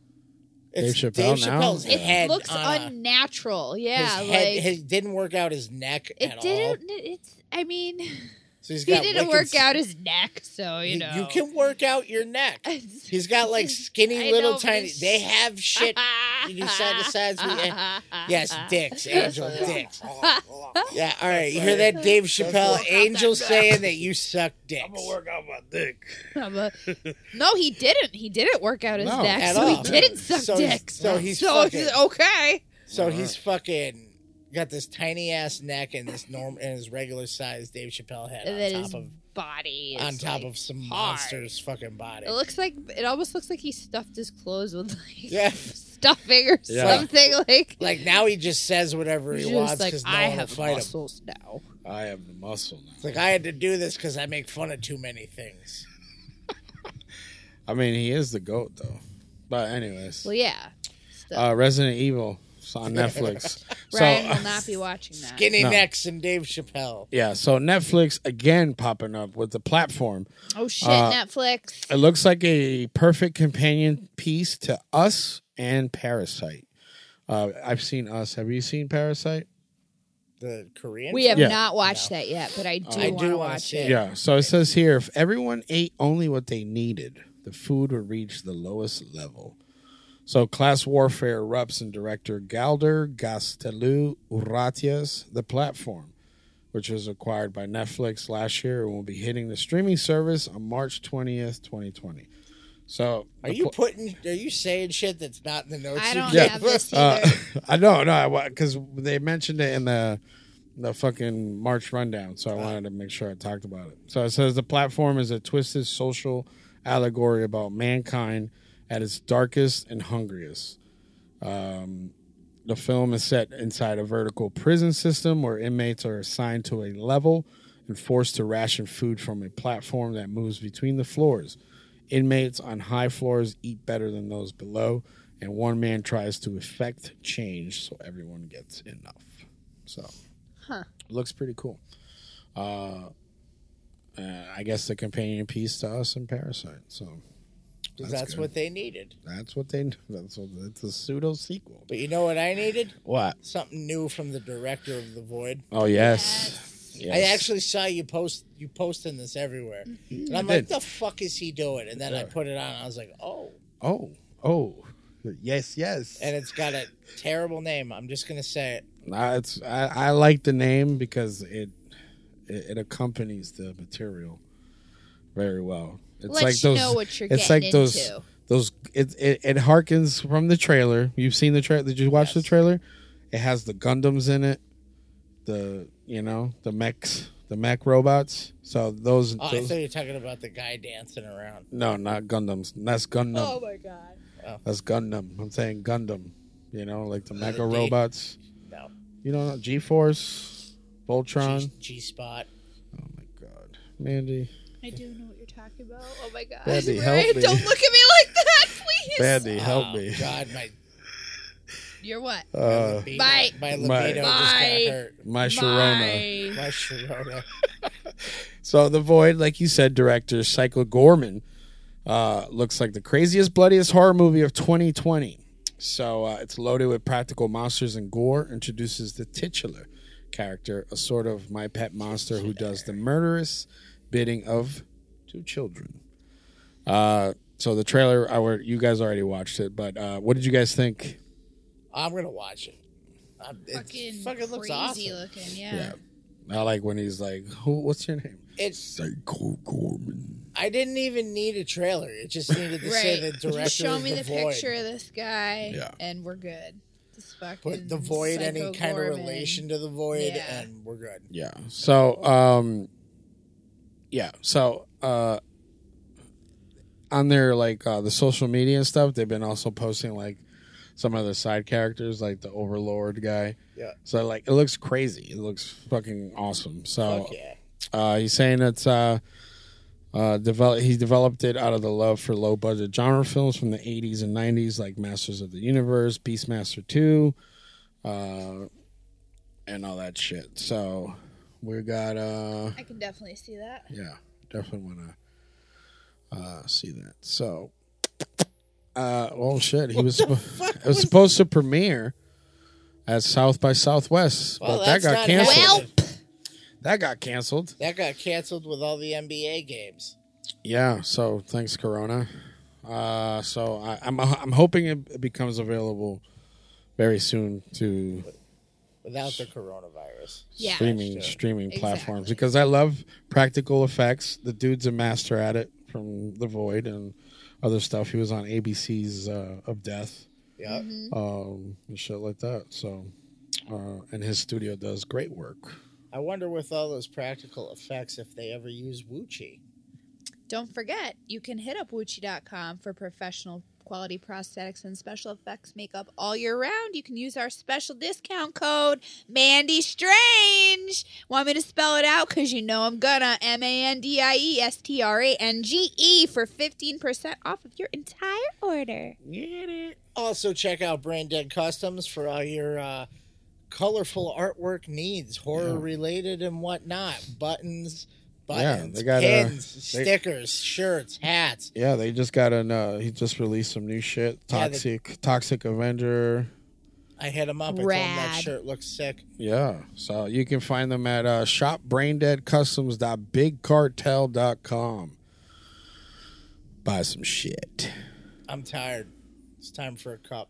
[SPEAKER 2] It's
[SPEAKER 3] Dave Chappelle now?
[SPEAKER 2] Chappelle's
[SPEAKER 3] It
[SPEAKER 2] head.
[SPEAKER 1] it looks
[SPEAKER 2] on a-
[SPEAKER 1] unnatural.
[SPEAKER 2] his
[SPEAKER 1] Yeah,
[SPEAKER 2] head
[SPEAKER 1] like
[SPEAKER 2] his, didn't work out his neck
[SPEAKER 1] it
[SPEAKER 2] at all.
[SPEAKER 1] didn't. It's. I mean, [LAUGHS]
[SPEAKER 2] So he's
[SPEAKER 1] He
[SPEAKER 2] got
[SPEAKER 1] didn't
[SPEAKER 2] wicked
[SPEAKER 1] work
[SPEAKER 2] s-
[SPEAKER 1] out his neck, so you
[SPEAKER 2] You-
[SPEAKER 1] know.
[SPEAKER 2] you
[SPEAKER 1] [LAUGHS]
[SPEAKER 2] can work out your neck. [LAUGHS] He's got like
[SPEAKER 1] I
[SPEAKER 2] skinny little
[SPEAKER 1] know, but
[SPEAKER 2] tiny.
[SPEAKER 1] it's-
[SPEAKER 2] They have
[SPEAKER 1] [LAUGHS]
[SPEAKER 2] shit. you do side to sides with- eh, Yes, dicks, angel dicks. Yeah, all right. You hear that, Dave Chappelle?
[SPEAKER 1] That's right. [LAUGHS]
[SPEAKER 2] Angel saying that you
[SPEAKER 3] I'm
[SPEAKER 2] suck
[SPEAKER 3] gonna
[SPEAKER 2] dicks.
[SPEAKER 3] work out my dick.
[SPEAKER 1] [LAUGHS] I'm a- no, he didn't. He didn't work out his
[SPEAKER 3] No,
[SPEAKER 1] neck,
[SPEAKER 2] at
[SPEAKER 1] so
[SPEAKER 2] all.
[SPEAKER 1] he didn't suck
[SPEAKER 2] So he's-
[SPEAKER 1] dicks.
[SPEAKER 2] so he's fucking-
[SPEAKER 1] okay.
[SPEAKER 2] So
[SPEAKER 3] All
[SPEAKER 2] he's fucking got this tiny ass neck and this norm and his regular size Dave Chappelle head
[SPEAKER 1] And then
[SPEAKER 2] on
[SPEAKER 1] his
[SPEAKER 2] top of
[SPEAKER 1] body is
[SPEAKER 2] on top
[SPEAKER 1] like,
[SPEAKER 2] of some
[SPEAKER 1] hard.
[SPEAKER 2] monster's fucking body.
[SPEAKER 1] It looks like it almost looks like he stuffed his clothes with like [LAUGHS]
[SPEAKER 2] Yeah.
[SPEAKER 1] stuffing or
[SPEAKER 3] Yeah.
[SPEAKER 1] something [LAUGHS] like.
[SPEAKER 2] Like now he just says whatever he
[SPEAKER 1] He's
[SPEAKER 2] wants
[SPEAKER 1] just like
[SPEAKER 2] because no
[SPEAKER 1] I
[SPEAKER 2] one will
[SPEAKER 1] have
[SPEAKER 2] fight him.
[SPEAKER 1] muscles now.
[SPEAKER 3] I have the muscle now.
[SPEAKER 2] It's like I had to do this because I make fun of too many things.
[SPEAKER 3] I mean, he is the goat though. But anyways,
[SPEAKER 1] Well, yeah. Still.
[SPEAKER 3] uh, Resident Evil it's on Netflix.
[SPEAKER 1] Ryan
[SPEAKER 3] so
[SPEAKER 1] will not be watching that.
[SPEAKER 2] Skinny
[SPEAKER 3] No.
[SPEAKER 2] necks and Dave Chappelle.
[SPEAKER 3] yeah, so Netflix again popping up with the platform.
[SPEAKER 1] oh shit,
[SPEAKER 3] uh,
[SPEAKER 1] Netflix.
[SPEAKER 3] It looks like a perfect companion piece to Us and Parasite. Uh, I've seen Us. Have you seen Parasite?
[SPEAKER 2] The Korean.
[SPEAKER 1] We have
[SPEAKER 3] Yeah.
[SPEAKER 1] not watched that yet, but Uh, I do
[SPEAKER 2] I do
[SPEAKER 1] want to
[SPEAKER 2] wanna
[SPEAKER 1] watch
[SPEAKER 2] see
[SPEAKER 1] it.
[SPEAKER 2] it.
[SPEAKER 3] Yeah. So it says here if everyone ate only what they needed, the food would reach the lowest level. So class warfare erupts in director Galder Gastelu Urratia's The Platform, which was acquired by Netflix last year and will be hitting the streaming service on March 20th, 2020. So
[SPEAKER 2] Are
[SPEAKER 3] the
[SPEAKER 2] you
[SPEAKER 3] pl-
[SPEAKER 2] putting? Are you saying shit that's not in the notes?
[SPEAKER 1] I
[SPEAKER 2] you
[SPEAKER 1] don't
[SPEAKER 2] gave
[SPEAKER 1] have
[SPEAKER 2] us? [LAUGHS]
[SPEAKER 1] this either.
[SPEAKER 3] Uh, [LAUGHS] I don't know because they mentioned it in the the fucking March rundown, so I wanted to make sure I talked about it. So it says the platform is a twisted social allegory about mankind at its darkest and hungriest. Um, the film is set inside a vertical prison system where inmates are assigned to a level and forced to ration food from a platform that moves between the floors. Inmates on high floors eat better than those below, and one man tries to effect change so everyone gets enough. So,
[SPEAKER 1] Huh.
[SPEAKER 3] looks pretty cool. Uh, uh, I guess the companion piece to us in Parasite. So
[SPEAKER 2] 'Cause
[SPEAKER 3] That's
[SPEAKER 2] that's
[SPEAKER 3] good.
[SPEAKER 2] what they needed.
[SPEAKER 3] that's what they. That's what. It's a pseudo sequel.
[SPEAKER 2] But you know what I needed?
[SPEAKER 3] What?
[SPEAKER 2] Something new from the director of The Void.
[SPEAKER 3] Oh yes.
[SPEAKER 2] I
[SPEAKER 3] Yes.
[SPEAKER 2] actually saw you post you posting this everywhere,
[SPEAKER 1] Mm-hmm.
[SPEAKER 2] and I'm
[SPEAKER 3] I
[SPEAKER 2] like,
[SPEAKER 3] did.
[SPEAKER 2] the fuck is he doing? And then I
[SPEAKER 3] Yeah.
[SPEAKER 2] put it on. I was like, oh,
[SPEAKER 3] Oh, oh, yes, yes.
[SPEAKER 2] and it's got a terrible name. I'm just gonna say it.
[SPEAKER 3] Nah, it's I, I like the name because it, it it accompanies the material very well. It's
[SPEAKER 1] Let
[SPEAKER 3] like
[SPEAKER 1] you
[SPEAKER 3] those.
[SPEAKER 1] know what you're
[SPEAKER 3] it's
[SPEAKER 1] getting
[SPEAKER 3] like those-
[SPEAKER 1] into.
[SPEAKER 3] Those it, it it harkens from the trailer. You've seen the trailer. Did you watch the
[SPEAKER 2] Yes.
[SPEAKER 3] trailer? It has the Gundams in it. The you know the mechs, the mech robots. So those.
[SPEAKER 2] Oh, I
[SPEAKER 3] those
[SPEAKER 2] thought you were talking about the guy dancing around.
[SPEAKER 3] no, not Gundams. That's Gundam.
[SPEAKER 1] Oh my god.
[SPEAKER 3] That's Gundam. I'm saying Gundam. You know, like the
[SPEAKER 2] Uh,
[SPEAKER 3] Mega
[SPEAKER 2] they-
[SPEAKER 3] Robots.
[SPEAKER 2] No,
[SPEAKER 3] You know, G Force, Voltron.
[SPEAKER 2] G spot.
[SPEAKER 3] Oh my God, Mandy.
[SPEAKER 1] I do know what you're talking about. Oh my god.
[SPEAKER 3] Badly,
[SPEAKER 1] Ryan,
[SPEAKER 3] help me.
[SPEAKER 1] Don't look at me like that, please.
[SPEAKER 3] Mandy, help me.
[SPEAKER 2] Oh, God, my
[SPEAKER 1] You're what?
[SPEAKER 3] Uh,
[SPEAKER 2] libido,
[SPEAKER 1] Bye.
[SPEAKER 2] my
[SPEAKER 3] My-
[SPEAKER 1] Bye.
[SPEAKER 2] libido just got hurt.
[SPEAKER 3] my Sharona.
[SPEAKER 1] My-
[SPEAKER 2] My Sharona.
[SPEAKER 3] So the void, like you said, director Cycle Gorman, uh, looks like the craziest, bloodiest horror movie of 2020. So uh, it's loaded with practical monsters and gore. Introduces the titular character, a sort of my pet monster who does the murderous bidding of two children. Uh, so the trailer, our you guys already watched it, but uh, what did you guys think?
[SPEAKER 2] I'm gonna watch it. I'm, it fucking, looks
[SPEAKER 1] crazy
[SPEAKER 2] awesome.
[SPEAKER 1] looking, yeah.
[SPEAKER 3] I like when he's like, "Who? What's your name?"
[SPEAKER 2] It's
[SPEAKER 3] Psycho Gorman.
[SPEAKER 2] I didn't even need a trailer. It just needed to say the director.
[SPEAKER 1] [LAUGHS] Just show
[SPEAKER 2] of
[SPEAKER 1] me
[SPEAKER 2] the,
[SPEAKER 1] the,
[SPEAKER 2] void.
[SPEAKER 1] picture of this guy,
[SPEAKER 3] Yeah.
[SPEAKER 1] and we're good. This fucking
[SPEAKER 2] Put the void any
[SPEAKER 1] Psycho
[SPEAKER 2] kind of
[SPEAKER 1] Gorman.
[SPEAKER 2] relation to the void,
[SPEAKER 1] Yeah.
[SPEAKER 2] and we're good.
[SPEAKER 3] Yeah. So, um, yeah. So, uh, on their like uh, the social media and stuff, they've been also posting like some of the side characters, like the Overlord guy.
[SPEAKER 2] Yeah.
[SPEAKER 3] So like it looks crazy. It looks fucking awesome. So
[SPEAKER 2] Fuck yeah.
[SPEAKER 3] uh, he's saying it's uh, uh, develop. He developed it out of the love for low budget genre films from the '80s and '90s, like Masters of the Universe, Beastmaster Two, uh, and all that shit. So we got uh,
[SPEAKER 1] I can definitely see that.
[SPEAKER 3] yeah, definitely want to uh, see that. So, uh, oh shit, he was suppo- it was supposed to premiere at South by Southwest, but
[SPEAKER 2] Well,
[SPEAKER 3] that
[SPEAKER 2] that's
[SPEAKER 3] got
[SPEAKER 2] not
[SPEAKER 3] canceled.
[SPEAKER 2] happening.
[SPEAKER 1] Welp.
[SPEAKER 3] That got canceled.
[SPEAKER 2] That got canceled with all the NBA games.
[SPEAKER 3] Yeah. So thanks, Corona. Uh, so I, I'm I'm hoping it becomes available very soon to
[SPEAKER 2] Without the coronavirus,
[SPEAKER 1] Yeah.
[SPEAKER 3] streaming
[SPEAKER 2] Sure.
[SPEAKER 3] streaming platforms
[SPEAKER 1] Exactly.
[SPEAKER 3] because I love practical effects. The dude's a master at it from The Void and other stuff. He was on ABC's uh, Of Death
[SPEAKER 2] yeah,
[SPEAKER 1] Mm-hmm.
[SPEAKER 3] um, and shit like that. So, uh, and his studio does great work.
[SPEAKER 2] I wonder with all those practical effects if they ever use Wuchi.
[SPEAKER 1] Don't forget, you can hit up Wuchi.com for professional quality prosthetics and special effects makeup all year round. You can use our special discount code Mandy Strange. Want me to spell it out? Because you know I'm gonna. M A N D I E S T R A N G E for 15% off of your entire order.
[SPEAKER 2] Get it. Also, check out Brain Dead Customs for all your uh, colorful artwork needs, horror related and whatnot. Buttons,
[SPEAKER 3] Yeah,
[SPEAKER 2] buttons,
[SPEAKER 3] they got, uh,
[SPEAKER 2] pins,
[SPEAKER 3] they-
[SPEAKER 2] stickers, shirts, hats.
[SPEAKER 3] Yeah, they just got an. Uh, he just released some new shit.
[SPEAKER 2] Yeah, the-
[SPEAKER 3] Toxic, Toxic Avenger.
[SPEAKER 2] I hit him up. I told him that
[SPEAKER 1] Rad.
[SPEAKER 2] shirt looks sick.
[SPEAKER 3] Yeah, so you can find them at uh, shopbraindeadcustoms.bigcartel.com. Buy some shit.
[SPEAKER 2] I'm tired. It's time for a cup.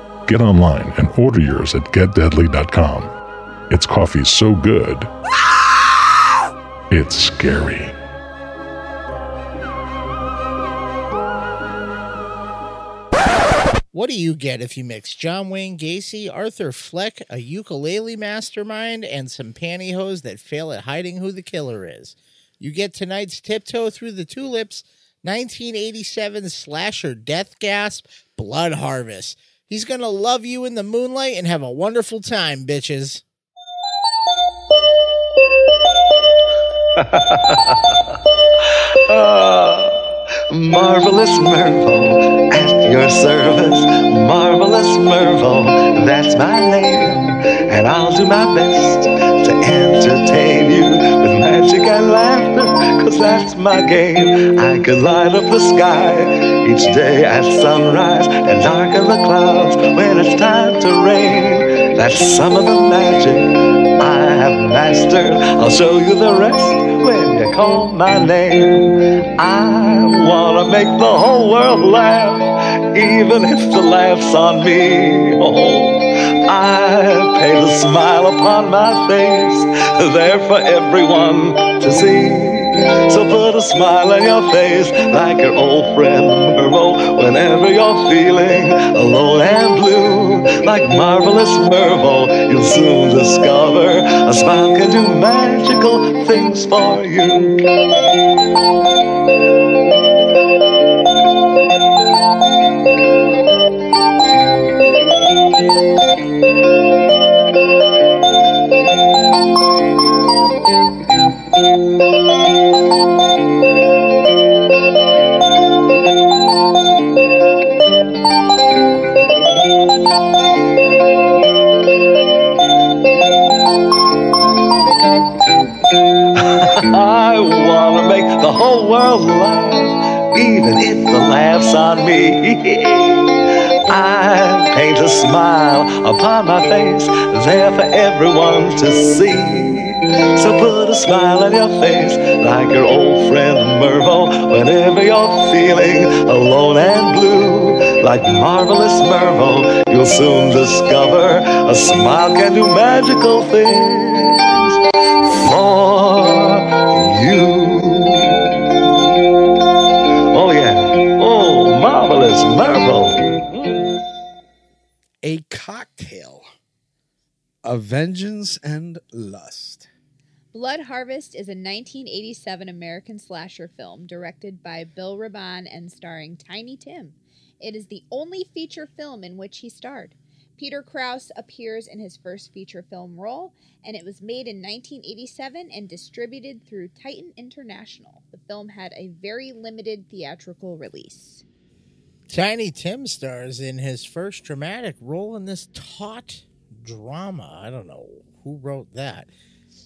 [SPEAKER 4] get online and order yours at getdeadly.com. It's coffee so good, it's scary.
[SPEAKER 2] What do you get if you mix John Wayne Gacy, Arthur Fleck, a ukulele mastermind, and some pantyhose that fail at hiding who the killer is? You get tonight's Tiptoe Through the Tulips, 1987 slasher death gasp, Blood Harvest. He's going to love you in the moonlight and have a wonderful time, bitches.
[SPEAKER 5] Ah, marvelous Mervo, at your service. Marvelous Mervo, that's my name. And I'll do my best to entertain you with magic and laughter, cause that's my game. I could light up the sky each day at sunrise and darken the clouds when it's time to rain. That's some of the magic I have mastered. I'll show you the rest when you call my name. I wanna make the whole world laugh, even if the laugh's on me. Oh, I paint a smile upon my face, there for everyone to see. So put a smile on your face like your old friend Mervo whenever you're feeling alone and blue. Like marvelous Mervo, you'll soon discover a smile can do magical things for you. I wanna make the whole world laugh, even if the laughs on me. I paint a smile upon my face, there for everyone to see. So put a smile on your face, like your old friend Mervo, whenever you're feeling alone and blue. Like marvelous Mervo, you'll soon discover a smile can do magical things for you. Oh, yeah. Oh, marvelous marvel.
[SPEAKER 3] A cocktail of vengeance and lust.
[SPEAKER 1] Blood Harvest is a 1987 American slasher film directed by Bill Raban and starring Tiny Tim. It is the only feature film in which he starred. Peter Krause appears in his first feature film role, and it was made in 1987 and distributed through Titan International. The film had a very limited theatrical release.
[SPEAKER 2] Tiny Tim stars in his first dramatic role in this taut drama. I don't know who wrote that.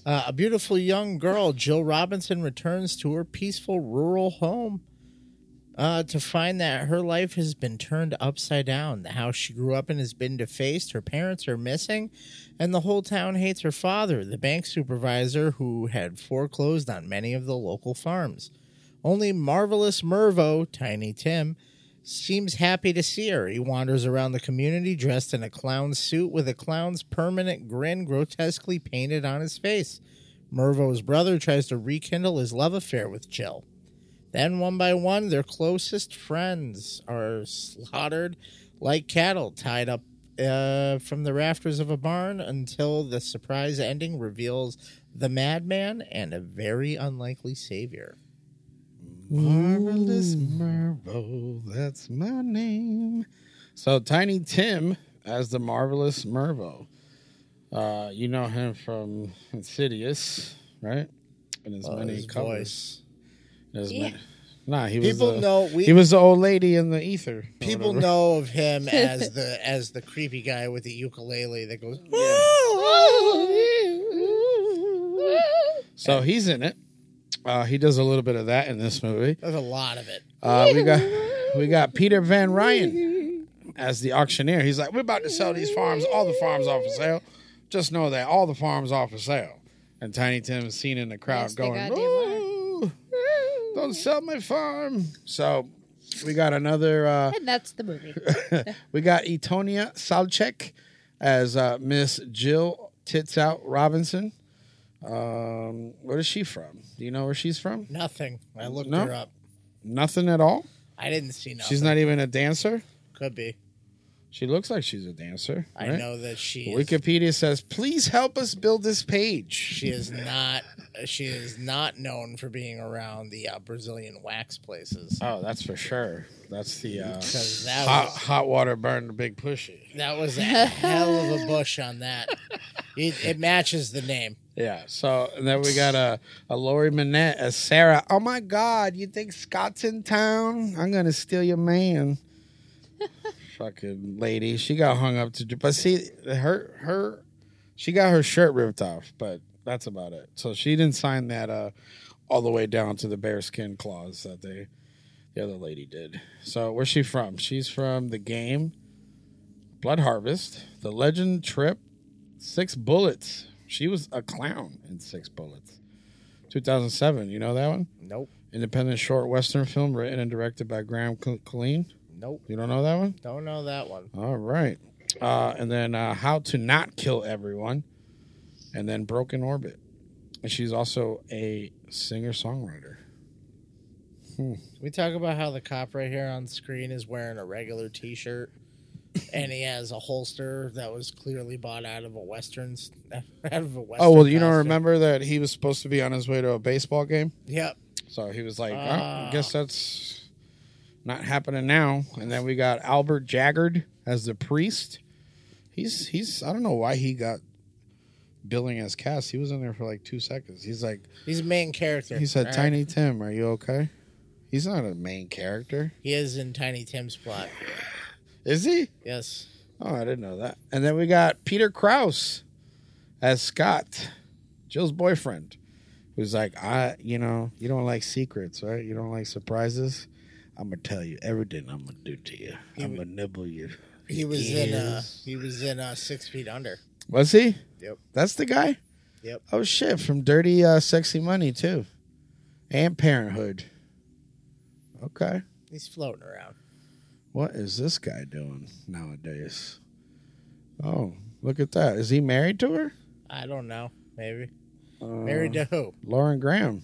[SPEAKER 2] Uh, a beautiful young girl, Jill Robinson, returns to her peaceful rural home uh, to find that her life has been turned upside down. The house she grew up in has been defaced, her parents are missing, and the whole town hates her father, the bank supervisor who had foreclosed on many of the local farms. Only marvelous Mervo, Tiny Tim, seems happy to see her. He wanders around the community dressed in a clown suit with a clown's permanent grin grotesquely painted on his face. Mervo's brother tries to rekindle his love affair with Jill. Then, one by one, their closest friends are slaughtered like cattle tied up uh, from the rafters of a barn until the surprise ending reveals the madman and a very unlikely savior.
[SPEAKER 3] Marvelous Mervo, that's my name. So Tiny Tim as the Marvelous Mervo. Uh, you know him from Insidious, right? And as
[SPEAKER 2] Oh,
[SPEAKER 3] many
[SPEAKER 2] his
[SPEAKER 3] covers.
[SPEAKER 2] voice.
[SPEAKER 3] And as
[SPEAKER 1] Yeah.
[SPEAKER 3] many- Nah, he was
[SPEAKER 2] People
[SPEAKER 3] the,
[SPEAKER 2] know we
[SPEAKER 3] he was the old lady in the ether. or
[SPEAKER 2] People
[SPEAKER 3] whatever.
[SPEAKER 2] know
[SPEAKER 3] [LAUGHS]
[SPEAKER 2] of him as the as the creepy guy with the ukulele that goes.
[SPEAKER 3] So he's in it. Uh, he does a little bit of that in this movie.
[SPEAKER 2] There's a lot of it.
[SPEAKER 3] Uh, we got we got Peter Van Ryan as the auctioneer. He's like, we're about to sell these farms. All the farms are for sale. Just know that all the farms are for sale. And Tiny Tim is seen in the crowd
[SPEAKER 1] Yes, they
[SPEAKER 3] going,
[SPEAKER 1] goddamn are.
[SPEAKER 3] "Ooh, "Don't sell my farm." So we got another. Uh,
[SPEAKER 1] And that's the movie.
[SPEAKER 3] we got Etonia Salchek as uh, Miss Jill Tits Out Robinson. Um, where is she from? Do you know where she's from?
[SPEAKER 2] Nothing. I looked
[SPEAKER 3] No.
[SPEAKER 2] her up.
[SPEAKER 3] Nothing at all.
[SPEAKER 2] I didn't see nothing.
[SPEAKER 3] She's not even a dancer.
[SPEAKER 2] Could be.
[SPEAKER 3] She looks like she's a dancer.
[SPEAKER 2] I
[SPEAKER 3] right?
[SPEAKER 2] know that she. Is,
[SPEAKER 3] Wikipedia says, "Please help us build this page."
[SPEAKER 2] She is not. She is not known for being around the uh, Brazilian wax places.
[SPEAKER 3] Oh, that's for sure. That's the uh,
[SPEAKER 2] 'Cause that
[SPEAKER 3] hot,
[SPEAKER 2] was-
[SPEAKER 3] hot water burned the big pushy.
[SPEAKER 2] That was a
[SPEAKER 3] [LAUGHS]
[SPEAKER 2] hell of a bush on that. It, it matches the name.
[SPEAKER 3] Yeah. So and then we got a a Lori Manette as Sarah. Oh my God, you think Scott's in town? I'm gonna steal your man. Fucking lady, she got hung up to. But see, her her, she got her shirt ripped off, but that's about it. So she didn't sign that uh, all the way down to the bearskin clause that they, the other lady did. So where's she from? She's from the game, Blood Harvest, the Legend Trip, Six Bullets. She was a clown in Six Bullets. 2007, you know that one?
[SPEAKER 2] Nope.
[SPEAKER 3] Independent short western film written and directed by Graham Cl- Colleen.
[SPEAKER 2] Nope.
[SPEAKER 3] You don't know that one?
[SPEAKER 2] Don't know that one.
[SPEAKER 3] All right. Uh, and then uh, How to Not Kill Everyone. And then Broken Orbit. And she's also a singer songwriter.
[SPEAKER 2] We talk about how the cop right here on screen is wearing a regular T-shirt, and he has a holster that was clearly bought out of a westerns, [LAUGHS] out of a western.
[SPEAKER 3] Oh, well, you don't
[SPEAKER 2] costume.
[SPEAKER 3] remember that he was supposed to be on his way to a baseball game?
[SPEAKER 2] Yep.
[SPEAKER 3] So he was like, oh, I
[SPEAKER 2] Ah.
[SPEAKER 3] guess that's not happening now. And then we got Albert Jaggard as the priest. He's he's I don't know why he got billing as cast. He was in there for like two seconds. He's like
[SPEAKER 2] He's a main character.
[SPEAKER 3] he said,
[SPEAKER 2] All right.
[SPEAKER 3] Tiny Tim, are you okay? He's not a main character.
[SPEAKER 2] He is in Tiny Tim's plot.
[SPEAKER 3] Is he?
[SPEAKER 2] Yes.
[SPEAKER 3] Oh, I didn't know that. And then we got Peter Krause as Scott, Jill's boyfriend, who's like, I, you know, you don't like secrets, right? You don't like surprises. I'm gonna tell you everything I'm gonna do to you. I'm gonna nibble you.
[SPEAKER 2] He was in. Uh,
[SPEAKER 3] Yes.
[SPEAKER 2] he was in uh, Six Feet Under.
[SPEAKER 3] Was he?
[SPEAKER 2] Yep.
[SPEAKER 3] That's the guy.
[SPEAKER 2] Yep.
[SPEAKER 3] Oh shit! From Dirty uh, Sexy Money too, and Parenthood. Okay.
[SPEAKER 2] He's floating around.
[SPEAKER 3] What is this guy doing nowadays? Oh, look at that. Is he married to her?
[SPEAKER 2] I don't know. Maybe
[SPEAKER 3] Uh,
[SPEAKER 2] married to who?
[SPEAKER 3] Lauren Graham.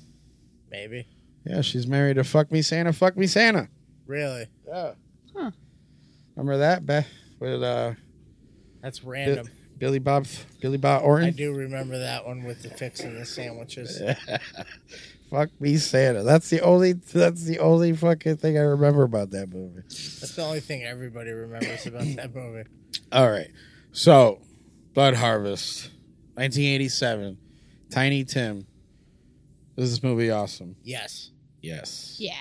[SPEAKER 2] Maybe.
[SPEAKER 3] Yeah, she's married to Fuck Me Santa, Fuck Me Santa.
[SPEAKER 2] Really?
[SPEAKER 3] Yeah.
[SPEAKER 1] Huh.
[SPEAKER 3] Remember that? Back with uh,
[SPEAKER 2] That's random.
[SPEAKER 3] Billy Bob, Billy Bob
[SPEAKER 2] I
[SPEAKER 3] Orton.
[SPEAKER 2] do remember that one with the fixing the sandwiches.
[SPEAKER 3] Fuck me, Santa. That's the only. That's the only fucking thing I remember about that movie.
[SPEAKER 2] That's the only thing everybody remembers about
[SPEAKER 3] [LAUGHS]
[SPEAKER 2] that movie.
[SPEAKER 3] All right. So, Blood Harvest, 1987, Tiny Tim. Is this movie awesome?
[SPEAKER 2] Yes,
[SPEAKER 3] Yes.
[SPEAKER 1] Yeah.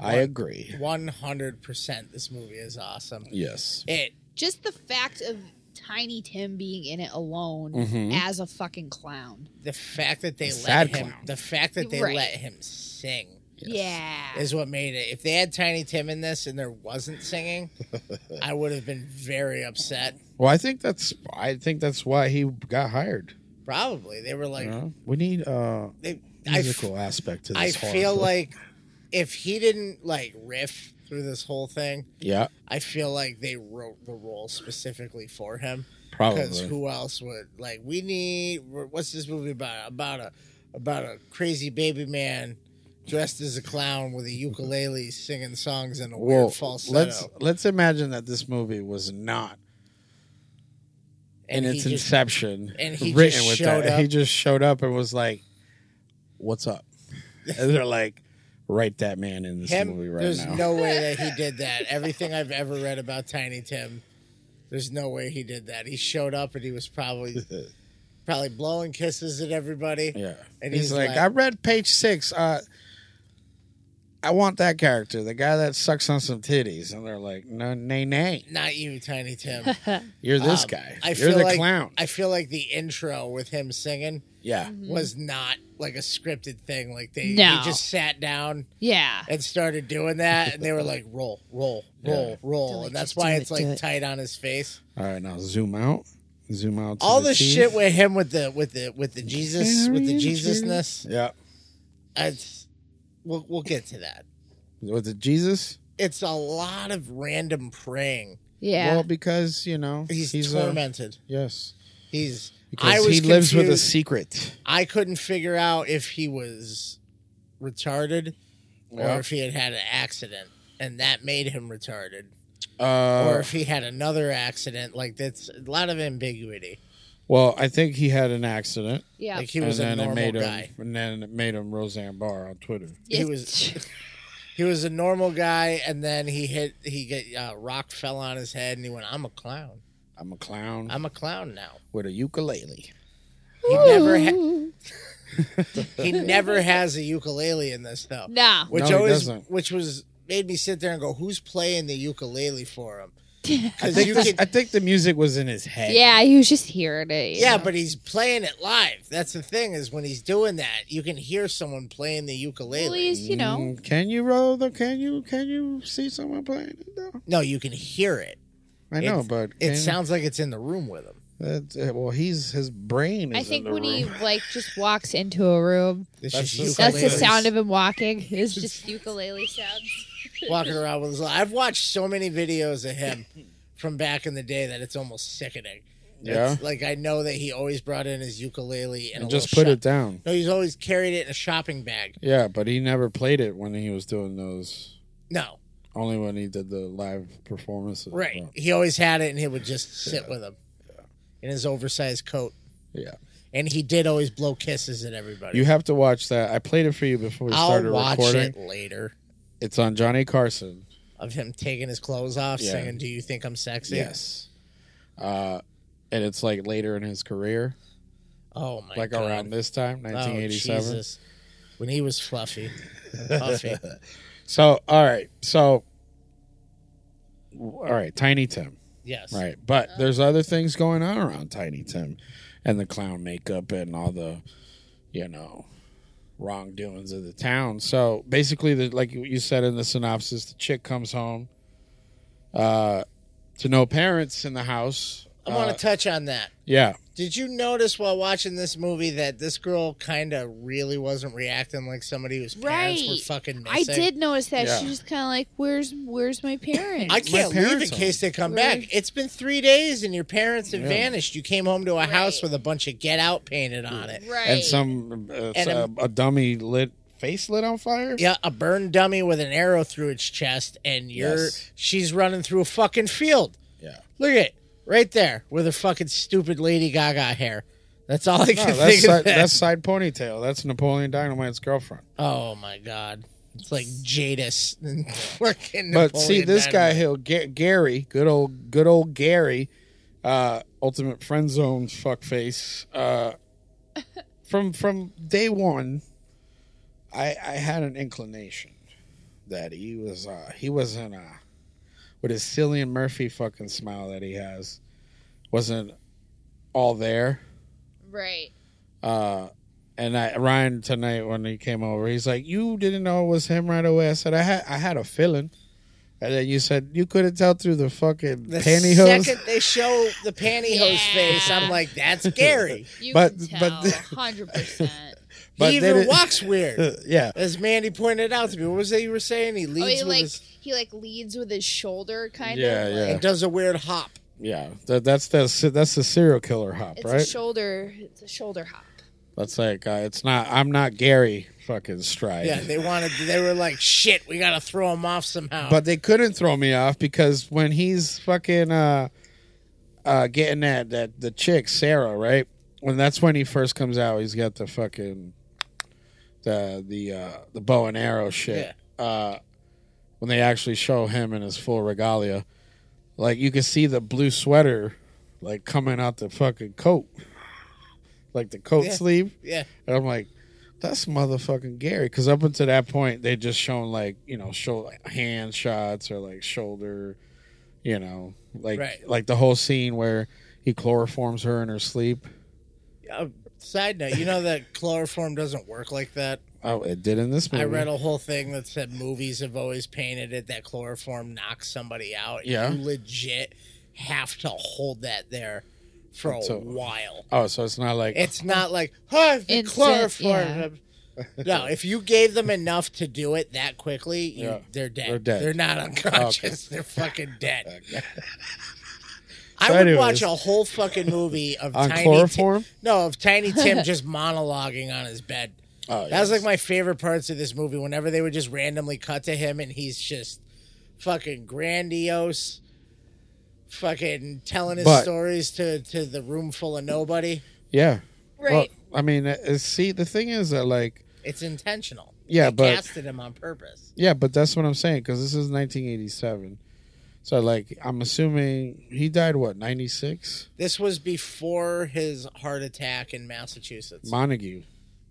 [SPEAKER 3] I agree.
[SPEAKER 2] one hundred percent. This movie is awesome.
[SPEAKER 3] Yes.
[SPEAKER 2] It
[SPEAKER 1] Just the fact of Tiny Tim being in it alone
[SPEAKER 3] Mhm.
[SPEAKER 1] as a fucking clown.
[SPEAKER 2] the fact that they
[SPEAKER 3] Sad
[SPEAKER 2] let him
[SPEAKER 3] clown.
[SPEAKER 2] the fact that they
[SPEAKER 1] Right.
[SPEAKER 2] let him sing
[SPEAKER 1] Yeah.
[SPEAKER 2] is what made it. If they had Tiny Tim in this and there wasn't
[SPEAKER 3] [LAUGHS]
[SPEAKER 2] singing, I would have been very upset.
[SPEAKER 3] Well, I think that's. I think that's why he got hired.
[SPEAKER 2] Probably they were like,
[SPEAKER 3] you know? We need uh,
[SPEAKER 2] they, I, f-
[SPEAKER 3] musical aspect to this.
[SPEAKER 2] I
[SPEAKER 3] horror
[SPEAKER 2] feel
[SPEAKER 3] film.
[SPEAKER 2] like if he didn't like riff through this whole thing,
[SPEAKER 3] Yeah,
[SPEAKER 2] I feel like they wrote the role specifically for him. Because
[SPEAKER 3] probably.
[SPEAKER 2] who else would like? We need. What's this movie about? About a about a crazy baby man dressed as a clown with
[SPEAKER 3] [LAUGHS]
[SPEAKER 2] a ukulele singing songs in a
[SPEAKER 3] well,
[SPEAKER 2] weird falsetto.
[SPEAKER 3] let's let's imagine that this movie was not in
[SPEAKER 2] and he
[SPEAKER 3] its
[SPEAKER 2] just-
[SPEAKER 3] inception
[SPEAKER 2] and he
[SPEAKER 3] written
[SPEAKER 2] just
[SPEAKER 3] with
[SPEAKER 2] showed
[SPEAKER 3] that. He
[SPEAKER 2] up.
[SPEAKER 3] just showed up and was like, "What's
[SPEAKER 2] [LAUGHS]
[SPEAKER 3] up?" And they're like, "Write that man in this
[SPEAKER 2] him,
[SPEAKER 3] movie right
[SPEAKER 2] there's
[SPEAKER 3] now."
[SPEAKER 2] no way that he
[SPEAKER 3] [LAUGHS]
[SPEAKER 2] did that. Everything I've ever read about Tiny Tim, there's no way he did that. He showed up and he was
[SPEAKER 3] [LAUGHS]
[SPEAKER 2] probably probably blowing kisses at everybody.
[SPEAKER 3] yeah,
[SPEAKER 2] And
[SPEAKER 3] he's,
[SPEAKER 2] he's
[SPEAKER 3] like,
[SPEAKER 2] like-
[SPEAKER 3] "I read page six. Uh, I want that character, the guy that sucks on some titties." And they're like, "No, nay, nay,
[SPEAKER 2] Not you, Tiny Tim.
[SPEAKER 3] you're this
[SPEAKER 2] Um,
[SPEAKER 3] guy.
[SPEAKER 2] I
[SPEAKER 3] you're
[SPEAKER 2] feel
[SPEAKER 3] the
[SPEAKER 2] like,
[SPEAKER 3] clown."
[SPEAKER 2] I Mm-hmm. feel like the intro with him singing
[SPEAKER 3] yeah,
[SPEAKER 2] was not like a scripted thing. Like they
[SPEAKER 1] Mm-hmm. No.
[SPEAKER 2] he just sat down
[SPEAKER 1] yeah.
[SPEAKER 2] and started doing that, and they were like, roll, roll, roll,
[SPEAKER 3] Yeah.
[SPEAKER 2] roll,
[SPEAKER 1] Do it,
[SPEAKER 2] and that's
[SPEAKER 1] just
[SPEAKER 2] why
[SPEAKER 1] do it,
[SPEAKER 2] it's
[SPEAKER 1] do
[SPEAKER 2] like
[SPEAKER 1] it.
[SPEAKER 2] tight on his face.
[SPEAKER 3] All right, now zoom out. Zoom out. To
[SPEAKER 2] All
[SPEAKER 3] the
[SPEAKER 2] the
[SPEAKER 3] teeth.
[SPEAKER 2] shit with him with the with the with the Jesus with
[SPEAKER 3] Carrying
[SPEAKER 2] the Jesusness.
[SPEAKER 3] Yeah.
[SPEAKER 2] It's we'll we'll get to that.
[SPEAKER 3] Was it Jesus?
[SPEAKER 2] It's a lot of random praying.
[SPEAKER 1] Yeah.
[SPEAKER 3] Well, because, you know,
[SPEAKER 2] He's,
[SPEAKER 3] a-
[SPEAKER 2] tormented.
[SPEAKER 3] yes.
[SPEAKER 2] he's
[SPEAKER 3] uh, Because
[SPEAKER 2] I was
[SPEAKER 3] he lives with a
[SPEAKER 2] confused.
[SPEAKER 3] secret.
[SPEAKER 2] I couldn't figure out if he was retarded
[SPEAKER 3] Yeah.
[SPEAKER 2] or if he had had an accident and that made him retarded or
[SPEAKER 3] Uh,
[SPEAKER 2] if he had another accident like that's a lot of ambiguity
[SPEAKER 3] well, I think he had an accident.
[SPEAKER 1] yeah.
[SPEAKER 2] like he was a
[SPEAKER 3] it
[SPEAKER 2] normal
[SPEAKER 3] made
[SPEAKER 2] guy
[SPEAKER 3] him and then it made him Roseanne Barr on Twitter.
[SPEAKER 2] he was
[SPEAKER 1] [LAUGHS]
[SPEAKER 3] [LAUGHS]
[SPEAKER 2] he was a normal guy and then he hit he get uh, rock fell on his head and he went i'm a clown
[SPEAKER 3] I'm a clown
[SPEAKER 2] i'm a clown now
[SPEAKER 3] with a ukulele.
[SPEAKER 2] he never ha- [LAUGHS] he never has a ukulele in this though
[SPEAKER 1] nah.
[SPEAKER 2] which
[SPEAKER 3] No, he
[SPEAKER 2] always
[SPEAKER 3] doesn't.
[SPEAKER 2] which was made me sit there and go who's playing the ukulele
[SPEAKER 1] [LAUGHS]
[SPEAKER 2] for him
[SPEAKER 3] I
[SPEAKER 2] because
[SPEAKER 3] think
[SPEAKER 2] you
[SPEAKER 3] this-
[SPEAKER 2] can
[SPEAKER 3] I think the music was in his head.
[SPEAKER 1] Yeah, he was just hearing it. you
[SPEAKER 2] Yeah,
[SPEAKER 1] know.
[SPEAKER 2] but he's playing it live. That's the thing is when he's doing that, you can hear someone playing the ukulele.
[SPEAKER 1] Well, he's, you know.
[SPEAKER 3] Mm, Can you roll the can you can you see someone playing it though?
[SPEAKER 2] No, you can hear it.
[SPEAKER 3] I know,
[SPEAKER 2] It's-
[SPEAKER 3] but
[SPEAKER 2] It
[SPEAKER 3] can-
[SPEAKER 2] sounds like it's in the room with him.
[SPEAKER 3] that's it. well he's his brain is
[SPEAKER 1] I think
[SPEAKER 3] in the
[SPEAKER 1] when he
[SPEAKER 3] room.
[SPEAKER 1] like just walks into a room,
[SPEAKER 2] It's
[SPEAKER 3] That's
[SPEAKER 2] just
[SPEAKER 3] the-
[SPEAKER 1] that's the
[SPEAKER 2] ukuleles
[SPEAKER 1] sound of
[SPEAKER 3] [LAUGHS]
[SPEAKER 1] him walking. It's just ukulele sounds.
[SPEAKER 2] walking around with his. I've watched so many videos
[SPEAKER 3] [LAUGHS]
[SPEAKER 2] of him from back in the day that it's almost sickening.
[SPEAKER 3] Yeah.
[SPEAKER 2] It's like I know that he always brought in his ukulele
[SPEAKER 1] [LAUGHS]
[SPEAKER 2] and,
[SPEAKER 3] and just put it down.
[SPEAKER 2] No, he's always carried it in a shopping bag.
[SPEAKER 3] Yeah, but he never played it when he was doing those.
[SPEAKER 2] No,
[SPEAKER 3] Only when he did the live performances.
[SPEAKER 2] right. He always had it, and he would just sit with him in his oversized coat.
[SPEAKER 3] Yeah.
[SPEAKER 2] And he did always blow kisses at everybody.
[SPEAKER 3] You have to watch that. I played it for you before we
[SPEAKER 2] I'll
[SPEAKER 3] started
[SPEAKER 2] watch
[SPEAKER 3] recording.
[SPEAKER 2] it later
[SPEAKER 3] It's on Johnny Carson.
[SPEAKER 2] of him taking his clothes off,
[SPEAKER 3] Yeah.
[SPEAKER 2] singing "Do You Think I'm Sexy?"
[SPEAKER 3] Yes. Uh, and it's like later in his career,
[SPEAKER 2] Oh my
[SPEAKER 3] like
[SPEAKER 2] god!
[SPEAKER 3] around this time,
[SPEAKER 2] Oh,
[SPEAKER 3] 1987.
[SPEAKER 2] Jesus. when he was
[SPEAKER 3] [LAUGHS]
[SPEAKER 2] fluffy, and puffy.
[SPEAKER 3] so, all right. So, all right. Tiny Tim.
[SPEAKER 2] yes,
[SPEAKER 3] Right. But there's other things going on around Tiny Tim and the clown makeup and all the, you know, wrongdoings of the town. So basically, the, like you said in the synopsis, the chick comes home uh, to no parents in the house.
[SPEAKER 2] I want
[SPEAKER 3] Uh,
[SPEAKER 2] to touch on that.
[SPEAKER 3] yeah.
[SPEAKER 2] Did you notice while watching this movie that this girl kind of really wasn't reacting like somebody whose parents were
[SPEAKER 1] Right.
[SPEAKER 2] fucking
[SPEAKER 1] I
[SPEAKER 2] missing?
[SPEAKER 1] did notice that.
[SPEAKER 3] Yeah.
[SPEAKER 1] She was kind of like, "Where's Where's my parents?"
[SPEAKER 2] I can't leave in
[SPEAKER 3] parents
[SPEAKER 2] case they come
[SPEAKER 1] Right.
[SPEAKER 2] back. It's been three days and your parents have
[SPEAKER 3] Yeah.
[SPEAKER 2] vanished. You came home to a house
[SPEAKER 1] Right.
[SPEAKER 2] with a bunch of "Get Out" painted on it.
[SPEAKER 1] right.
[SPEAKER 3] And some, uh,
[SPEAKER 2] And
[SPEAKER 3] a, a dummy lit face lit on fire.
[SPEAKER 2] Yeah, a burned dummy with an arrow through its chest, and you're
[SPEAKER 3] Yes.
[SPEAKER 2] she's running through a fucking field.
[SPEAKER 3] Yeah.
[SPEAKER 2] Look at it. Right there with her fucking stupid Lady Gaga hair. That's all I
[SPEAKER 3] No,
[SPEAKER 2] can
[SPEAKER 3] Oh, that's
[SPEAKER 2] [LAUGHS] think
[SPEAKER 3] side,
[SPEAKER 2] of. That.
[SPEAKER 3] that's side ponytail. That's Napoleon Dynamite's girlfriend.
[SPEAKER 2] oh my god. It's like Jadis. and [LAUGHS] fucking
[SPEAKER 3] But see,
[SPEAKER 2] Napoleon
[SPEAKER 3] this guy
[SPEAKER 2] Dynamite.
[SPEAKER 3] here, Ga- Gary, good old, good old Gary, uh, ultimate friend zone fuckface. Uh, from from day one, I I had an inclination that he was uh, he wasn't uh, with his Cillian Murphy fucking smile that he has wasn't all there.
[SPEAKER 1] Right.
[SPEAKER 3] Uh, and I Ryan tonight when he came over, he's like, "You didn't know it was him right away." I said, "I had I had a feeling," and then you said you couldn't tell through the fucking
[SPEAKER 2] The
[SPEAKER 3] pantyhose. [LAUGHS]
[SPEAKER 2] second they show the pantyhose
[SPEAKER 1] Yeah.
[SPEAKER 2] face, I'm like, that's Gary.
[SPEAKER 1] You
[SPEAKER 3] But-
[SPEAKER 1] can tell.
[SPEAKER 3] but- [LAUGHS]
[SPEAKER 1] Hundred percent.
[SPEAKER 3] But
[SPEAKER 2] he
[SPEAKER 3] then
[SPEAKER 2] even
[SPEAKER 3] it-
[SPEAKER 2] walks weird.
[SPEAKER 3] Uh, [LAUGHS] yeah,
[SPEAKER 2] As Mandy pointed out to me, what was that you were saying? He leads
[SPEAKER 1] Oh, he
[SPEAKER 2] with
[SPEAKER 1] like
[SPEAKER 2] his
[SPEAKER 1] he like leads with his shoulder, kind
[SPEAKER 3] Yeah,
[SPEAKER 1] of.
[SPEAKER 3] yeah.
[SPEAKER 1] Like,
[SPEAKER 2] and does a weird hop.
[SPEAKER 3] yeah. That, that's that's that's the serial killer hop,
[SPEAKER 1] It's a
[SPEAKER 3] right?
[SPEAKER 1] shoulder. It's a shoulder hop.
[SPEAKER 3] that's like uh, it's not. I'm not Gary fucking stride.
[SPEAKER 2] Yeah, they wanted. They were like, "Shit, we gotta throw him off somehow."
[SPEAKER 3] But they couldn't throw me off because when he's fucking uh, uh, getting that that the chick Sarah, right? When that's when he first comes out, he's got the fucking the the uh, the bow and arrow shit. Uh, when they actually show him in his full regalia, like you can see the blue sweater like coming out the fucking coat, like the coat
[SPEAKER 2] Yeah.
[SPEAKER 3] sleeve.
[SPEAKER 2] yeah,
[SPEAKER 3] And I'm like, that's motherfucking Gary. Because up until that point, they just shown like, you know, show like hand shots or like shoulder, you know, like
[SPEAKER 2] Right.
[SPEAKER 3] like the whole scene where he chloroforms her in her sleep.
[SPEAKER 2] Uh, side note, you know that chloroform doesn't work like that.
[SPEAKER 3] Oh, it did in this movie.
[SPEAKER 2] I read a whole thing that said movies have always painted it that chloroform knocks somebody out.
[SPEAKER 3] Yeah.
[SPEAKER 2] you legit have to hold that there for a
[SPEAKER 3] So-
[SPEAKER 2] while.
[SPEAKER 3] oh, so it's not like
[SPEAKER 2] It's not like, huh, the
[SPEAKER 1] Instant,
[SPEAKER 2] chloroform. [LAUGHS] No, if you gave them enough to do it that quickly, you,
[SPEAKER 3] Yeah.
[SPEAKER 2] they're dead.
[SPEAKER 3] They're dead.
[SPEAKER 2] They're not unconscious. [LAUGHS] They're fucking
[SPEAKER 3] [LAUGHS]
[SPEAKER 2] dead. I
[SPEAKER 3] So
[SPEAKER 2] would
[SPEAKER 3] anyways.
[SPEAKER 2] watch a whole fucking movie of
[SPEAKER 3] on
[SPEAKER 2] Tiny
[SPEAKER 3] chloroform.
[SPEAKER 2] Tim, no, of Tiny Tim just monologuing on his bed.
[SPEAKER 3] oh,
[SPEAKER 2] That
[SPEAKER 3] yes.
[SPEAKER 2] was like my favorite parts of this movie. Whenever they would just randomly cut to him and he's just fucking grandiose, fucking telling his
[SPEAKER 3] But-
[SPEAKER 2] stories to to the room full of nobody.
[SPEAKER 3] yeah.
[SPEAKER 1] Right.
[SPEAKER 3] Well, I mean, uh, see, the thing is that like,
[SPEAKER 2] It's intentional.
[SPEAKER 3] Yeah,
[SPEAKER 2] they
[SPEAKER 3] but-
[SPEAKER 2] casted him on purpose.
[SPEAKER 3] yeah, but that's what I'm saying because this is 1987. So like, I'm assuming he died what 96.
[SPEAKER 2] This was before his heart attack in Massachusetts.
[SPEAKER 3] Montague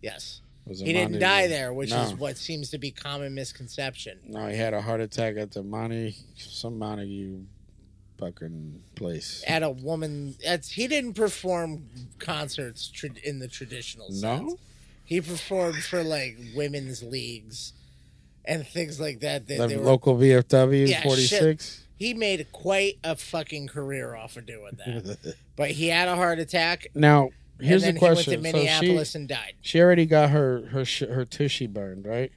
[SPEAKER 2] yes,
[SPEAKER 3] was. in
[SPEAKER 2] he didn't
[SPEAKER 3] Montague.
[SPEAKER 2] die there, which
[SPEAKER 3] No.
[SPEAKER 2] is what seems to be common misconception.
[SPEAKER 3] No, he had a heart attack at the Monty, some Montague fucking place.
[SPEAKER 2] at a woman. That's, he didn't perform concerts tra- in the traditional sense.
[SPEAKER 3] No?
[SPEAKER 2] he performed for like women's leagues and things like that. that
[SPEAKER 3] The
[SPEAKER 2] they were-
[SPEAKER 3] local VFW
[SPEAKER 2] Yeah, shit.
[SPEAKER 3] 46.
[SPEAKER 2] [LAUGHS] he made quite a fucking career off of doing
[SPEAKER 3] [LAUGHS]
[SPEAKER 2] that. but he had a heart attack.
[SPEAKER 3] Now, here's
[SPEAKER 2] and then
[SPEAKER 3] the question.
[SPEAKER 2] He went to
[SPEAKER 3] so she,
[SPEAKER 2] Minneapolis and died.
[SPEAKER 3] she already got her her sh- her tushy burned, right?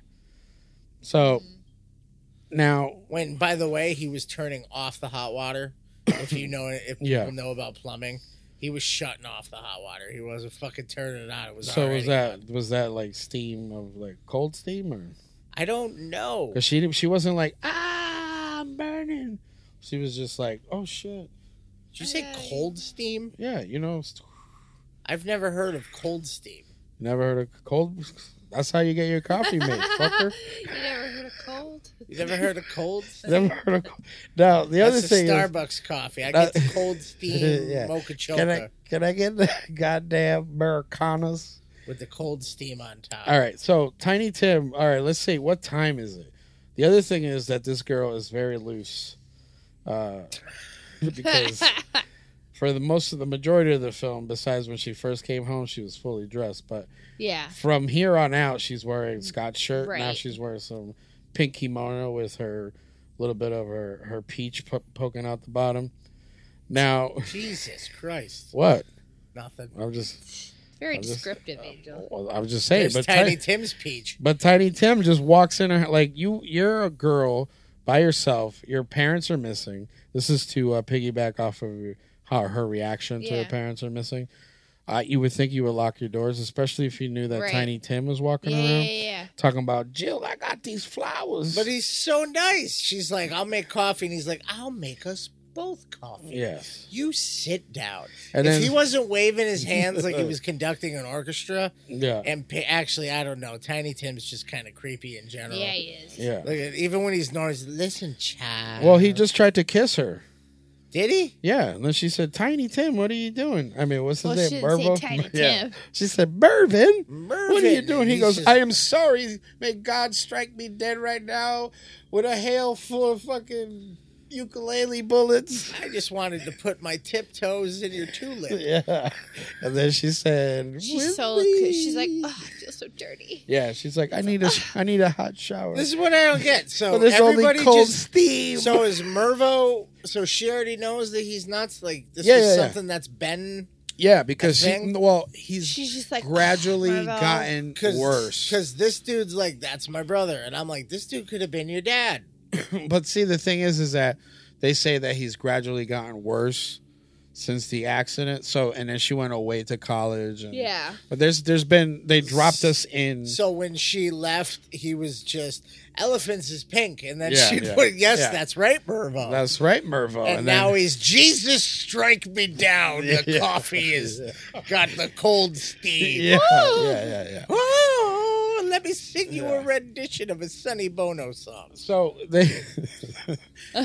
[SPEAKER 3] So
[SPEAKER 2] Mm-hmm.
[SPEAKER 3] now,
[SPEAKER 2] When, by the way, he was turning off the hot water. If you know, if
[SPEAKER 3] [LAUGHS] Yeah.
[SPEAKER 2] people know about plumbing, he was shutting off the hot water. He wasn't fucking turning it on. It was
[SPEAKER 3] so
[SPEAKER 2] already
[SPEAKER 3] was that
[SPEAKER 2] on.
[SPEAKER 3] was that like steam of like cold steam or
[SPEAKER 2] I don't know.
[SPEAKER 3] because she she wasn't like ah I'm burning. She was just like oh shit
[SPEAKER 2] Did you say cold steam?
[SPEAKER 3] yeah you know st-
[SPEAKER 2] I've never heard of cold steam.
[SPEAKER 3] Never heard of cold. That's how you get your coffee
[SPEAKER 2] [LAUGHS]
[SPEAKER 3] made, fucker.
[SPEAKER 1] You never heard of cold? [LAUGHS]
[SPEAKER 2] You never heard of cold? steam?
[SPEAKER 3] Never heard of. Cold. Now the
[SPEAKER 2] That's
[SPEAKER 3] other
[SPEAKER 2] a
[SPEAKER 3] thing is,
[SPEAKER 2] Starbucks coffee. I
[SPEAKER 3] That-
[SPEAKER 2] get the
[SPEAKER 3] [LAUGHS]
[SPEAKER 2] cold steam
[SPEAKER 3] Yeah.
[SPEAKER 2] mocha choca
[SPEAKER 3] can I can I get the [LAUGHS] goddamn Americanas?
[SPEAKER 2] with the cold steam on top.
[SPEAKER 3] All right, so Tiny Tim. All right, let's see what time is it. The other thing is that this girl is very loose,
[SPEAKER 2] [LAUGHS]
[SPEAKER 3] uh, because for the most of the majority of the film, besides when she first came home, she was fully dressed. But
[SPEAKER 1] yeah.
[SPEAKER 3] from here on out, she's wearing Scott's shirt. Now
[SPEAKER 1] Right.
[SPEAKER 3] she's wearing some pink kimono with her little bit of her her peach po- poking out the bottom. Now, [LAUGHS]
[SPEAKER 2] Jesus Christ.
[SPEAKER 3] what?
[SPEAKER 2] Nothing.
[SPEAKER 3] I'm just
[SPEAKER 1] Very
[SPEAKER 3] I'm just- uh,
[SPEAKER 1] descriptive, Angel.
[SPEAKER 3] well, I'm just saying,
[SPEAKER 2] There's
[SPEAKER 3] but
[SPEAKER 2] Tiny
[SPEAKER 3] tiny,
[SPEAKER 2] Tim's peach.
[SPEAKER 3] but Tiny Tim just walks in her like you. You're a girl by yourself. Your parents are missing. This is to uh, piggyback off of your, how her reaction to her
[SPEAKER 1] Yeah.
[SPEAKER 3] parents are missing. Uh, you would think you would lock your doors, especially if you knew that
[SPEAKER 1] Right.
[SPEAKER 3] Tiny Tim was walking
[SPEAKER 1] Yeah, yeah,
[SPEAKER 3] around.
[SPEAKER 1] yeah.
[SPEAKER 3] talking about Jill. I got these flowers.
[SPEAKER 2] But he's so nice. She's like, I'll make coffee, and he's like, I'll make us both coffee.
[SPEAKER 3] Yes.
[SPEAKER 2] You sit down.
[SPEAKER 3] And
[SPEAKER 2] if
[SPEAKER 3] then-
[SPEAKER 2] he wasn't waving his hands
[SPEAKER 3] [LAUGHS]
[SPEAKER 2] like he was conducting an orchestra,
[SPEAKER 3] Yeah.
[SPEAKER 2] and pa- actually, I don't know. Tiny Tim's just kind of creepy in general.
[SPEAKER 1] Yeah, he is.
[SPEAKER 3] Yeah.
[SPEAKER 2] Like even when he's noisy, listen, child.
[SPEAKER 3] Well, he just tried to kiss her.
[SPEAKER 2] did he?
[SPEAKER 3] Yeah, and then she said, "Tiny Tim, what are you doing?" I mean, what's his
[SPEAKER 1] Well,
[SPEAKER 3] name?
[SPEAKER 1] she didn't say
[SPEAKER 3] Mervo?
[SPEAKER 1] Tiny
[SPEAKER 3] [LAUGHS] Yeah.
[SPEAKER 1] Tim.
[SPEAKER 3] She said, "Mervin, what are you
[SPEAKER 2] Mervin."
[SPEAKER 3] doing?" He
[SPEAKER 2] He's
[SPEAKER 3] goes,
[SPEAKER 2] just-
[SPEAKER 3] "I am sorry. May God strike me dead right now with a hail full of fucking ukulele bullets." [LAUGHS]
[SPEAKER 2] I just wanted to put my tiptoes in your tulip.
[SPEAKER 3] Yeah, and then she said,
[SPEAKER 1] She's so.
[SPEAKER 3] "Whitley."
[SPEAKER 1] She's like, oh, I feel so dirty.
[SPEAKER 3] "Yeah." She's like, "I need a, I need a hot shower."
[SPEAKER 2] This is what I don't get. So
[SPEAKER 3] But there's only
[SPEAKER 2] everybody
[SPEAKER 3] cold
[SPEAKER 2] just
[SPEAKER 3] steam.
[SPEAKER 2] So is Mervo? So she already knows that he's nuts. Like this
[SPEAKER 3] Yeah,
[SPEAKER 2] is
[SPEAKER 3] yeah, yeah.
[SPEAKER 2] something that's been
[SPEAKER 3] yeah, because she,
[SPEAKER 2] thing-
[SPEAKER 3] well, he's
[SPEAKER 1] She's just like, "Ugh,
[SPEAKER 3] gradually
[SPEAKER 1] Mervo."
[SPEAKER 3] gotten worse.
[SPEAKER 2] Because this dude's like, that's my brother, and I'm like, this dude could have been your dad.
[SPEAKER 3] [LAUGHS] But see, the thing is, is that they say that he's gradually gotten worse since the accident. So, and then she went away to college. And,
[SPEAKER 1] Yeah.
[SPEAKER 3] But there's there's been they dropped us in.
[SPEAKER 2] So when she left, he was just elephants is pink, and then
[SPEAKER 3] Yeah,
[SPEAKER 2] she
[SPEAKER 3] yeah,
[SPEAKER 2] put, yes,
[SPEAKER 3] yeah.
[SPEAKER 2] that's right, Mervo.
[SPEAKER 3] that's right, Mervo.
[SPEAKER 2] and,
[SPEAKER 3] then-
[SPEAKER 2] now
[SPEAKER 3] [LAUGHS]
[SPEAKER 2] he's Jesus, strike me down. The
[SPEAKER 3] Yeah.
[SPEAKER 2] coffee is got the
[SPEAKER 3] [LAUGHS]
[SPEAKER 2] cold steam. [LAUGHS]
[SPEAKER 3] yeah, yeah, yeah, yeah.
[SPEAKER 2] Oh, let me sing you a
[SPEAKER 3] Yeah.
[SPEAKER 2] rendition of a Sonny Bono song.
[SPEAKER 3] So they, [LAUGHS]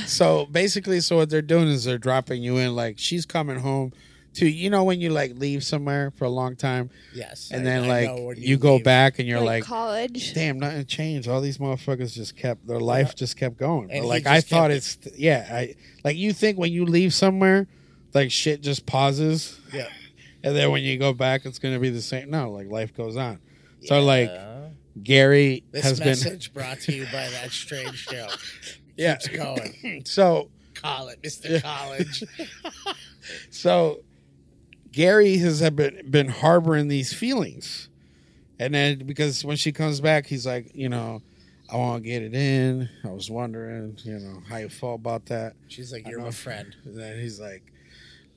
[SPEAKER 3] so basically, so what they're doing is they're dropping you in. Like she's coming home to you know when you like leave somewhere for a long time,
[SPEAKER 2] Yes,
[SPEAKER 3] and
[SPEAKER 2] I-
[SPEAKER 3] then
[SPEAKER 2] I
[SPEAKER 3] like
[SPEAKER 2] know when
[SPEAKER 3] you, go
[SPEAKER 2] leave.
[SPEAKER 3] back and you're
[SPEAKER 1] Like,
[SPEAKER 3] like
[SPEAKER 1] college.
[SPEAKER 3] damn, nothing changed. All these motherfuckers just kept their life just kept going.
[SPEAKER 2] And he
[SPEAKER 3] like
[SPEAKER 2] just
[SPEAKER 3] I thought, it's
[SPEAKER 2] kept
[SPEAKER 3] yeah. I like you think when you leave somewhere, like shit just pauses,
[SPEAKER 2] Yeah.
[SPEAKER 3] and then when you go back, it's gonna be the same. No, like life goes on. So like Gary
[SPEAKER 2] This
[SPEAKER 3] has been
[SPEAKER 2] message brought to you by that strange show.
[SPEAKER 3] [LAUGHS] yeah.
[SPEAKER 2] Keeps going.
[SPEAKER 3] [LAUGHS] So
[SPEAKER 2] College, Mr. College.
[SPEAKER 3] so Gary has had been been harboring these feelings, and then because when she comes back, he's like, you know. I want to get it in. I was wondering, you know, how you felt about that.
[SPEAKER 2] She's like,
[SPEAKER 3] I
[SPEAKER 2] you're
[SPEAKER 3] know.
[SPEAKER 2] my friend.
[SPEAKER 3] And then he's like,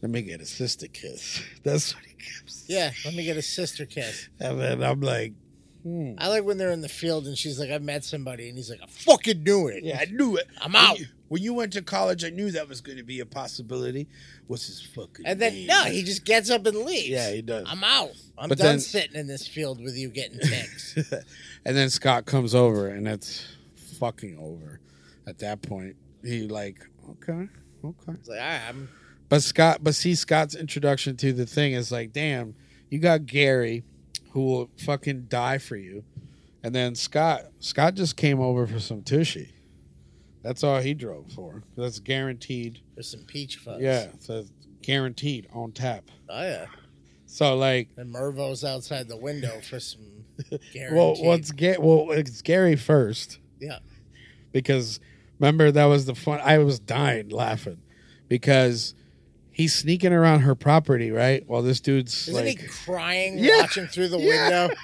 [SPEAKER 3] let me get a sister kiss. [LAUGHS] That's what he gives.
[SPEAKER 2] Yeah, let me get a sister kiss.
[SPEAKER 3] And then I'm like, hmm.
[SPEAKER 2] I like when they're in the field and she's like, I met somebody, and he's like, I fucking knew it.
[SPEAKER 3] Yeah, I knew it.
[SPEAKER 2] I'm out.
[SPEAKER 3] When you, when you went to college, I knew that was going to be a possibility. What's his fucking
[SPEAKER 2] And then
[SPEAKER 3] name?
[SPEAKER 2] no, he just gets up and leaves.
[SPEAKER 3] Yeah, he does.
[SPEAKER 2] I'm out. I'm
[SPEAKER 3] But
[SPEAKER 2] done
[SPEAKER 3] then-
[SPEAKER 2] sitting in this field with you getting
[SPEAKER 3] [LAUGHS]
[SPEAKER 2] ticks.
[SPEAKER 3] and then Scott comes over, and it's fucking over at that point. He like, okay, okay.
[SPEAKER 2] it's like, all right, I'm
[SPEAKER 3] But Scott, but see, Scott's introduction to the thing is like, damn, you got Gary, who will fucking die for you, and then Scott, Scott just came over for some tushy. That's all he drove for. That's guaranteed.
[SPEAKER 2] for some peach fuzz.
[SPEAKER 3] Yeah, so it's guaranteed on tap.
[SPEAKER 2] Oh yeah.
[SPEAKER 3] So like,
[SPEAKER 2] And Mervo's outside the window for some
[SPEAKER 3] [LAUGHS]
[SPEAKER 2] guaranteed.
[SPEAKER 3] well, what's Ga- well, it's Gary first
[SPEAKER 2] yeah.
[SPEAKER 3] because remember that was the fun. I was dying laughing because he's sneaking around her property, right? While this dude's
[SPEAKER 2] Isn't
[SPEAKER 3] like,
[SPEAKER 2] he crying
[SPEAKER 3] Yeah.
[SPEAKER 2] watching through the
[SPEAKER 3] [LAUGHS] Yeah.
[SPEAKER 2] window?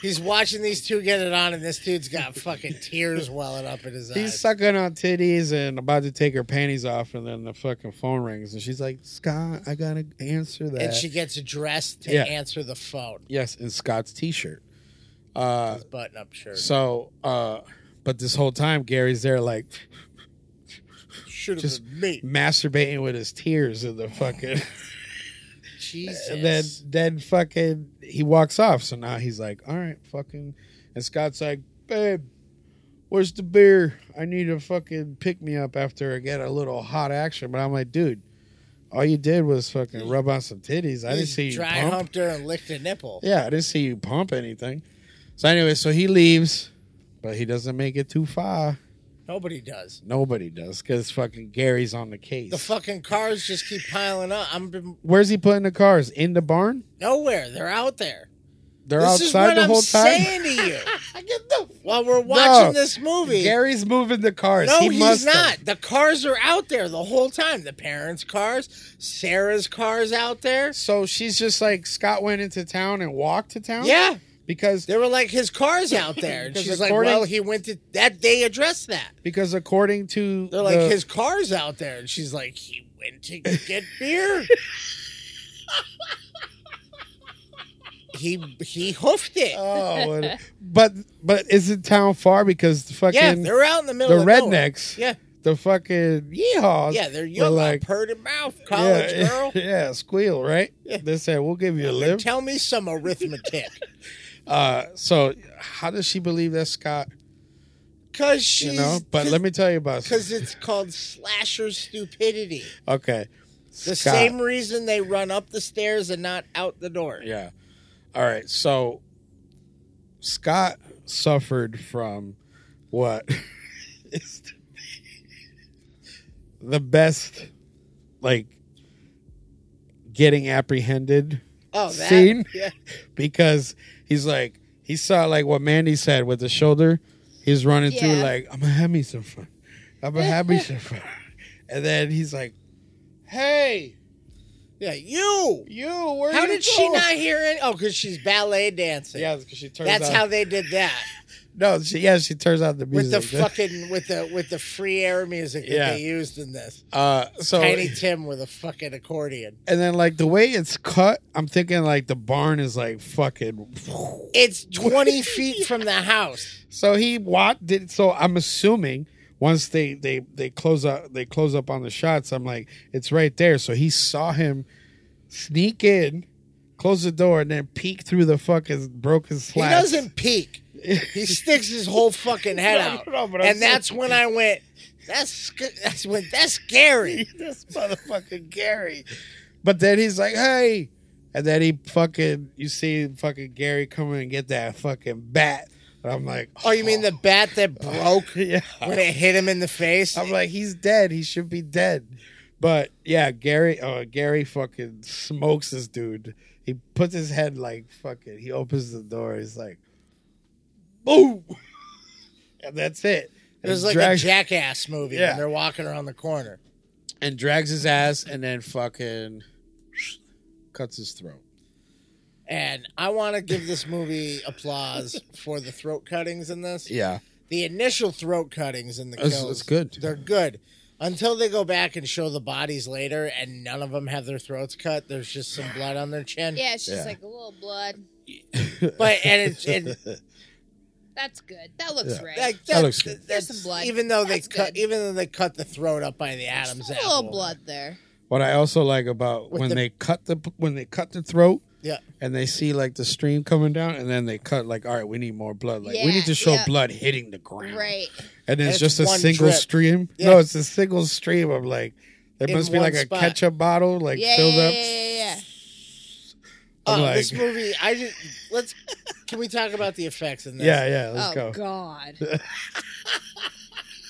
[SPEAKER 2] He's watching these two get it on, and this dude's got fucking tears welling up in his
[SPEAKER 3] He's
[SPEAKER 2] eyes.
[SPEAKER 3] sucking on titties and about to take her panties off, and then the fucking phone rings, and she's like, "Scott, I gotta answer that."
[SPEAKER 2] and she gets dressed to
[SPEAKER 3] Yeah.
[SPEAKER 2] answer the phone.
[SPEAKER 3] yes, in Scott's t-shirt. Uh,
[SPEAKER 2] His button-up shirt.
[SPEAKER 3] so, uh, but this whole time, Gary's there, like
[SPEAKER 2] Should have
[SPEAKER 3] just-
[SPEAKER 2] been me.
[SPEAKER 3] masturbating with his tears in the fucking.
[SPEAKER 2] Jesus.
[SPEAKER 3] and then, then fucking, he walks off. So now he's like, "All right, fucking," and Scott's like, "Babe." Where's the beer? I need a fucking pick me up after I get a little hot action. But I'm like, dude, all you did was fucking rub on some titties. I didn't
[SPEAKER 2] He's
[SPEAKER 3] see you
[SPEAKER 2] dry
[SPEAKER 3] pump.
[SPEAKER 2] humped her and licked a nipple.
[SPEAKER 3] Yeah, I didn't see you pump anything. So anyway, so he leaves, but he doesn't make it too far.
[SPEAKER 2] Nobody does.
[SPEAKER 3] Nobody does because fucking Gary's on the case.
[SPEAKER 2] The fucking cars just keep piling up. I'm been
[SPEAKER 3] Where's he putting the cars in the barn?
[SPEAKER 2] nowhere. They're out there.
[SPEAKER 3] They're
[SPEAKER 2] this is
[SPEAKER 3] outside
[SPEAKER 2] what
[SPEAKER 3] the
[SPEAKER 2] I'm
[SPEAKER 3] whole time.
[SPEAKER 2] saying to
[SPEAKER 3] [LAUGHS]
[SPEAKER 2] you. While we're watching this movie,
[SPEAKER 3] Gary's moving the cars.
[SPEAKER 2] No,
[SPEAKER 3] he
[SPEAKER 2] he's
[SPEAKER 3] must have.
[SPEAKER 2] not. The cars are out there the whole time. The parents' cars, Sarah's cars out there.
[SPEAKER 3] So she's just like Scott went into town and walked to town.
[SPEAKER 2] Yeah,
[SPEAKER 3] because
[SPEAKER 2] they were like his
[SPEAKER 3] [LAUGHS]
[SPEAKER 2] cars out there, and
[SPEAKER 3] Because
[SPEAKER 2] she's like,
[SPEAKER 3] according-
[SPEAKER 2] "Well, he went to that. They addressed that.
[SPEAKER 3] because according to
[SPEAKER 2] They're like
[SPEAKER 3] the-
[SPEAKER 2] his cars out there, and she's like, he went to get
[SPEAKER 3] [LAUGHS]
[SPEAKER 2] beer. he he hoofed it.
[SPEAKER 3] [LAUGHS] Oh, what- but but isn't town far because the fucking
[SPEAKER 2] yeah, they're out in the middle.
[SPEAKER 3] the
[SPEAKER 2] of nowhere.
[SPEAKER 3] rednecks
[SPEAKER 2] Yeah,
[SPEAKER 3] the fucking yeehaws.
[SPEAKER 2] Yeah, they're
[SPEAKER 3] were
[SPEAKER 2] young, like, purred in mouth, college
[SPEAKER 3] [LAUGHS] yeah,
[SPEAKER 2] girl.
[SPEAKER 3] Yeah, squeal, right?
[SPEAKER 2] Yeah.
[SPEAKER 3] They said, we'll give you a lip.
[SPEAKER 2] Tell me some arithmetic.
[SPEAKER 3] Uh, so how does she believe that Scott?
[SPEAKER 2] Because she's.
[SPEAKER 3] You know, but let me tell you about.
[SPEAKER 2] Because it's called slasher stupidity.
[SPEAKER 3] Okay,
[SPEAKER 2] The
[SPEAKER 3] Scott.
[SPEAKER 2] same reason they run up the stairs and not out the door.
[SPEAKER 3] Yeah. All right. So Scott suffered from what [LAUGHS] is to be the best, like getting apprehended
[SPEAKER 2] Oh, that.
[SPEAKER 3] Scene?
[SPEAKER 2] Yeah.
[SPEAKER 3] because he's like he saw like what Mandy said with the shoulder. He's running through
[SPEAKER 1] Yeah.
[SPEAKER 3] like I'm gonna have me some fun. I'm gonna have me some fun. [LAUGHS] And then he's like, "Hey,
[SPEAKER 2] Yeah. You.
[SPEAKER 3] you, where
[SPEAKER 2] How
[SPEAKER 3] you
[SPEAKER 2] did she
[SPEAKER 3] going?"
[SPEAKER 2] not hear it? Oh, because she's ballet dancing.
[SPEAKER 3] Yeah, because she turns.
[SPEAKER 2] That's
[SPEAKER 3] out-
[SPEAKER 2] how they did that
[SPEAKER 3] No, she, yeah, she turns out the
[SPEAKER 2] with
[SPEAKER 3] music.
[SPEAKER 2] the fucking with the with the free air music that
[SPEAKER 3] Yeah.
[SPEAKER 2] they used in this.
[SPEAKER 3] uh, so
[SPEAKER 2] Tiny Tim with a fucking accordion.
[SPEAKER 3] and then like the way it's cut, I'm thinking like the barn is like fucking. [LAUGHS]
[SPEAKER 2] It's twenty feet from the house.
[SPEAKER 3] So he what did? So I'm assuming once they they they close up they close up on the shots, I'm like it's right there. So he saw him sneak in, close the door, and then peek through the fucking broken slats. [LAUGHS]
[SPEAKER 2] He doesn't peek. He sticks his whole fucking head
[SPEAKER 3] No,
[SPEAKER 2] out,
[SPEAKER 3] no, but I'm
[SPEAKER 2] and
[SPEAKER 3] saying-
[SPEAKER 2] that's when I went. That's sc- that's when
[SPEAKER 3] [LAUGHS]
[SPEAKER 2] that's scary.
[SPEAKER 3] this motherfucking Gary. But then he's like, hey. And then he fucking, you see fucking Gary coming and get that fucking bat. And I'm like, "Oh,
[SPEAKER 2] Oh, you mean the bat
[SPEAKER 3] [LAUGHS]
[SPEAKER 2] that broke
[SPEAKER 3] yeah.
[SPEAKER 2] when it hit him in the face?
[SPEAKER 3] I'm like, he's dead. He should be dead. But yeah, Gary, uh, Gary fucking smokes this dude. He puts his head like fucking, he opens the door. He's like, boom. [LAUGHS] and that's it.
[SPEAKER 2] It was
[SPEAKER 3] And
[SPEAKER 2] like
[SPEAKER 3] drags-
[SPEAKER 2] a jackass movie
[SPEAKER 3] Yeah.
[SPEAKER 2] when they're walking around the corner.
[SPEAKER 3] and drags his ass and then fucking [SNIFFS] cuts his throat.
[SPEAKER 2] And I want to give this movie applause for the throat cuttings in this.
[SPEAKER 3] Yeah.
[SPEAKER 2] The initial throat cuttings in the
[SPEAKER 3] It's-
[SPEAKER 2] kills.
[SPEAKER 3] it's good.
[SPEAKER 2] They're good. Until they go back and show the bodies later and none of them have their throats cut. There's just some blood on their chin.
[SPEAKER 1] Yeah, it's just
[SPEAKER 3] Yeah.
[SPEAKER 1] like a little blood.
[SPEAKER 2] But and it's [LAUGHS] and,
[SPEAKER 1] That's good. That looks right.
[SPEAKER 2] like
[SPEAKER 3] That looks good.
[SPEAKER 2] that's-
[SPEAKER 1] There's some blood.
[SPEAKER 2] Even though they
[SPEAKER 1] That's
[SPEAKER 2] cut
[SPEAKER 1] good.
[SPEAKER 2] even though they cut the throat up by the
[SPEAKER 1] Just
[SPEAKER 2] Adam's
[SPEAKER 1] a
[SPEAKER 2] apple.
[SPEAKER 1] little blood there.
[SPEAKER 3] What I also like about
[SPEAKER 2] With
[SPEAKER 3] when
[SPEAKER 2] the-
[SPEAKER 3] they cut the when they cut the throat
[SPEAKER 2] Yeah.
[SPEAKER 3] and they see like the stream coming down and then they cut like all right we need more blood like we
[SPEAKER 1] Yeah,
[SPEAKER 3] need to show
[SPEAKER 1] yeah.
[SPEAKER 3] blood hitting the ground
[SPEAKER 1] Right.
[SPEAKER 3] and it's,
[SPEAKER 2] it's
[SPEAKER 3] just a
[SPEAKER 2] one
[SPEAKER 3] single
[SPEAKER 2] drip.
[SPEAKER 3] stream
[SPEAKER 2] Yeah.
[SPEAKER 3] no it's a single stream of like there
[SPEAKER 2] In
[SPEAKER 3] must be
[SPEAKER 2] one
[SPEAKER 3] like
[SPEAKER 2] spot.
[SPEAKER 3] a ketchup bottle like
[SPEAKER 1] Yeah,
[SPEAKER 3] filled
[SPEAKER 1] yeah,
[SPEAKER 3] up
[SPEAKER 1] yeah, yeah, yeah.
[SPEAKER 2] Oh,
[SPEAKER 3] I'm like-
[SPEAKER 2] this movie I just let's can we talk about the effects in this?
[SPEAKER 3] yeah yeah let's go [LAUGHS]
[SPEAKER 1] oh God.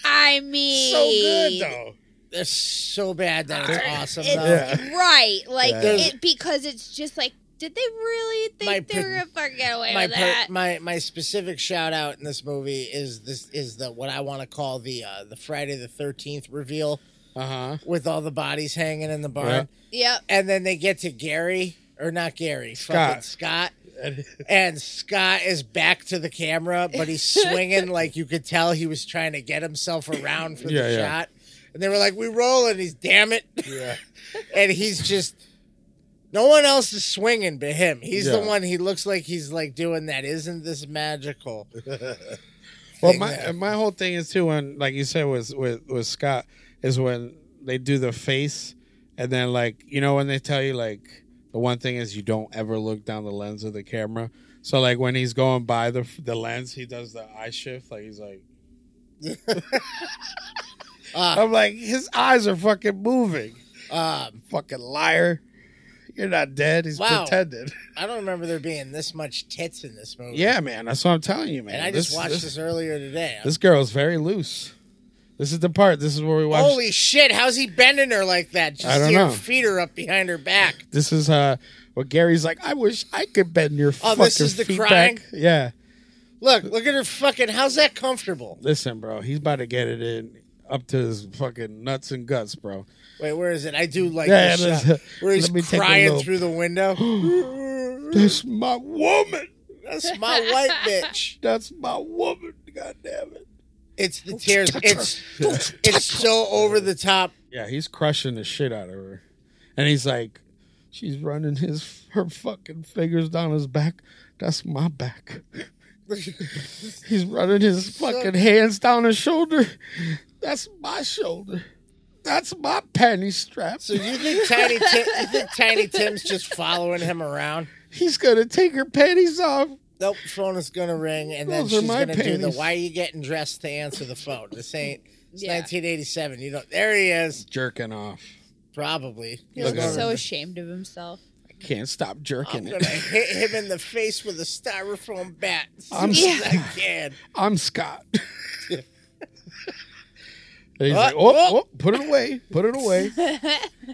[SPEAKER 1] I mean,
[SPEAKER 3] so good though
[SPEAKER 2] They're so bad that it's awesome.
[SPEAKER 1] It's
[SPEAKER 2] though.
[SPEAKER 3] Yeah.
[SPEAKER 1] right, like
[SPEAKER 3] Yeah.
[SPEAKER 1] it because it's just like, did they really think
[SPEAKER 2] My
[SPEAKER 1] they were
[SPEAKER 2] per-
[SPEAKER 1] gonna fucking get away
[SPEAKER 2] my
[SPEAKER 1] with that?
[SPEAKER 2] per, my my specific shout out in this movie is this is the what I want to call the uh, the Friday the Thirteenth reveal
[SPEAKER 3] uh huh
[SPEAKER 2] with all the bodies hanging in the barn,
[SPEAKER 3] Yeah.
[SPEAKER 1] yep.
[SPEAKER 2] and then they get to Gary or not Gary,
[SPEAKER 3] Scott.
[SPEAKER 2] fucking Scott. And Scott is back to the camera, but he's swinging like you could tell he was trying to get himself around for
[SPEAKER 3] Yeah,
[SPEAKER 2] the
[SPEAKER 3] yeah.
[SPEAKER 2] shot. And they were like, "We roll," and he's damn it,
[SPEAKER 3] yeah
[SPEAKER 2] and he's just no one else is swinging but him. He's the
[SPEAKER 3] Yeah.
[SPEAKER 2] one. He looks like he's like doing that. Isn't this
[SPEAKER 3] [LAUGHS]
[SPEAKER 2] magical?
[SPEAKER 3] Well,
[SPEAKER 2] thing
[SPEAKER 3] my
[SPEAKER 2] there.
[SPEAKER 3] my whole thing is too when, like you said, was with with Scott is when they do the face, and then like you know when they tell you like the one thing is you don't ever look down the lens of the camera. So like when he's going by the the lens, he does the eye shift. Like he's [LAUGHS] like,
[SPEAKER 2] Uh,
[SPEAKER 3] I'm like his eyes are fucking moving.
[SPEAKER 2] um,
[SPEAKER 3] Fucking liar! You're not dead. He's
[SPEAKER 2] Wow.
[SPEAKER 3] pretended.
[SPEAKER 2] I don't remember there being this much tits in this movie.
[SPEAKER 3] yeah, man. That's what I'm telling you, man.
[SPEAKER 2] and I just watched this,
[SPEAKER 3] this.
[SPEAKER 2] earlier today.
[SPEAKER 3] This girl's very loose. This is the part. This is where we watch.
[SPEAKER 2] Holy shit! How's he bending her like that? Just
[SPEAKER 3] I don't
[SPEAKER 2] see
[SPEAKER 3] know.
[SPEAKER 2] her feet are up behind her back.
[SPEAKER 3] This is uh what Gary's like, I wish I could bend your
[SPEAKER 2] Oh,
[SPEAKER 3] fucking
[SPEAKER 2] this is the
[SPEAKER 3] feet
[SPEAKER 2] crying?
[SPEAKER 3] back. Yeah.
[SPEAKER 2] Look, look at her fucking. How's that comfortable?
[SPEAKER 3] Listen, bro, he's about to get it in up to his fucking nuts and guts, bro.
[SPEAKER 2] Wait, where is it? I do like
[SPEAKER 3] Yeah,
[SPEAKER 2] this
[SPEAKER 3] let's- [LAUGHS]
[SPEAKER 2] shot where he's
[SPEAKER 3] let me take a
[SPEAKER 2] crying
[SPEAKER 3] little-
[SPEAKER 2] through
[SPEAKER 3] [GASPS]
[SPEAKER 2] the window.
[SPEAKER 3] That's my woman.
[SPEAKER 2] That's my white bitch.
[SPEAKER 3] That's my woman. God damn it.
[SPEAKER 2] It's the tears. It's it's so over the top.
[SPEAKER 3] Yeah, he's crushing the shit out of her. And he's like, She's running his her fucking fingers down his back. That's my back. He's running his fucking hands down his shoulder. That's my shoulder. That's my panty strap.
[SPEAKER 2] So you think Tiny Tim, you think Tiny Tim's just following him around?
[SPEAKER 3] He's gonna take her panties off.
[SPEAKER 2] Nope, phone is gonna ring, and then
[SPEAKER 3] Those are
[SPEAKER 2] she's
[SPEAKER 3] my
[SPEAKER 2] gonna do the
[SPEAKER 3] panties.
[SPEAKER 2] "Why are you getting dressed?" to answer the phone. This ain't it's
[SPEAKER 1] Yeah.
[SPEAKER 2] 1987. You know, there he is.
[SPEAKER 3] Jerking off.
[SPEAKER 2] Probably.
[SPEAKER 1] He
[SPEAKER 3] Look
[SPEAKER 1] looks
[SPEAKER 3] at
[SPEAKER 1] so
[SPEAKER 3] him.
[SPEAKER 1] ashamed of himself.
[SPEAKER 3] I can't stop
[SPEAKER 2] I'm
[SPEAKER 3] jerking [LAUGHS]
[SPEAKER 2] gonna
[SPEAKER 3] it.
[SPEAKER 2] hit him in the face with a styrofoam bat.
[SPEAKER 3] I'm
[SPEAKER 2] As soon as
[SPEAKER 1] Yeah.
[SPEAKER 2] I
[SPEAKER 3] [LAUGHS]
[SPEAKER 2] can.
[SPEAKER 3] I'm Scott. And he's
[SPEAKER 2] Oh,
[SPEAKER 3] like, oh, oh, put it away, put it away.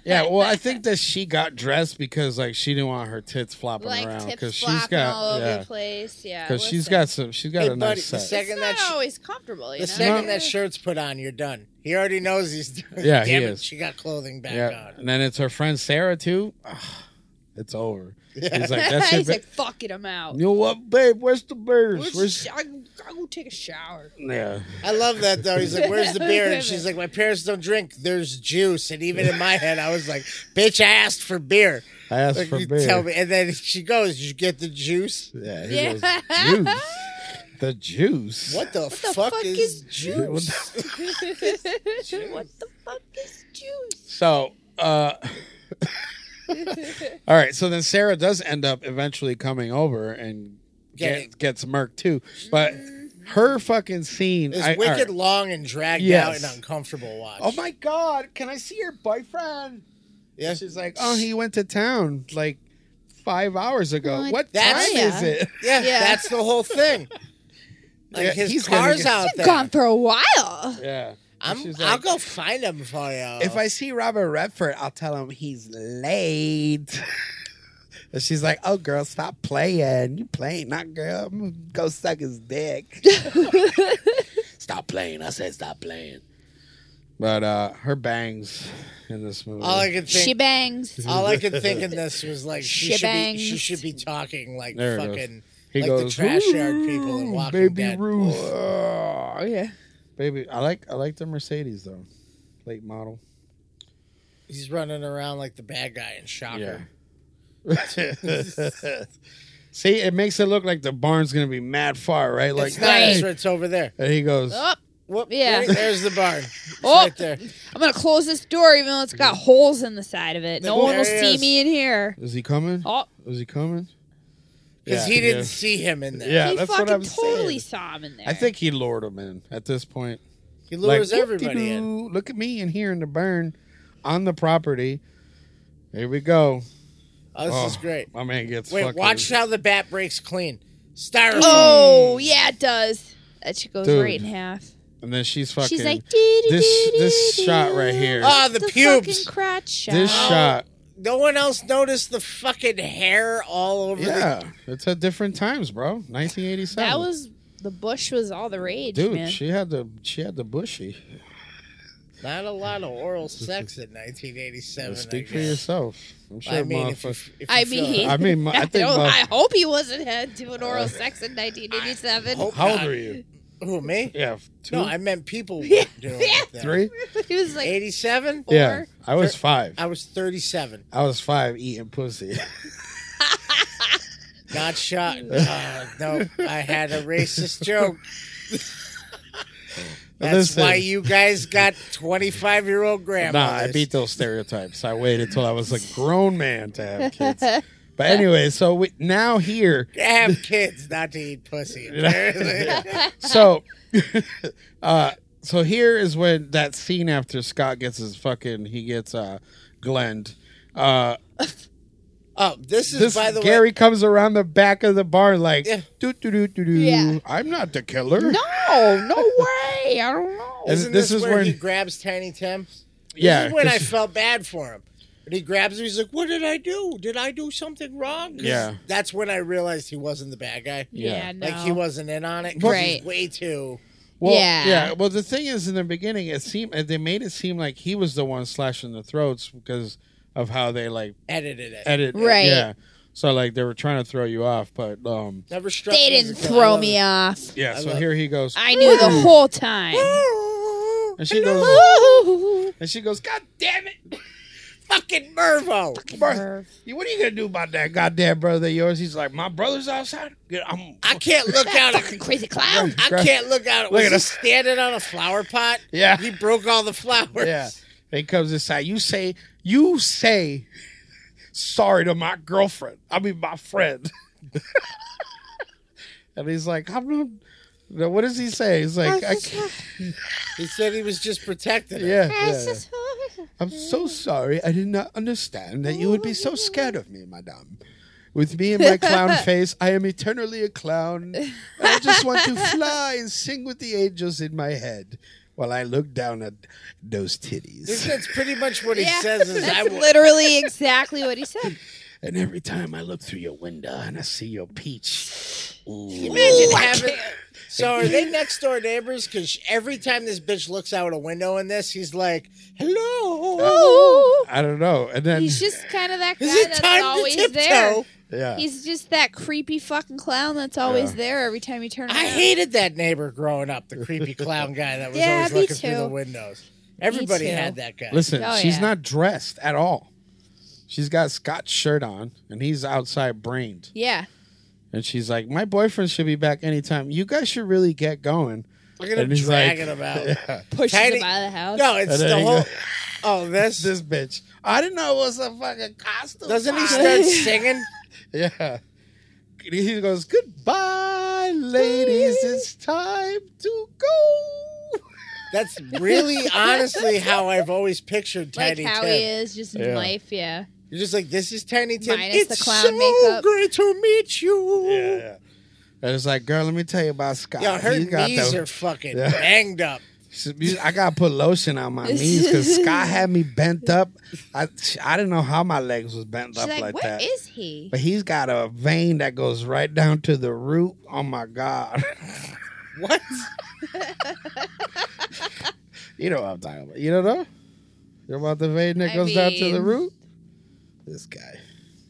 [SPEAKER 3] yeah, well, I think that she got dressed because like she didn't want her tits flopping
[SPEAKER 1] Like
[SPEAKER 3] around
[SPEAKER 1] tips
[SPEAKER 3] because
[SPEAKER 1] flopping
[SPEAKER 3] she's got
[SPEAKER 1] all over
[SPEAKER 3] yeah
[SPEAKER 1] the place. Yeah.
[SPEAKER 3] because she's
[SPEAKER 1] listen,
[SPEAKER 3] got some she's got
[SPEAKER 2] Hey,
[SPEAKER 3] a
[SPEAKER 2] buddy,
[SPEAKER 3] nice
[SPEAKER 2] the
[SPEAKER 3] set.
[SPEAKER 2] second
[SPEAKER 1] It's
[SPEAKER 2] that
[SPEAKER 1] not
[SPEAKER 2] sh-
[SPEAKER 1] always comfortable. You
[SPEAKER 2] The
[SPEAKER 1] know?
[SPEAKER 2] second
[SPEAKER 1] Yeah.
[SPEAKER 2] that shirt's put on, you're done. He already knows he's done.
[SPEAKER 3] Yeah, he
[SPEAKER 2] [LAUGHS] Damn it,
[SPEAKER 3] is.
[SPEAKER 2] She got clothing back
[SPEAKER 3] yeah,
[SPEAKER 2] on.
[SPEAKER 3] and then it's her friend Sarah too. Ugh, it's over. He's [LAUGHS] like, that's your
[SPEAKER 1] He's
[SPEAKER 3] ba-
[SPEAKER 1] like, fuck it, I'm
[SPEAKER 3] [LAUGHS]
[SPEAKER 1] out.
[SPEAKER 3] you know what, babe? Where's the bears?
[SPEAKER 1] Let's-
[SPEAKER 3] Where's
[SPEAKER 1] I, I will take
[SPEAKER 3] [LAUGHS]
[SPEAKER 1] a shower. [LAUGHS]
[SPEAKER 3] yeah?
[SPEAKER 2] I love that though. He's like,
[SPEAKER 3] [LAUGHS]
[SPEAKER 2] "Where's the beer?" And she's like, "My parents don't drink. There's juice." And even in my head, I was like, "Bitch, I asked for beer."
[SPEAKER 3] I asked
[SPEAKER 2] Like,
[SPEAKER 3] for
[SPEAKER 2] you
[SPEAKER 3] beer.
[SPEAKER 2] tell me. And then she goes, "You get the juice."
[SPEAKER 3] Yeah, he
[SPEAKER 1] Yeah.
[SPEAKER 3] goes, juice. The juice.
[SPEAKER 2] What the, fuck, is, juice?
[SPEAKER 1] what the fuck is juice?
[SPEAKER 3] So, uh, [LAUGHS] all right. So then Sarah does end up eventually coming over and
[SPEAKER 2] Get
[SPEAKER 3] get, gets murked too. But her fucking scene
[SPEAKER 2] It's
[SPEAKER 3] I- all
[SPEAKER 2] wicked
[SPEAKER 3] right.
[SPEAKER 2] long and dragged out
[SPEAKER 3] Yes.
[SPEAKER 2] and uncomfortable to watch.
[SPEAKER 3] Oh my god! Can I see your boyfriend?
[SPEAKER 2] Yeah.
[SPEAKER 3] She's like, oh, he went to town like five hours ago.
[SPEAKER 1] Well,
[SPEAKER 3] what time
[SPEAKER 2] that's-
[SPEAKER 3] is it?
[SPEAKER 2] yeah,
[SPEAKER 1] Yeah.
[SPEAKER 2] that's the
[SPEAKER 3] [LAUGHS]
[SPEAKER 2] whole thing. Like
[SPEAKER 3] Yeah,
[SPEAKER 2] his
[SPEAKER 3] he's gonna
[SPEAKER 2] car's
[SPEAKER 3] get-
[SPEAKER 2] out there.
[SPEAKER 1] Gone for a while.
[SPEAKER 3] [LAUGHS] Yeah.
[SPEAKER 2] I'm,
[SPEAKER 3] She's
[SPEAKER 2] I'll
[SPEAKER 3] like,
[SPEAKER 2] go find him for you.
[SPEAKER 3] If I see Robert Redford, I'll tell him he's late. [LAUGHS] and she's like, "Oh, girl, stop playing. You playing, not girl. I'm gonna go suck his
[SPEAKER 2] [LAUGHS]
[SPEAKER 3] dick. stop playing. I said stop playing." But uh, her bangs in this movie.
[SPEAKER 2] all
[SPEAKER 3] [LAUGHS]
[SPEAKER 2] I could think,
[SPEAKER 1] She bangs.
[SPEAKER 2] all I could think in this was like she should be,
[SPEAKER 1] Shebangs.
[SPEAKER 2] she should be talking like
[SPEAKER 3] There it is.
[SPEAKER 2] fucking
[SPEAKER 3] he
[SPEAKER 2] like the
[SPEAKER 3] goes,
[SPEAKER 2] trash yard
[SPEAKER 3] "Ooh,
[SPEAKER 2] people and Walking
[SPEAKER 3] baby
[SPEAKER 2] Dead.
[SPEAKER 3] Ruth.
[SPEAKER 1] Oh, yeah.
[SPEAKER 3] Baby, I like I like the Mercedes though, late model.
[SPEAKER 2] He's running around like the bad guy in Shocker. [LAUGHS]
[SPEAKER 3] [LAUGHS] See, it makes it look like the barn's gonna be mad far, right? Like,
[SPEAKER 2] it's not
[SPEAKER 1] hey.
[SPEAKER 2] us, it's over there.
[SPEAKER 3] and he goes,
[SPEAKER 1] Oh,
[SPEAKER 2] Whoop,
[SPEAKER 1] Yeah.
[SPEAKER 2] right- there's
[SPEAKER 3] [LAUGHS]
[SPEAKER 2] the barn. It's
[SPEAKER 1] Oh.
[SPEAKER 2] right there.
[SPEAKER 1] I'm going to close this door even though it's got
[SPEAKER 3] Mm-hmm.
[SPEAKER 1] holes in the side of it. No
[SPEAKER 2] There
[SPEAKER 1] one will
[SPEAKER 2] he
[SPEAKER 1] see
[SPEAKER 2] is.
[SPEAKER 1] me in here.
[SPEAKER 3] "Is he coming?
[SPEAKER 1] Oh,
[SPEAKER 3] Is he coming?"
[SPEAKER 2] Because
[SPEAKER 3] Yeah.
[SPEAKER 2] he didn't
[SPEAKER 3] Yeah.
[SPEAKER 2] see him in there.
[SPEAKER 3] Yeah,
[SPEAKER 1] he
[SPEAKER 3] that's
[SPEAKER 1] fucking
[SPEAKER 3] what I'm
[SPEAKER 1] totally
[SPEAKER 3] saying.
[SPEAKER 1] saw him in there.
[SPEAKER 3] I think he lured him in at this point.
[SPEAKER 2] He lures
[SPEAKER 3] Like,
[SPEAKER 2] everybody in.
[SPEAKER 3] "Whoop-de-doo, Look at me in here in the burn on the property. Here we go.
[SPEAKER 2] Oh, this
[SPEAKER 3] Oh,
[SPEAKER 2] is great.
[SPEAKER 3] My man gets
[SPEAKER 2] Wait,
[SPEAKER 3] fucking-
[SPEAKER 2] watch how the bat breaks clean. Styrofoam.
[SPEAKER 1] Oh, yeah, it does. That shit goes
[SPEAKER 3] Dude.
[SPEAKER 1] right in half.
[SPEAKER 3] And then she's fucking.
[SPEAKER 1] She's like, "Dee-dee,
[SPEAKER 3] this
[SPEAKER 1] dee-dee,
[SPEAKER 3] this
[SPEAKER 1] dee-dee."
[SPEAKER 3] shot right here.
[SPEAKER 2] Ah, the, pubes.
[SPEAKER 1] fucking crotch shot.
[SPEAKER 3] this shot.
[SPEAKER 2] No one else noticed the fucking hair all over
[SPEAKER 3] Yeah, it's at different times, bro. 1987.
[SPEAKER 1] that was the bush was all the rage,
[SPEAKER 3] dude.
[SPEAKER 1] man.
[SPEAKER 3] She had the she had the bushy.
[SPEAKER 2] the. Not a lot of oral sex in 1987.
[SPEAKER 3] Speak
[SPEAKER 2] I
[SPEAKER 3] for
[SPEAKER 2] guess.
[SPEAKER 3] yourself. I'm sure.
[SPEAKER 2] I mean, if you,
[SPEAKER 3] motherfuck-
[SPEAKER 2] if you
[SPEAKER 1] I
[SPEAKER 2] feel it.
[SPEAKER 1] [LAUGHS] mean,
[SPEAKER 3] I mean, my- I think
[SPEAKER 1] don't-
[SPEAKER 3] my-
[SPEAKER 1] I hope he wasn't had doing
[SPEAKER 3] [LAUGHS]
[SPEAKER 1] oral sex in 1987.
[SPEAKER 2] hope
[SPEAKER 3] how old
[SPEAKER 2] not.
[SPEAKER 3] are you?
[SPEAKER 2] Who me?
[SPEAKER 3] Yeah, two,
[SPEAKER 2] No, I
[SPEAKER 1] [LAUGHS]
[SPEAKER 2] meant people were doing it then.
[SPEAKER 3] three.
[SPEAKER 1] [LAUGHS] he was like, [LAUGHS]
[SPEAKER 2] 87?
[SPEAKER 3] Yeah, I was five.
[SPEAKER 2] I was 37.
[SPEAKER 3] I was five eating pussy.
[SPEAKER 2] Not shot.
[SPEAKER 3] [LAUGHS]
[SPEAKER 2] Uh, no, I had a racist joke. That's
[SPEAKER 3] Listen.
[SPEAKER 2] why you guys got 25 year old grandma.
[SPEAKER 3] [LAUGHS] Nah, I beat
[SPEAKER 2] [LAUGHS]
[SPEAKER 3] those stereotypes. I waited till I was a grown man to have kids. But anyway, so we, now here,
[SPEAKER 2] Have kids not to eat
[SPEAKER 3] [LAUGHS]
[SPEAKER 2] pussy.
[SPEAKER 3] so [LAUGHS] uh, so here is when that scene after Scott gets his fucking he gets uh glenned. Uh,
[SPEAKER 2] [LAUGHS] oh, this is,
[SPEAKER 3] this
[SPEAKER 2] by the
[SPEAKER 3] Gary
[SPEAKER 2] way.
[SPEAKER 3] comes around the back of the barn like
[SPEAKER 2] Yeah.
[SPEAKER 3] doo doo doo doo doo.
[SPEAKER 1] Yeah.
[SPEAKER 3] I'm not the killer.
[SPEAKER 1] no, no way. I don't know.
[SPEAKER 3] And
[SPEAKER 2] Isn't
[SPEAKER 3] this, is
[SPEAKER 2] this, where
[SPEAKER 3] when
[SPEAKER 2] he grabs Tiny Tim? This
[SPEAKER 3] yeah,
[SPEAKER 2] is when I
[SPEAKER 3] 'cause-
[SPEAKER 2] felt bad for him. And he grabs her. He's like, "What did I do? Did I do something wrong?" 'Cause
[SPEAKER 3] Yeah.
[SPEAKER 2] that's when I realized he wasn't the bad guy.
[SPEAKER 1] Yeah,
[SPEAKER 3] Yeah.
[SPEAKER 1] no.
[SPEAKER 2] Like he wasn't in on it.
[SPEAKER 1] Right.
[SPEAKER 2] Right. Way too.
[SPEAKER 3] Well,
[SPEAKER 1] Yeah.
[SPEAKER 3] Well, the thing is, in the beginning, it seemed they made it seem like he was the one slashing the throats because of how they like
[SPEAKER 2] edited it.
[SPEAKER 3] edit.
[SPEAKER 1] Right.
[SPEAKER 3] Yeah. So like they were trying to throw you off, but um,
[SPEAKER 2] Never struck.
[SPEAKER 1] they
[SPEAKER 2] me as
[SPEAKER 1] didn't
[SPEAKER 2] a killer.
[SPEAKER 1] throw
[SPEAKER 2] I love
[SPEAKER 1] me
[SPEAKER 2] it.
[SPEAKER 1] off.
[SPEAKER 3] yeah. so
[SPEAKER 2] love-
[SPEAKER 3] here he goes.
[SPEAKER 1] I knew the whole time. [LAUGHS]
[SPEAKER 3] And she goes.
[SPEAKER 1] Ooh.
[SPEAKER 3] And she goes. God damn it!
[SPEAKER 2] Fucking Mervo.
[SPEAKER 3] Martha, you- what are you gonna do about that goddamn brother of yours? He's like, my brother's outside. Yeah, I'm,
[SPEAKER 2] I can't look out.
[SPEAKER 1] Fucking
[SPEAKER 2] At,
[SPEAKER 1] crazy clown. [LAUGHS]
[SPEAKER 2] I can't look out. Was
[SPEAKER 3] at
[SPEAKER 2] he
[SPEAKER 3] us.
[SPEAKER 2] standing on a flower pot?
[SPEAKER 3] Yeah.
[SPEAKER 2] He broke all the flowers.
[SPEAKER 3] yeah. He comes inside. You say, you say, sorry to my girlfriend. I mean, my friend. [LAUGHS] and he's like, I'm not. no, What does he say? He's like, I can't.
[SPEAKER 2] He said he was just protecting her.
[SPEAKER 3] Yeah, yeah, yeah. I'm so sorry. I did not understand that you would be so scared of me, madame. With me and my clown face, I am eternally a clown. I just want to fly and sing with the angels in my head while I look down at those
[SPEAKER 2] This-
[SPEAKER 3] titties.
[SPEAKER 2] That's pretty much what he
[SPEAKER 1] Yeah,
[SPEAKER 2] says. Is I
[SPEAKER 1] that's
[SPEAKER 2] will.
[SPEAKER 1] literally exactly what he said.
[SPEAKER 3] And every time I look through your window and I see your peach, ooh,
[SPEAKER 2] Imagine having. So are they next door neighbors? Because every time this bitch looks out a window in this, he's like, "Hello."
[SPEAKER 1] Ooh.
[SPEAKER 3] I don't know. And then,
[SPEAKER 1] He's just kind of that guy
[SPEAKER 2] Is it
[SPEAKER 1] that's
[SPEAKER 2] time to
[SPEAKER 1] always
[SPEAKER 2] tiptoe?
[SPEAKER 1] there.
[SPEAKER 3] yeah.
[SPEAKER 1] He's just that creepy fucking clown that's always there every time you turn around.
[SPEAKER 2] I hated that neighbor growing up, the creepy clown guy that was
[SPEAKER 1] Yeah,
[SPEAKER 2] always
[SPEAKER 1] me
[SPEAKER 2] looking through
[SPEAKER 1] too.
[SPEAKER 2] the windows. Everybody
[SPEAKER 1] too.
[SPEAKER 2] had that guy.
[SPEAKER 3] Listen,
[SPEAKER 1] Oh,
[SPEAKER 3] she's
[SPEAKER 1] yeah.
[SPEAKER 3] not dressed at all. She's got Scott's shirt on, and he's outside brained.
[SPEAKER 1] Yeah.
[SPEAKER 3] And she's like, "My boyfriend should be back anytime. You guys should really get going."
[SPEAKER 2] Look at him
[SPEAKER 3] And he's
[SPEAKER 2] dragging
[SPEAKER 3] like-
[SPEAKER 2] him
[SPEAKER 3] [LAUGHS]
[SPEAKER 2] out.
[SPEAKER 1] Pushes
[SPEAKER 2] Tiny-
[SPEAKER 1] him out of the house.
[SPEAKER 2] No, it's
[SPEAKER 3] And then
[SPEAKER 2] the
[SPEAKER 3] he
[SPEAKER 2] whole.
[SPEAKER 3] goes-
[SPEAKER 2] [LAUGHS] Oh, this
[SPEAKER 3] This bitch. I didn't know it was a fucking costume.
[SPEAKER 2] doesn't he
[SPEAKER 3] party.
[SPEAKER 1] [LAUGHS]
[SPEAKER 2] start singing?
[SPEAKER 3] Yeah. He goes, "Goodbye,
[SPEAKER 2] [LAUGHS]
[SPEAKER 3] ladies. It's time to go."
[SPEAKER 2] That's really honestly how I've always pictured
[SPEAKER 1] like
[SPEAKER 2] Tiny
[SPEAKER 1] how
[SPEAKER 2] Tim.
[SPEAKER 1] he is just in
[SPEAKER 3] Yeah.
[SPEAKER 1] life. Yeah.
[SPEAKER 2] You're just like, this is Tiny Tim.
[SPEAKER 1] Minus the
[SPEAKER 2] it's
[SPEAKER 1] clown
[SPEAKER 2] so
[SPEAKER 1] makeup.
[SPEAKER 2] great to meet you.
[SPEAKER 3] And it's like, girl, let me tell you about Scott.
[SPEAKER 2] Yo, her
[SPEAKER 3] He got
[SPEAKER 2] knees
[SPEAKER 3] the-
[SPEAKER 2] are fucking
[SPEAKER 3] Yeah.
[SPEAKER 2] banged up.
[SPEAKER 3] I gotta put lotion on my knees
[SPEAKER 1] [LAUGHS]
[SPEAKER 3] because Scott had me bent up. I I didn't know how my legs was bent
[SPEAKER 1] She's
[SPEAKER 3] up
[SPEAKER 1] like,
[SPEAKER 3] like,
[SPEAKER 1] "What is
[SPEAKER 3] that.
[SPEAKER 1] he?
[SPEAKER 3] but he's got a vein that goes right down to the root. Oh my god! [LAUGHS]
[SPEAKER 2] What?
[SPEAKER 3] you know what I'm talking about. You don't know? You know about the vein that
[SPEAKER 1] I
[SPEAKER 3] goes down to the
[SPEAKER 1] mean-
[SPEAKER 3] root? This guy.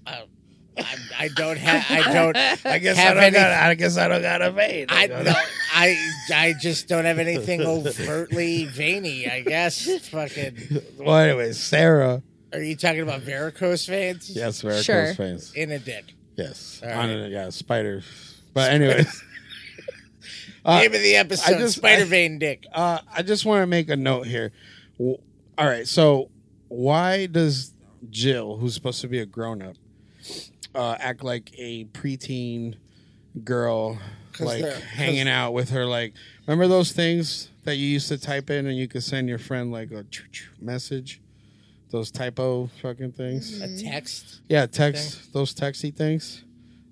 [SPEAKER 2] Uh, I, I don't have. I don't.
[SPEAKER 3] I guess
[SPEAKER 2] Have
[SPEAKER 3] I don't
[SPEAKER 2] any-
[SPEAKER 3] got. I guess I don't got a vein. [LAUGHS]
[SPEAKER 2] I
[SPEAKER 3] don't
[SPEAKER 2] no, I I just don't have anything overtly veiny. I guess. Fucking.
[SPEAKER 3] Well, anyway, Sarah.
[SPEAKER 2] Are you talking about varicose veins?
[SPEAKER 3] Yes, varicose
[SPEAKER 1] Sure.
[SPEAKER 3] veins.
[SPEAKER 2] In a dick.
[SPEAKER 3] Yes,
[SPEAKER 2] All
[SPEAKER 3] on
[SPEAKER 2] right.
[SPEAKER 3] a, yeah, spider. But
[SPEAKER 1] [LAUGHS]
[SPEAKER 3] anyways, Uh,
[SPEAKER 2] Name of the episode:
[SPEAKER 3] I just-
[SPEAKER 2] Spider
[SPEAKER 3] I-
[SPEAKER 2] Vein Dick.
[SPEAKER 3] uh, I just want to make a note here. W- All right, so why does Jill, who's supposed to be a grown up, uh, act like a preteen girl,
[SPEAKER 2] 'Cause
[SPEAKER 3] like
[SPEAKER 2] they're- 'cause-
[SPEAKER 3] hanging out with her? Like, remember those things that you used to type in and you could send your friend like a choo- choo message? Those typo fucking things.
[SPEAKER 2] A text.
[SPEAKER 3] Yeah, text those texty things.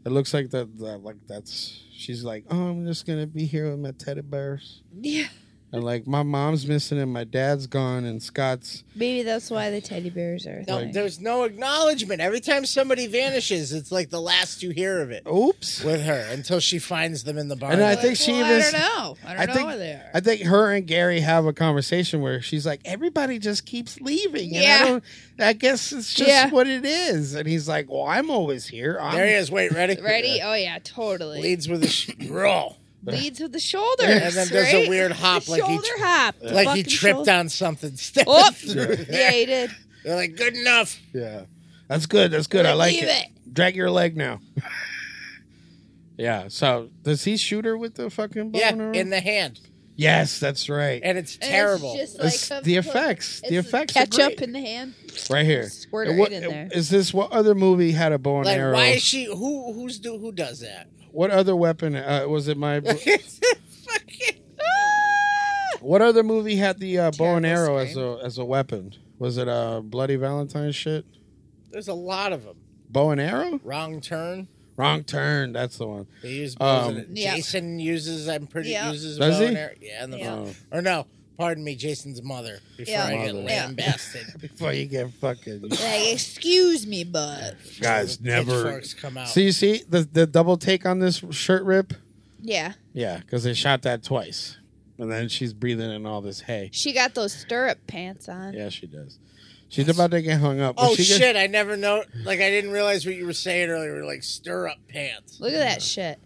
[SPEAKER 3] It looks like that, that. Like that's she's like, oh, I'm just gonna be here with my teddy bears.
[SPEAKER 1] Yeah.
[SPEAKER 3] And like my mom's missing and my dad's gone and Scott's
[SPEAKER 1] Maybe that's why the teddy bears are.
[SPEAKER 2] No,
[SPEAKER 1] there.
[SPEAKER 2] there's no acknowledgement. Every time somebody vanishes, it's like the last you hear of it
[SPEAKER 3] oops.
[SPEAKER 2] with her until she finds them in the barn.
[SPEAKER 3] And I think she
[SPEAKER 1] Well,
[SPEAKER 3] even
[SPEAKER 1] I don't know. I don't
[SPEAKER 3] I
[SPEAKER 1] know
[SPEAKER 3] think-
[SPEAKER 1] where they are.
[SPEAKER 3] I think her and Gary have a conversation where she's like, everybody just keeps leaving. And
[SPEAKER 1] Yeah.
[SPEAKER 3] I don't I guess it's just
[SPEAKER 1] Yeah.
[SPEAKER 3] what it is. And he's like, Well, I'm always here. I'm
[SPEAKER 2] there he is. Wait, ready?
[SPEAKER 1] Ready? Oh yeah, totally.
[SPEAKER 2] Leads with a sh- roll.
[SPEAKER 1] Leads with the shoulders.
[SPEAKER 2] And then does a
[SPEAKER 1] right?
[SPEAKER 2] weird
[SPEAKER 1] [LAUGHS]
[SPEAKER 2] hop
[SPEAKER 1] The
[SPEAKER 2] like he
[SPEAKER 1] shoulder
[SPEAKER 2] tri-
[SPEAKER 1] hop.
[SPEAKER 2] Like he
[SPEAKER 1] Fucking
[SPEAKER 2] tripped
[SPEAKER 1] shoulder-
[SPEAKER 2] on something. [LAUGHS] Stepping
[SPEAKER 1] Oh, [LAUGHS]
[SPEAKER 2] through
[SPEAKER 1] yeah,
[SPEAKER 2] there.
[SPEAKER 1] he did.
[SPEAKER 2] They're like, good enough.
[SPEAKER 3] Yeah. That's good. That's good. I like
[SPEAKER 1] Leave
[SPEAKER 3] it.
[SPEAKER 1] it.
[SPEAKER 3] Drag your leg now. [LAUGHS] yeah. So does he shoot her with the fucking bow
[SPEAKER 2] Yeah,
[SPEAKER 3] and arrow?
[SPEAKER 2] in the hand.
[SPEAKER 3] yes, that's right.
[SPEAKER 2] And it's
[SPEAKER 1] And
[SPEAKER 2] terrible.
[SPEAKER 1] It's just
[SPEAKER 3] It's
[SPEAKER 1] like a-
[SPEAKER 3] the effects. The
[SPEAKER 1] it's
[SPEAKER 3] effects are
[SPEAKER 1] Ketchup
[SPEAKER 3] great.
[SPEAKER 1] in the hand.
[SPEAKER 3] right here.
[SPEAKER 1] Squirt
[SPEAKER 3] And
[SPEAKER 1] it
[SPEAKER 3] what-
[SPEAKER 1] in there.
[SPEAKER 3] Is this what other movie had a bow and
[SPEAKER 2] like,
[SPEAKER 3] arrow?
[SPEAKER 2] why is she? Who who's do who
[SPEAKER 1] [LAUGHS]
[SPEAKER 2] does that?
[SPEAKER 3] What other weapon uh, was it? My
[SPEAKER 2] [LAUGHS] Fucking.
[SPEAKER 3] what other movie had the uh, bow and
[SPEAKER 1] Terrible
[SPEAKER 3] arrow as a as a weapon? Was it uh, Bloody Valentine shit?
[SPEAKER 2] There's a lot of them.
[SPEAKER 3] Bow and arrow?
[SPEAKER 2] Wrong turn.
[SPEAKER 3] Wrong turn. That's the one. [LAUGHS]
[SPEAKER 2] They use bows.
[SPEAKER 3] Um,
[SPEAKER 2] and
[SPEAKER 1] Yeah.
[SPEAKER 2] Jason uses. I'm pretty
[SPEAKER 1] Yeah.
[SPEAKER 2] uses.
[SPEAKER 3] Does
[SPEAKER 2] bow and
[SPEAKER 3] he?
[SPEAKER 2] arrow. Yeah. In the
[SPEAKER 1] Yeah.
[SPEAKER 2] bow. Or no. Pardon me, Jason's mother. Before
[SPEAKER 1] Yeah.
[SPEAKER 2] I get
[SPEAKER 3] Mother.
[SPEAKER 1] Yeah.
[SPEAKER 2] lambasted.
[SPEAKER 3] Before you get fucking
[SPEAKER 1] Like, excuse me, but
[SPEAKER 3] [LAUGHS] guys, [LAUGHS] never.
[SPEAKER 2] Pitchforks come out.
[SPEAKER 3] So you see the the double take on this shirt rip?
[SPEAKER 1] yeah,
[SPEAKER 3] Yeah, because they shot that twice, and then she's breathing in all this hay.
[SPEAKER 1] she got those stirrup pants on.
[SPEAKER 3] Yeah, she does. She's about to get hung up. but
[SPEAKER 2] Oh
[SPEAKER 3] she gets- [LAUGHS]
[SPEAKER 2] shit! I never know. Like I didn't realize what you were saying earlier. Like stir up pants.
[SPEAKER 1] Look at that shit.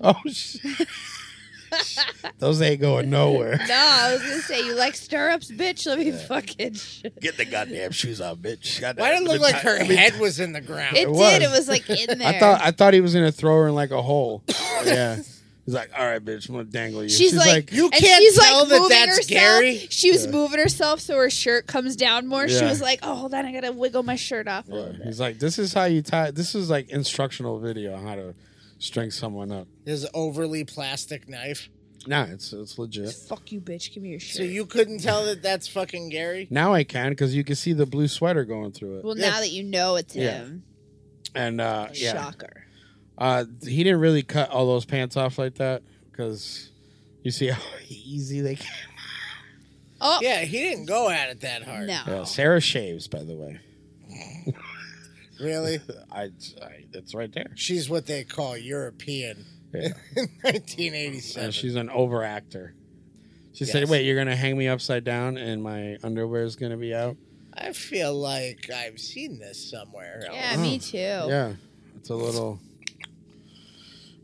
[SPEAKER 3] Oh shit! [LAUGHS] Those ain't going nowhere.
[SPEAKER 1] No, I was gonna say you like stirrups, bitch. Let me fucking. Sh-
[SPEAKER 3] Get the goddamn shoes off, bitch. God,
[SPEAKER 2] Why did it
[SPEAKER 3] I've
[SPEAKER 2] look
[SPEAKER 3] been
[SPEAKER 2] like
[SPEAKER 3] ti-
[SPEAKER 2] her
[SPEAKER 3] I've been-
[SPEAKER 2] head was in the ground?
[SPEAKER 1] it,
[SPEAKER 3] was.
[SPEAKER 1] did. It was like
[SPEAKER 3] [LAUGHS]
[SPEAKER 1] in there.
[SPEAKER 3] I thought I thought he was gonna throw her in like a hole. [LAUGHS] yeah. He's like, all right, bitch, I'm gonna dangle you.
[SPEAKER 1] She's, like,
[SPEAKER 2] "You
[SPEAKER 1] and
[SPEAKER 2] can't
[SPEAKER 1] she's
[SPEAKER 2] tell
[SPEAKER 1] like
[SPEAKER 2] that
[SPEAKER 1] moving
[SPEAKER 2] that's
[SPEAKER 1] herself.
[SPEAKER 2] Gary?"
[SPEAKER 1] She was moving herself so her shirt comes down more. She
[SPEAKER 3] Yeah.
[SPEAKER 1] was like, "Oh, hold on, I gotta wiggle my shirt off a little bit."
[SPEAKER 3] [LAUGHS] He's like, this is how you tie. This is like instructional video on how to string someone up.
[SPEAKER 2] His overly plastic knife.
[SPEAKER 3] Nah, it's it's legit.
[SPEAKER 1] Fuck you, bitch. Give me your shirt.
[SPEAKER 2] So you couldn't tell that that's fucking Gary?
[SPEAKER 3] Now I can because you can see the blue sweater going through it.
[SPEAKER 1] well,
[SPEAKER 2] Yeah.
[SPEAKER 1] now that you know it's
[SPEAKER 3] Yeah.
[SPEAKER 1] him,
[SPEAKER 3] And uh, yeah,
[SPEAKER 1] shocker.
[SPEAKER 3] uh, he didn't really cut all those pants off like that because you see how [LAUGHS] easy they. Can.
[SPEAKER 1] Oh
[SPEAKER 2] Yeah, he didn't go at it that hard.
[SPEAKER 1] no,
[SPEAKER 3] Yeah, Sarah shaves, by the way.
[SPEAKER 2] Really?
[SPEAKER 3] I, I it's right there.
[SPEAKER 2] She's what they call European [LAUGHS]
[SPEAKER 3] Yeah.
[SPEAKER 2] in
[SPEAKER 3] And
[SPEAKER 2] 1987.
[SPEAKER 3] she's an overactor. She said,
[SPEAKER 2] Yes.
[SPEAKER 3] "Wait, you're gonna hang me upside down, and my underwear is gonna be out."
[SPEAKER 2] I feel like I've seen this somewhere. else.
[SPEAKER 1] yeah, me too.
[SPEAKER 3] Mm. Yeah, it's a little.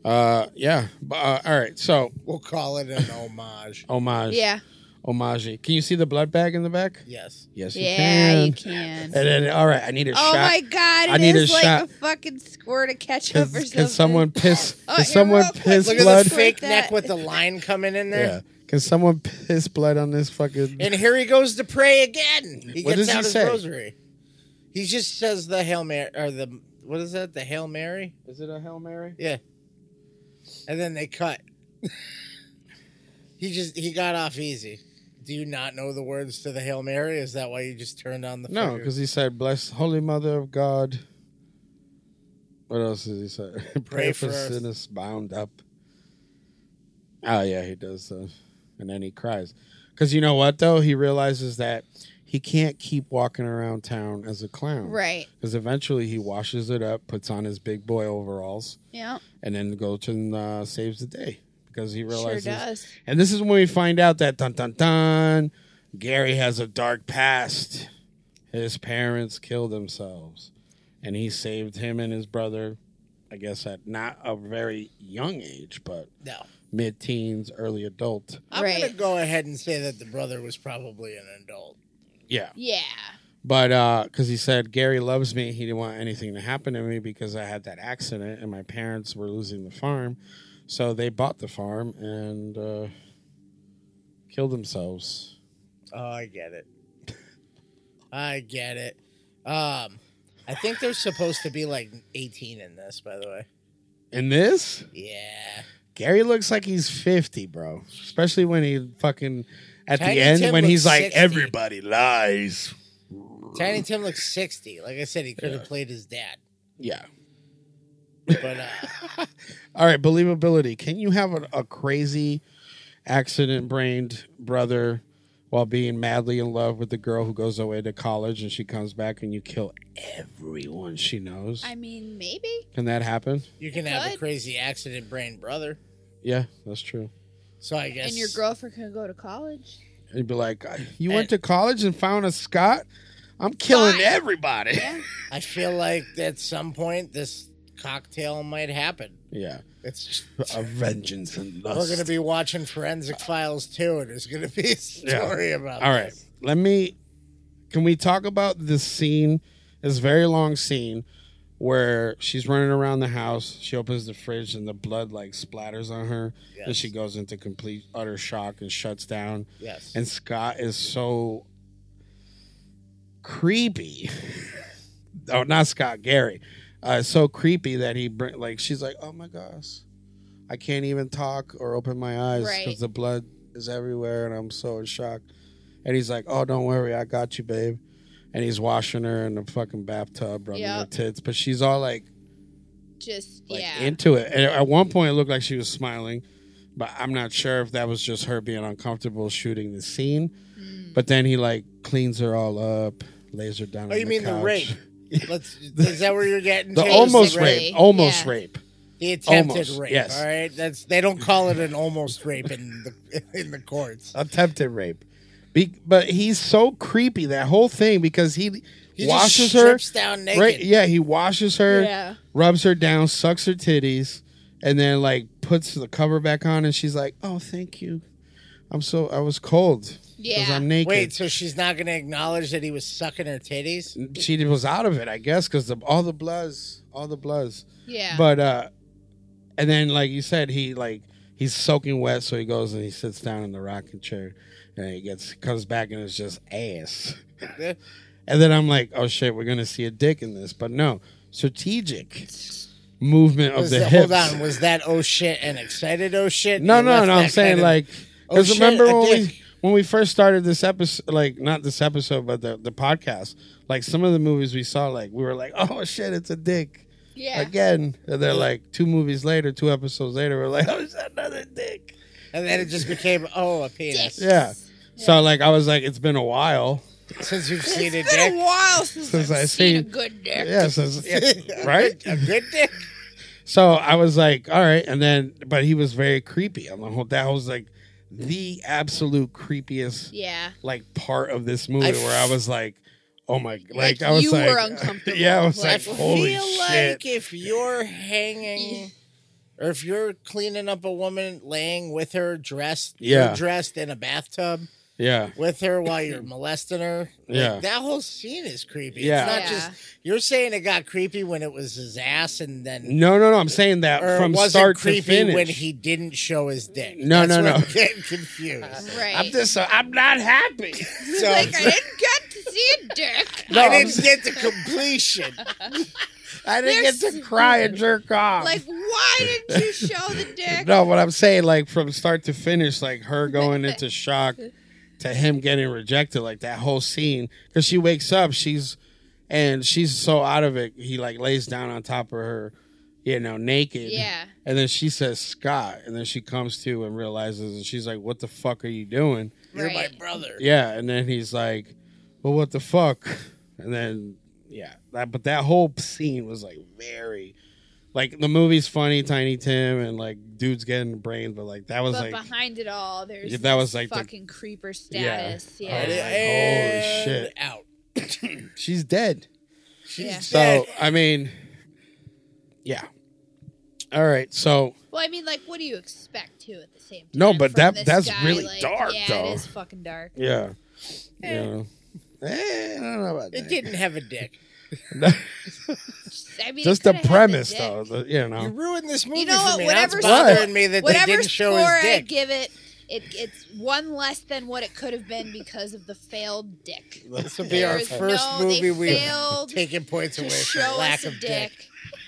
[SPEAKER 3] Uh, yeah. But, uh, all right. So
[SPEAKER 2] We'll call it an homage.
[SPEAKER 3] homage.
[SPEAKER 1] Yeah,
[SPEAKER 3] Homage. Can you see the blood bag in the back?
[SPEAKER 2] Yes.
[SPEAKER 3] Yes, you
[SPEAKER 1] yeah,
[SPEAKER 3] can.
[SPEAKER 1] you can.
[SPEAKER 3] And then, all right, I need a
[SPEAKER 1] Oh
[SPEAKER 3] shot.
[SPEAKER 1] my god,
[SPEAKER 3] I
[SPEAKER 1] It is
[SPEAKER 3] need a
[SPEAKER 1] like
[SPEAKER 3] shot.
[SPEAKER 1] a fucking squirt of ketchup or
[SPEAKER 3] Can,
[SPEAKER 1] something.
[SPEAKER 3] can someone piss?
[SPEAKER 1] Oh,
[SPEAKER 3] can
[SPEAKER 1] here,
[SPEAKER 3] someone
[SPEAKER 1] real quick,
[SPEAKER 3] piss
[SPEAKER 2] Look at
[SPEAKER 3] blood?
[SPEAKER 2] the fake
[SPEAKER 1] Like that.
[SPEAKER 2] neck with the line coming in there.
[SPEAKER 3] Yeah. Can someone piss blood on this fucking?
[SPEAKER 2] And here he goes to pray again. He
[SPEAKER 3] What
[SPEAKER 2] gets
[SPEAKER 3] does he
[SPEAKER 2] out his
[SPEAKER 3] say?
[SPEAKER 2] rosary. He just says the Hail Mary or the what is that? The Hail Mary?
[SPEAKER 3] Is it a hail mary?
[SPEAKER 2] Yeah. And then they cut. [LAUGHS] he just he got off easy. Do you not know the words to the Hail Mary? Is that why you just turned on the
[SPEAKER 3] No,
[SPEAKER 2] fucking-
[SPEAKER 3] because he said, "Bless Holy Mother of God." What else does he say? [LAUGHS] Pray, for,
[SPEAKER 2] for us.
[SPEAKER 3] sinners bound up. Oh yeah, he does. Uh, and then he cries, because you know what though? He realizes that he can't keep walking around town as a clown,
[SPEAKER 1] Right.
[SPEAKER 3] Because eventually he washes it up, puts on his big boy overalls,
[SPEAKER 1] Yeah.
[SPEAKER 3] and then goes and uh, saves the day. Because he
[SPEAKER 1] Sure
[SPEAKER 3] realizes
[SPEAKER 1] does.
[SPEAKER 3] and this is when we find out that dun dun dun, Gary has a dark past. His parents killed themselves, and he saved him and his brother. I guess at not a very young age, but
[SPEAKER 2] No.
[SPEAKER 3] mid-teens, early adult.
[SPEAKER 2] I'm
[SPEAKER 1] Right.
[SPEAKER 2] gonna go ahead and say that the brother was probably an adult.
[SPEAKER 3] Yeah,
[SPEAKER 1] Yeah.
[SPEAKER 3] but because he said Gary loves me, he didn't want anything to happen to me because I had that accident and my parents were losing the farm, so they bought the farm and uh, killed themselves.
[SPEAKER 2] Oh, I get it. I get it. Um, I think there's supposed to be like 18 in this, by the way.
[SPEAKER 3] In this,
[SPEAKER 2] Yeah.
[SPEAKER 3] Gary looks like he's 50, bro. Especially when he fucking at
[SPEAKER 2] Tiny
[SPEAKER 3] the end
[SPEAKER 2] Tim
[SPEAKER 3] when he's
[SPEAKER 2] looks
[SPEAKER 3] like
[SPEAKER 2] 60.
[SPEAKER 3] everybody lies.
[SPEAKER 2] Tiny Tim looks 60. Like I said, he could have played his dad.
[SPEAKER 3] Yeah.
[SPEAKER 2] But uh,
[SPEAKER 3] All right, believability. Can you have a, a crazy accident-brained brother while being madly in love with the girl who goes away to college and she comes back and you kill everyone she knows?
[SPEAKER 1] I mean, maybe.
[SPEAKER 3] Can that happen?
[SPEAKER 2] you can have a
[SPEAKER 1] Could.
[SPEAKER 2] crazy accident brain brother.
[SPEAKER 3] Yeah, that's true.
[SPEAKER 2] So I guess.
[SPEAKER 1] And your girlfriend can go to college.
[SPEAKER 3] You'd be like, "You went to college and found a Scott? I'm killing
[SPEAKER 1] Fine.
[SPEAKER 3] everybody." [LAUGHS]
[SPEAKER 2] I feel like at some point this cocktail might happen.
[SPEAKER 3] yeah.
[SPEAKER 2] It's
[SPEAKER 3] A vengeance and lust.
[SPEAKER 2] we're gonna be watching Forensic Files too, and there's gonna be a story about.
[SPEAKER 3] All right.
[SPEAKER 2] this.
[SPEAKER 3] Let me. Can we talk about this scene? This very long scene where she's running around the house. She opens the fridge and the blood like splatters on her, and
[SPEAKER 2] Yes.
[SPEAKER 3] she goes into complete utter shock and shuts down.
[SPEAKER 2] Yes.
[SPEAKER 3] And Scott is so creepy. [LAUGHS] oh, not Scott Gary. Uh, so creepy that he bring, like she's like, oh my gosh, I can't even talk or open my eyes because
[SPEAKER 1] Right.
[SPEAKER 3] the blood is everywhere and I'm so in shock. And he's like, oh, don't worry, I got you, babe. And he's washing her in the fucking bathtub, rubbing her
[SPEAKER 1] Yep.
[SPEAKER 3] tits, but she's all like
[SPEAKER 1] Just
[SPEAKER 3] like
[SPEAKER 1] yeah.
[SPEAKER 3] into it. And at one point, it looked like she was smiling, but I'm not sure if that was just her being uncomfortable shooting the scene. But then he like cleans her all up, lays her down.
[SPEAKER 2] Oh,
[SPEAKER 3] on
[SPEAKER 2] you mean the
[SPEAKER 3] couch.
[SPEAKER 2] rape? Let's. Is that where you're
[SPEAKER 3] [LAUGHS]
[SPEAKER 2] getting?
[SPEAKER 3] The
[SPEAKER 2] to?
[SPEAKER 3] almost
[SPEAKER 1] Basically,
[SPEAKER 3] rape, almost
[SPEAKER 1] yeah.
[SPEAKER 3] rape.
[SPEAKER 2] The attempted
[SPEAKER 3] Almost,
[SPEAKER 2] rape.
[SPEAKER 3] yes.
[SPEAKER 2] All right. That's they don't call it an almost rape in the [LAUGHS] in the courts.
[SPEAKER 3] attempted rape. Be- but he's so creepy that whole thing because he,
[SPEAKER 2] He just
[SPEAKER 3] washes
[SPEAKER 2] strips
[SPEAKER 3] her
[SPEAKER 2] down naked.
[SPEAKER 3] Right? Yeah, he washes her,
[SPEAKER 1] Yeah.
[SPEAKER 3] rubs her down, sucks her titties, and then like puts the cover back on and she's like, "Oh, thank you. I'm so I was cold because
[SPEAKER 1] Yeah.
[SPEAKER 3] I'm naked."
[SPEAKER 2] Wait, so she's not going to acknowledge that he was sucking her titties?
[SPEAKER 3] she was out of it, I guess, because all the bloods, all the bloods.
[SPEAKER 1] yeah.
[SPEAKER 3] But uh and then like you said, he like he's soaking wet, so he goes and he sits down in the rocking chair and he gets comes back and it's just
[SPEAKER 2] [LAUGHS]
[SPEAKER 3] ass. and then I'm like, oh shit, we're gonna see a dick in this. But no, strategic movement of
[SPEAKER 2] Was
[SPEAKER 3] the
[SPEAKER 2] that-
[SPEAKER 3] hips.
[SPEAKER 2] hold on, was that oh shit and excited oh shit?
[SPEAKER 3] No,
[SPEAKER 2] You
[SPEAKER 3] no,
[SPEAKER 2] left
[SPEAKER 3] no.
[SPEAKER 2] that
[SPEAKER 3] I'm saying
[SPEAKER 2] kind of-
[SPEAKER 3] like
[SPEAKER 2] Oh,
[SPEAKER 3] because
[SPEAKER 2] shit,
[SPEAKER 3] remember
[SPEAKER 2] a
[SPEAKER 3] when
[SPEAKER 2] dick.
[SPEAKER 3] we when we first started this episode, like not this episode, but the the podcast. Like some of the movies we saw, like we were like, [LAUGHS] oh shit, it's a dick
[SPEAKER 1] yeah.
[SPEAKER 3] again. And they're like two movies later, two episodes later, we're like, [LAUGHS] oh, it's another dick.
[SPEAKER 2] and then it just became oh a penis
[SPEAKER 3] Yeah. So like I was like, it's been a while. [LAUGHS]
[SPEAKER 2] since you've seen a
[SPEAKER 1] It's been a
[SPEAKER 2] dick.
[SPEAKER 1] while since,
[SPEAKER 3] Since
[SPEAKER 1] I've
[SPEAKER 3] I
[SPEAKER 1] seen, a
[SPEAKER 3] seen-
[SPEAKER 1] good
[SPEAKER 3] [LAUGHS]
[SPEAKER 1] dick.
[SPEAKER 3] Yeah, since- yeah, [LAUGHS] right.
[SPEAKER 2] A good dick.
[SPEAKER 3] So I was like, all right, and then but he was very creepy. I'm like, well, that was like the absolute creepiest
[SPEAKER 1] Yeah.
[SPEAKER 3] like part of this movie
[SPEAKER 2] I
[SPEAKER 3] where I was like, oh my, like,
[SPEAKER 1] Like,
[SPEAKER 3] I was
[SPEAKER 1] you
[SPEAKER 3] like,
[SPEAKER 1] were
[SPEAKER 3] [LAUGHS]
[SPEAKER 1] uncomfortable.
[SPEAKER 3] yeah, I was
[SPEAKER 1] Like,
[SPEAKER 3] [LAUGHS] like, holy
[SPEAKER 2] feel
[SPEAKER 3] shit.
[SPEAKER 2] like if you're hanging or if you're cleaning up a woman laying with her dressed
[SPEAKER 3] Yeah.
[SPEAKER 2] you're dressed in a bathtub
[SPEAKER 3] yeah,
[SPEAKER 2] with her while you're molesting her. like,
[SPEAKER 3] Yeah.
[SPEAKER 2] that whole scene is creepy.
[SPEAKER 3] Yeah.
[SPEAKER 2] It's not
[SPEAKER 1] Yeah.
[SPEAKER 2] just you're saying it got creepy when it was his ass and then
[SPEAKER 3] no, no, no. I'm saying that
[SPEAKER 2] or
[SPEAKER 3] from
[SPEAKER 2] it wasn't
[SPEAKER 3] start to
[SPEAKER 2] creepy
[SPEAKER 3] finish.
[SPEAKER 2] when he didn't show his dick.
[SPEAKER 3] No,
[SPEAKER 2] That's
[SPEAKER 3] no,
[SPEAKER 2] where
[SPEAKER 3] no.
[SPEAKER 2] I'm
[SPEAKER 1] [LAUGHS]
[SPEAKER 2] getting confused.
[SPEAKER 1] Right.
[SPEAKER 3] I'm just, uh, I'm not happy.
[SPEAKER 2] So
[SPEAKER 1] like I didn't get to see a
[SPEAKER 3] [LAUGHS]
[SPEAKER 1] dick.
[SPEAKER 3] No,
[SPEAKER 2] I
[SPEAKER 3] I'm
[SPEAKER 2] didn't get the completion.
[SPEAKER 3] I didn't get to cry and jerk off.
[SPEAKER 1] Like why didn't you show the
[SPEAKER 3] [LAUGHS]
[SPEAKER 1] dick?
[SPEAKER 3] no, what I'm saying, like from start to finish, like her going into shock to him getting rejected, like that whole scene. Because she wakes up, she's and she's so out of it. He like lays down on top of her, you know, naked.
[SPEAKER 1] Yeah.
[SPEAKER 3] And then she says Scott, and then she comes to and realizes, and she's like, "What the fuck are you doing?"
[SPEAKER 2] You're my
[SPEAKER 1] Right.
[SPEAKER 2] brother.
[SPEAKER 3] Yeah. And then he's like, "Well, what the fuck?" And then yeah, that, but that whole scene was like very. Like the movie's funny, Tiny Tim, and like dudes getting brains, but like that was
[SPEAKER 1] But
[SPEAKER 3] like
[SPEAKER 1] behind it all, there's
[SPEAKER 3] Yeah, that was like the-
[SPEAKER 1] fucking creeper
[SPEAKER 3] Yeah.
[SPEAKER 1] status.
[SPEAKER 2] Oh
[SPEAKER 3] I
[SPEAKER 1] Yeah.
[SPEAKER 3] was like,
[SPEAKER 2] And
[SPEAKER 3] holy shit,
[SPEAKER 2] Out.
[SPEAKER 3] she's dead.
[SPEAKER 2] She's
[SPEAKER 1] Yeah.
[SPEAKER 3] So
[SPEAKER 2] dead.
[SPEAKER 3] I mean, yeah. All right, so
[SPEAKER 1] Well, I mean, like, what do you expect too? At the same time,
[SPEAKER 3] No, but
[SPEAKER 1] from
[SPEAKER 3] that-
[SPEAKER 1] this
[SPEAKER 3] that's
[SPEAKER 1] guy,
[SPEAKER 3] really
[SPEAKER 1] like,
[SPEAKER 3] dark,
[SPEAKER 1] yeah,
[SPEAKER 3] though.
[SPEAKER 1] it is fucking dark.
[SPEAKER 3] yeah, yeah. Eh, I don't know about
[SPEAKER 2] It
[SPEAKER 3] that.
[SPEAKER 2] didn't have a dick.
[SPEAKER 1] I mean, it
[SPEAKER 3] Just the
[SPEAKER 1] coulda had
[SPEAKER 3] premise,
[SPEAKER 1] dick.
[SPEAKER 3] though. the- you
[SPEAKER 2] [LAUGHS] You
[SPEAKER 3] know,
[SPEAKER 2] ruined this movie
[SPEAKER 1] You know
[SPEAKER 2] for
[SPEAKER 1] what?
[SPEAKER 2] me.
[SPEAKER 1] Whatever,
[SPEAKER 2] That's
[SPEAKER 1] score,
[SPEAKER 2] bothering me that they
[SPEAKER 1] whatever
[SPEAKER 2] didn't show
[SPEAKER 1] score
[SPEAKER 2] his
[SPEAKER 1] I
[SPEAKER 2] dick.
[SPEAKER 1] give it, it, it's one less than what it could have been because of the failed dick.
[SPEAKER 2] This will be our
[SPEAKER 1] There's
[SPEAKER 2] first
[SPEAKER 1] no- they
[SPEAKER 2] movie we've [LAUGHS]
[SPEAKER 1] failed
[SPEAKER 2] taken points
[SPEAKER 1] to
[SPEAKER 2] away
[SPEAKER 1] show
[SPEAKER 2] from
[SPEAKER 1] us
[SPEAKER 2] lack
[SPEAKER 1] a
[SPEAKER 2] of
[SPEAKER 1] dick,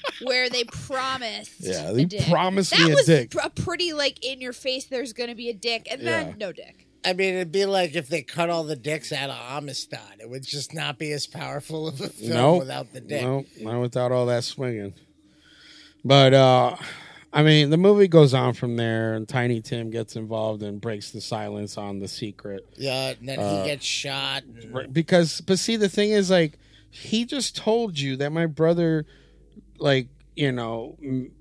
[SPEAKER 2] dick.
[SPEAKER 1] where they promised.
[SPEAKER 3] yeah.
[SPEAKER 1] a
[SPEAKER 3] They
[SPEAKER 1] dick.
[SPEAKER 3] promised
[SPEAKER 1] That
[SPEAKER 3] me a
[SPEAKER 1] was
[SPEAKER 3] dick.
[SPEAKER 1] pr- a pretty like in your face. There's gonna be a dick, and
[SPEAKER 3] Yeah.
[SPEAKER 1] then no dick.
[SPEAKER 2] I mean, it'd be like if they cut all the dicks out of Amistad. It would just not be as powerful of a film
[SPEAKER 3] Nope.
[SPEAKER 2] without the dick.
[SPEAKER 3] No, not without all that swinging. But uh I mean, the movie goes on from there, and Tiny Tim gets involved and breaks the silence on the secret.
[SPEAKER 2] Yeah, and then he gets shot. and-
[SPEAKER 3] Uh, Right, Because, but see, the thing is, like, he just told you that my brother, like, you know, m-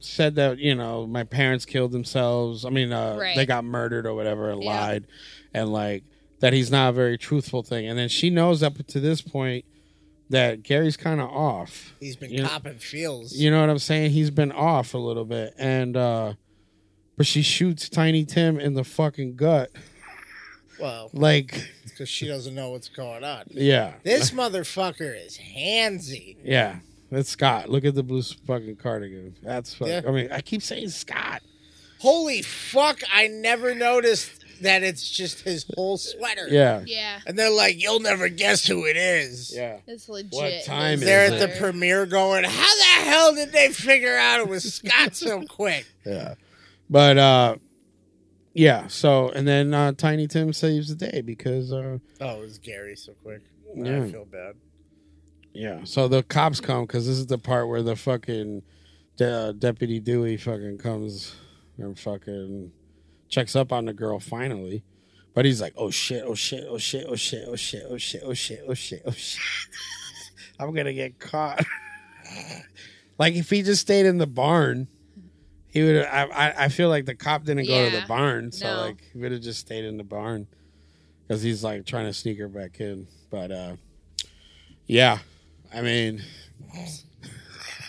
[SPEAKER 3] said that you know my parents killed themselves. I mean, uh,
[SPEAKER 1] Right.
[SPEAKER 3] they got murdered or whatever, and
[SPEAKER 1] Yeah.
[SPEAKER 3] lied, and like that he's not a very truthful thing. And then she knows up to this point that Gary's kind of off.
[SPEAKER 2] He's been
[SPEAKER 3] You know-
[SPEAKER 2] copping feels.
[SPEAKER 3] You know what I'm saying? He's been off a little bit, and uh but she shoots Tiny Tim in the fucking gut.
[SPEAKER 2] well,
[SPEAKER 3] Like,
[SPEAKER 2] because she doesn't know what's going on.
[SPEAKER 3] yeah,
[SPEAKER 2] This
[SPEAKER 3] [LAUGHS]
[SPEAKER 2] motherfucker is handsy.
[SPEAKER 3] yeah. That's Scott. Look at the blue fucking cardigan. That's fuck.
[SPEAKER 2] Yeah.
[SPEAKER 3] I mean, I keep saying Scott.
[SPEAKER 2] Holy fuck! I never noticed that it's just his whole sweater.
[SPEAKER 3] Yeah,
[SPEAKER 1] Yeah,
[SPEAKER 2] And they're like, you'll never guess who it is.
[SPEAKER 3] yeah.
[SPEAKER 1] it's legit.
[SPEAKER 3] time is
[SPEAKER 2] They're
[SPEAKER 3] it?
[SPEAKER 2] at the premiere going, how the hell did they figure out it was
[SPEAKER 3] [LAUGHS]
[SPEAKER 2] Scott so quick?
[SPEAKER 3] Yeah. But uh yeah, so and then uh Tiny Tim saves the day because uh
[SPEAKER 2] Oh, it was Gary so quick.
[SPEAKER 3] Yeah.
[SPEAKER 2] I feel bad.
[SPEAKER 3] yeah, so the cops come cuz this is the part where the fucking de- deputy Dewey fucking comes and fucking checks up on the girl finally. But he's like, "Oh shit, oh shit, oh shit, oh shit, oh shit, oh shit, oh shit, oh shit, oh shit." I'm going to get caught. [LAUGHS] like if he just stayed in the barn, he would. I, I I feel like the cop didn't go to
[SPEAKER 1] Yeah.
[SPEAKER 3] the barn, so
[SPEAKER 1] No.
[SPEAKER 3] like he would have just stayed in the barn because he's like trying to sneak her back in. But uh yeah, I mean,
[SPEAKER 1] That's,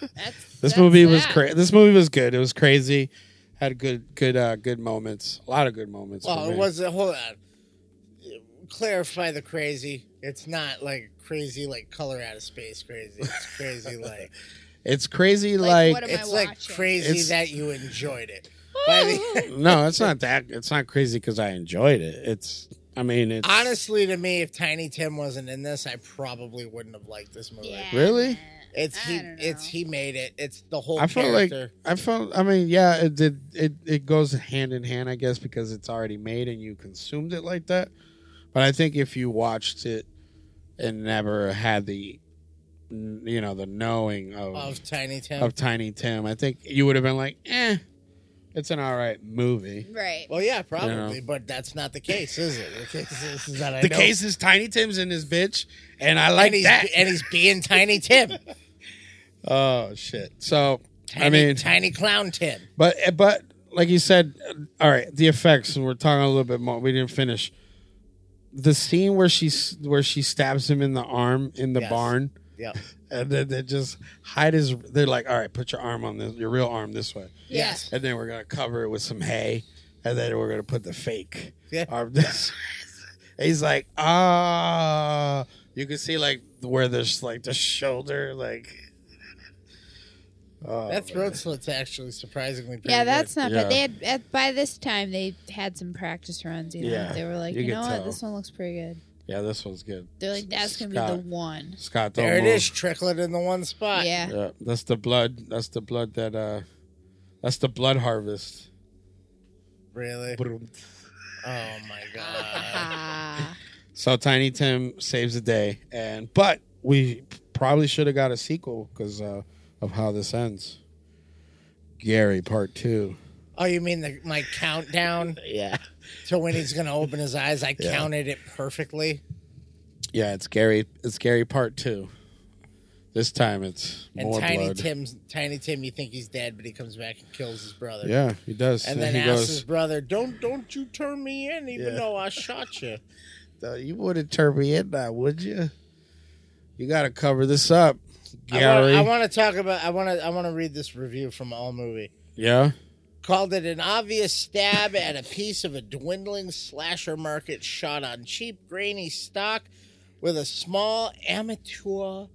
[SPEAKER 3] this
[SPEAKER 1] that's
[SPEAKER 3] movie was
[SPEAKER 1] that.
[SPEAKER 3] crazy. This movie was good. It was crazy. had good, good, uh, good moments. A lot of good moments. for
[SPEAKER 2] Well, it
[SPEAKER 3] me.
[SPEAKER 2] was a hold on. Clarify the crazy. It's not like crazy, like color out of space crazy.
[SPEAKER 3] [LAUGHS]
[SPEAKER 2] It's crazy, like
[SPEAKER 3] It's crazy.
[SPEAKER 1] Like,
[SPEAKER 3] Like,
[SPEAKER 1] what am I
[SPEAKER 2] it's like
[SPEAKER 1] watching?
[SPEAKER 2] crazy
[SPEAKER 3] It's-
[SPEAKER 2] that you
[SPEAKER 3] [LAUGHS]
[SPEAKER 2] enjoyed it. By the-
[SPEAKER 3] no, it's not that. It's not crazy because I enjoyed it. It's. I mean, it's
[SPEAKER 2] honestly, to me, if Tiny Tim wasn't in this, I probably wouldn't have liked this movie.
[SPEAKER 1] Yeah,
[SPEAKER 3] [LAUGHS] Really?
[SPEAKER 1] man.
[SPEAKER 2] It's
[SPEAKER 1] I
[SPEAKER 2] he.
[SPEAKER 1] don't know.
[SPEAKER 2] It's he made it. It's the whole
[SPEAKER 3] I felt like
[SPEAKER 2] character.
[SPEAKER 3] I felt. I mean, yeah, it did. It it goes hand in hand, I guess, because it's already made and you consumed it like that. But I think if you watched it and never had the, n- you know, the knowing of Oh. of,
[SPEAKER 2] of Tiny Tim.
[SPEAKER 3] Tiny Tim, I think you would have been like, eh, it's an all right movie.
[SPEAKER 1] Right.
[SPEAKER 2] well, yeah, probably, but that's not the case, is it? The case is, is that I
[SPEAKER 3] The
[SPEAKER 2] know-
[SPEAKER 3] case is Tiny Tim's in this bitch, and I
[SPEAKER 2] and
[SPEAKER 3] like
[SPEAKER 2] he's,
[SPEAKER 3] that.
[SPEAKER 2] and he's being Tiny
[SPEAKER 3] [LAUGHS]
[SPEAKER 2] Tim.
[SPEAKER 3] oh shit! So
[SPEAKER 2] Tiny,
[SPEAKER 3] I mean,
[SPEAKER 2] Tiny Clown Tim.
[SPEAKER 3] But eh, but like you said, all right, the effects. And we're talking a little bit more. We didn't finish the scene where she s- where she stabs him in the arm in the
[SPEAKER 2] Yes.
[SPEAKER 3] barn,
[SPEAKER 2] Yep.
[SPEAKER 3] and then they just hide his. They're like, all right, put your arm on this, your real arm this way,
[SPEAKER 1] Yes.
[SPEAKER 3] and then we're gonna cover it with some hay, and then we're gonna put the fake
[SPEAKER 2] Yeah.
[SPEAKER 3] arm this. [LAUGHS] way. He's like, ah, you can see like where there's like the shoulder, like. Oh,
[SPEAKER 2] That throat slit's actually surprisingly pretty
[SPEAKER 1] Yeah, that's not
[SPEAKER 3] Yeah.
[SPEAKER 1] bad. They had at, by this time they had some practice runs. You know,
[SPEAKER 3] Yeah,
[SPEAKER 1] they were like,
[SPEAKER 3] you
[SPEAKER 1] you
[SPEAKER 3] could
[SPEAKER 1] know
[SPEAKER 3] tell.
[SPEAKER 1] what, this one looks pretty good.
[SPEAKER 3] yeah, this one's good.
[SPEAKER 1] They're like, that's gonna be the
[SPEAKER 3] Scott.
[SPEAKER 1] one.
[SPEAKER 3] Scott,
[SPEAKER 2] good.
[SPEAKER 3] don't
[SPEAKER 2] There it
[SPEAKER 3] move.
[SPEAKER 2] is, trickling in the one spot.
[SPEAKER 1] Yeah.
[SPEAKER 3] Yeah, that's the blood. That's the blood that. uh That's the blood harvest.
[SPEAKER 2] Really? Oh my god.
[SPEAKER 1] Ah.
[SPEAKER 3] So Tiny Tim saves the day, and but we probably should have got a sequel because uh, of how this ends. Gary Part Two.
[SPEAKER 2] oh, you mean the, my countdown
[SPEAKER 3] [LAUGHS] Yeah,
[SPEAKER 2] to when he's gonna open his eyes? I
[SPEAKER 3] Yeah.
[SPEAKER 2] counted it perfectly,
[SPEAKER 3] yeah. It's Gary. It's Gary Part Two. This time it's
[SPEAKER 2] and
[SPEAKER 3] more
[SPEAKER 2] Tiny
[SPEAKER 3] blood.
[SPEAKER 2] Tim's Tiny Tim. You think he's dead, but he comes back and kills his brother.
[SPEAKER 3] Yeah, he does.
[SPEAKER 2] And then
[SPEAKER 3] he
[SPEAKER 2] asks his
[SPEAKER 3] goes,
[SPEAKER 2] brother, "Don't don't you turn me in, even
[SPEAKER 3] Yeah.
[SPEAKER 2] though I shot you."
[SPEAKER 3] "Uh, "You wouldn't turn me in, now, would you? You got to cover this up,
[SPEAKER 2] I
[SPEAKER 3] Gary."
[SPEAKER 2] wanna- I want to talk about. I want to. I want to read this review from All Movie.
[SPEAKER 3] yeah.
[SPEAKER 2] called it an obvious stab at a piece of a dwindling slasher market shot on cheap, grainy stock with a small amateur,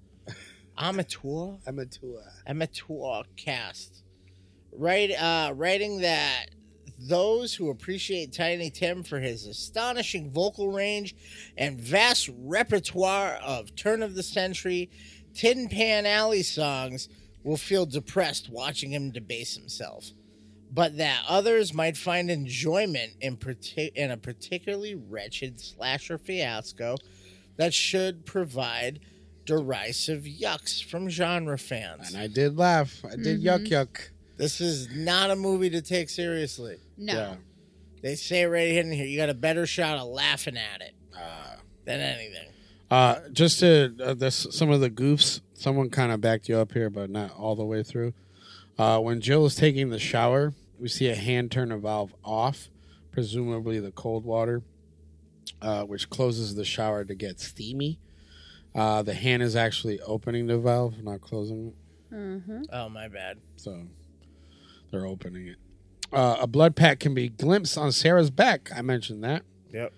[SPEAKER 2] amateur,
[SPEAKER 3] Amateur.
[SPEAKER 2] amateur cast. Right, uh, writing that those who appreciate Tiny Tim for his astonishing vocal range and vast repertoire of turn of the century Tin Pan Alley songs will feel depressed watching him debase himself, but that others might find enjoyment in, partic- in a particularly wretched slasher fiasco that should provide derisive yucks from genre fans.
[SPEAKER 3] And I did laugh. I did yuck yuck.
[SPEAKER 2] This is not a movie to take seriously.
[SPEAKER 1] no.
[SPEAKER 3] Yeah.
[SPEAKER 2] They say right in here, you got a better shot of laughing at it
[SPEAKER 3] Ah.
[SPEAKER 2] than anything.
[SPEAKER 3] Uh, just to uh, this, some of the goofs. Someone kind of backed you up here, but not all the way through. Uh, when Jill is taking the shower, we see a hand turn a valve off, presumably the cold water, uh, which closes the shower to get steamy. Uh, the hand is actually opening the valve, not closing it.
[SPEAKER 1] Mhm.
[SPEAKER 2] Oh, my bad.
[SPEAKER 3] So they're opening it. Uh, a blood pack can be glimpsed on Sarah's back. I mentioned that.
[SPEAKER 2] Yep.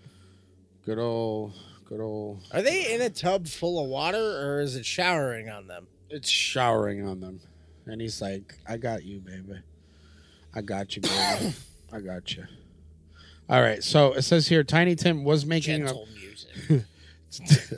[SPEAKER 3] Good old, good old.
[SPEAKER 2] Are they in a tub full of water or is it showering on them?
[SPEAKER 3] It's showering on them, and he's like, "I got you, baby. I got you,
[SPEAKER 2] [COUGHS]
[SPEAKER 3] baby. I got you." All right. So it says here, Tiny Tim was making a
[SPEAKER 2] Gentle music.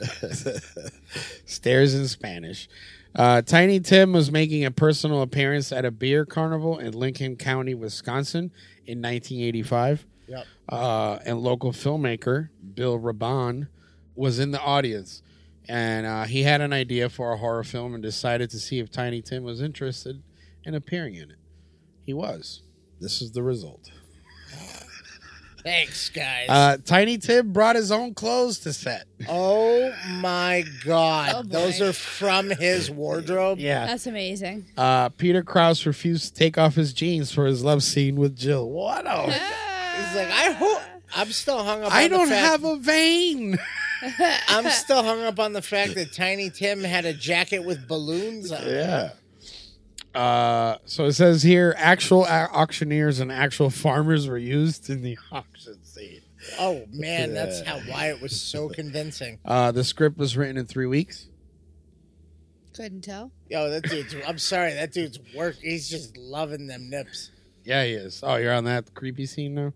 [SPEAKER 3] [LAUGHS] stairs in Spanish. Uh, Tiny Tim was making a personal appearance at a beer carnival in Lincoln County, Wisconsin, in 1985.
[SPEAKER 2] Yep.
[SPEAKER 3] Uh, and local filmmaker Bill Raban was in the audience, and uh, he had an idea for a horror film and decided to see if Tiny Tim was interested in appearing in it. He was. This is the result.
[SPEAKER 2] Thanks, guys.
[SPEAKER 3] Uh, Tiny Tim brought his own clothes to set.
[SPEAKER 2] oh, my God.
[SPEAKER 1] Oh, boy.
[SPEAKER 2] Those are from his wardrobe.
[SPEAKER 3] Yeah.
[SPEAKER 1] That's amazing.
[SPEAKER 3] Uh, Peter Krause refused to take off his jeans for his love scene with Jill. What?
[SPEAKER 2] [LAUGHS]
[SPEAKER 3] A,
[SPEAKER 2] He's like, I hope. I'm still hung up.
[SPEAKER 3] I
[SPEAKER 2] on the
[SPEAKER 3] don't
[SPEAKER 2] fact-
[SPEAKER 3] have a vein.
[SPEAKER 2] I'm still hung up on the fact that Tiny Tim had a jacket with balloons on. it.
[SPEAKER 3] Yeah. Uh, so it says here actual au- auctioneers and actual farmers were used in the [LAUGHS] auction scene.
[SPEAKER 2] Oh man, that's how why it was so convincing.
[SPEAKER 3] Uh, the script was written in three weeks.
[SPEAKER 1] Couldn't tell.
[SPEAKER 2] Yo, that dude's. I'm sorry, that dude's work. He's just loving them nips.
[SPEAKER 3] Yeah, he is. Oh, you're on that creepy scene now?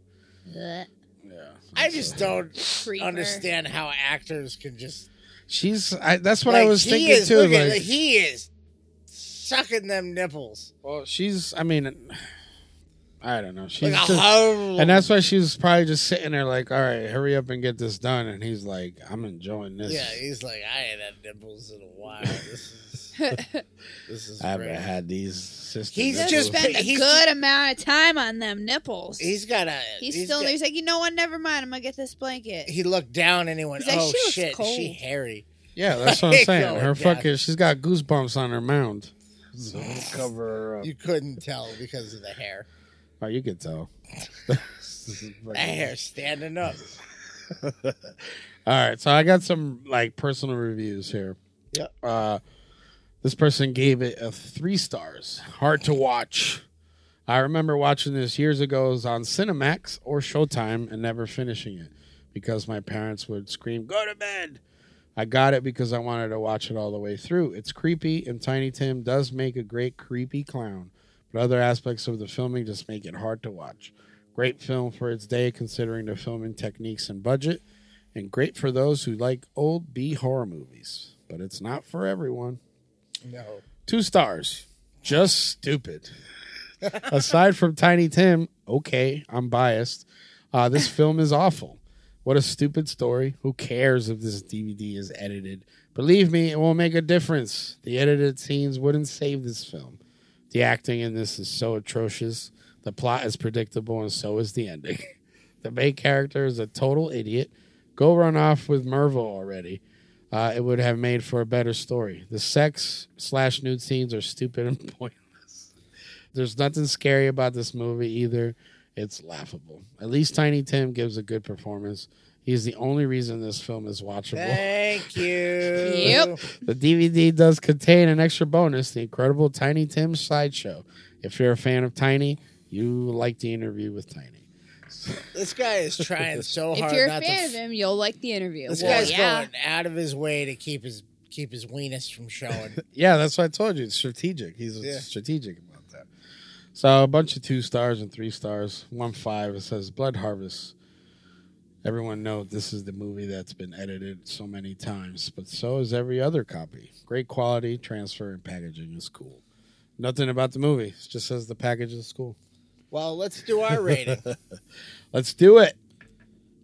[SPEAKER 1] Ugh,
[SPEAKER 3] Yeah.
[SPEAKER 2] I just don't
[SPEAKER 1] creeper.
[SPEAKER 2] understand how actors can just.
[SPEAKER 3] She's, I, that's what I
[SPEAKER 2] like,
[SPEAKER 3] was
[SPEAKER 2] he
[SPEAKER 3] thinking
[SPEAKER 2] is-
[SPEAKER 3] too.
[SPEAKER 2] look at-
[SPEAKER 3] like,
[SPEAKER 2] he is sucking them nipples
[SPEAKER 3] well, she's, I mean, I don't know. She's
[SPEAKER 2] like a
[SPEAKER 3] just-
[SPEAKER 2] hoe.
[SPEAKER 3] and that's why she was probably just sitting there like, all right, hurry up and get this done. And he's like, I'm enjoying this.
[SPEAKER 2] yeah, he's like, I ain't had nipples in a while. This is
[SPEAKER 1] [LAUGHS]
[SPEAKER 2] this is
[SPEAKER 3] I haven't
[SPEAKER 2] great.
[SPEAKER 3] had these sisters.
[SPEAKER 2] He's
[SPEAKER 1] He's
[SPEAKER 3] ever.
[SPEAKER 2] just-
[SPEAKER 1] spent a
[SPEAKER 2] he's-
[SPEAKER 1] good amount of time on them nipples. He's,
[SPEAKER 2] He's got a.
[SPEAKER 1] still.
[SPEAKER 2] got-
[SPEAKER 1] he's like, you know what? Never mind. I'm gonna get this blanket.
[SPEAKER 2] He looked down and he went,
[SPEAKER 1] He's like,
[SPEAKER 2] "Oh
[SPEAKER 1] she looks
[SPEAKER 2] shit, she
[SPEAKER 1] cold."
[SPEAKER 2] hairy."
[SPEAKER 3] Yeah, that's
[SPEAKER 2] [LAUGHS]
[SPEAKER 3] what I'm saying.
[SPEAKER 2] Going
[SPEAKER 3] Her
[SPEAKER 2] down.
[SPEAKER 3] fucking, she's got goosebumps on her mound. So cover her up.
[SPEAKER 2] You couldn't tell because of the hair.
[SPEAKER 3] Oh, you could tell.
[SPEAKER 2] That hair standing
[SPEAKER 3] [LAUGHS]
[SPEAKER 2] up.
[SPEAKER 3] All right, so I got some like personal reviews here.
[SPEAKER 2] Yep.
[SPEAKER 3] Uh, this person gave it a three stars. Hard to watch. I remember watching this years ago. It was on Cinemax or Showtime and never finishing it because my parents would scream, "Go to bed." I got it because I wanted to watch it all the way through. It's creepy, and Tiny Tim does make a great creepy clown, but other aspects of the filming just make it hard to watch. Great film for its day, considering the filming techniques and budget, and great for those who like old B horror movies. But it's not for everyone.
[SPEAKER 2] No.
[SPEAKER 3] Two stars. Just stupid. Aside from Tiny Tim, okay, I'm biased. Uh, this film is awful. What a stupid story. Who cares if this DVD is edited? Believe me, it won't make a difference. The edited scenes wouldn't save this film. The acting in this is so atrocious. The plot is predictable, and so is the ending. [LAUGHS] the main character is a total idiot. Go run off with Mervo already uh, it would have made for a better story. The sex slash nude scenes are stupid and [LAUGHS] pointless. There's nothing scary about this movie either. It's laughable. At least Tiny Tim gives a good performance. He's the only reason this film is watchable.
[SPEAKER 2] Thank you.
[SPEAKER 1] Yep.
[SPEAKER 3] The DVD does contain an extra bonus, the incredible Tiny Tim sideshow. If you're a fan of Tiny, you like the interview with Tiny.
[SPEAKER 2] This guy
[SPEAKER 3] [LAUGHS]
[SPEAKER 2] is trying so hard
[SPEAKER 1] if you're a
[SPEAKER 2] not
[SPEAKER 1] fan of
[SPEAKER 2] to.
[SPEAKER 1] him, you'll like the interview.
[SPEAKER 2] this
[SPEAKER 1] Well,
[SPEAKER 2] guy's
[SPEAKER 1] yeah.
[SPEAKER 2] going out of his way to keep his keep his weenus
[SPEAKER 3] [LAUGHS]
[SPEAKER 2] from showing.
[SPEAKER 3] Yeah, that's what I told you. It's strategic. He's
[SPEAKER 2] Yeah.
[SPEAKER 3] strategic about that. So a bunch of two stars and three stars. One five. It says Blood Harvest. Everyone knows this is the movie that's been edited so many times, but so is every other copy. Great quality, transfer, and packaging is cool. Nothing about the movie. It just says the package is cool.
[SPEAKER 2] well, let's
[SPEAKER 3] [LAUGHS]
[SPEAKER 2] do our rating.
[SPEAKER 3] Let's do it.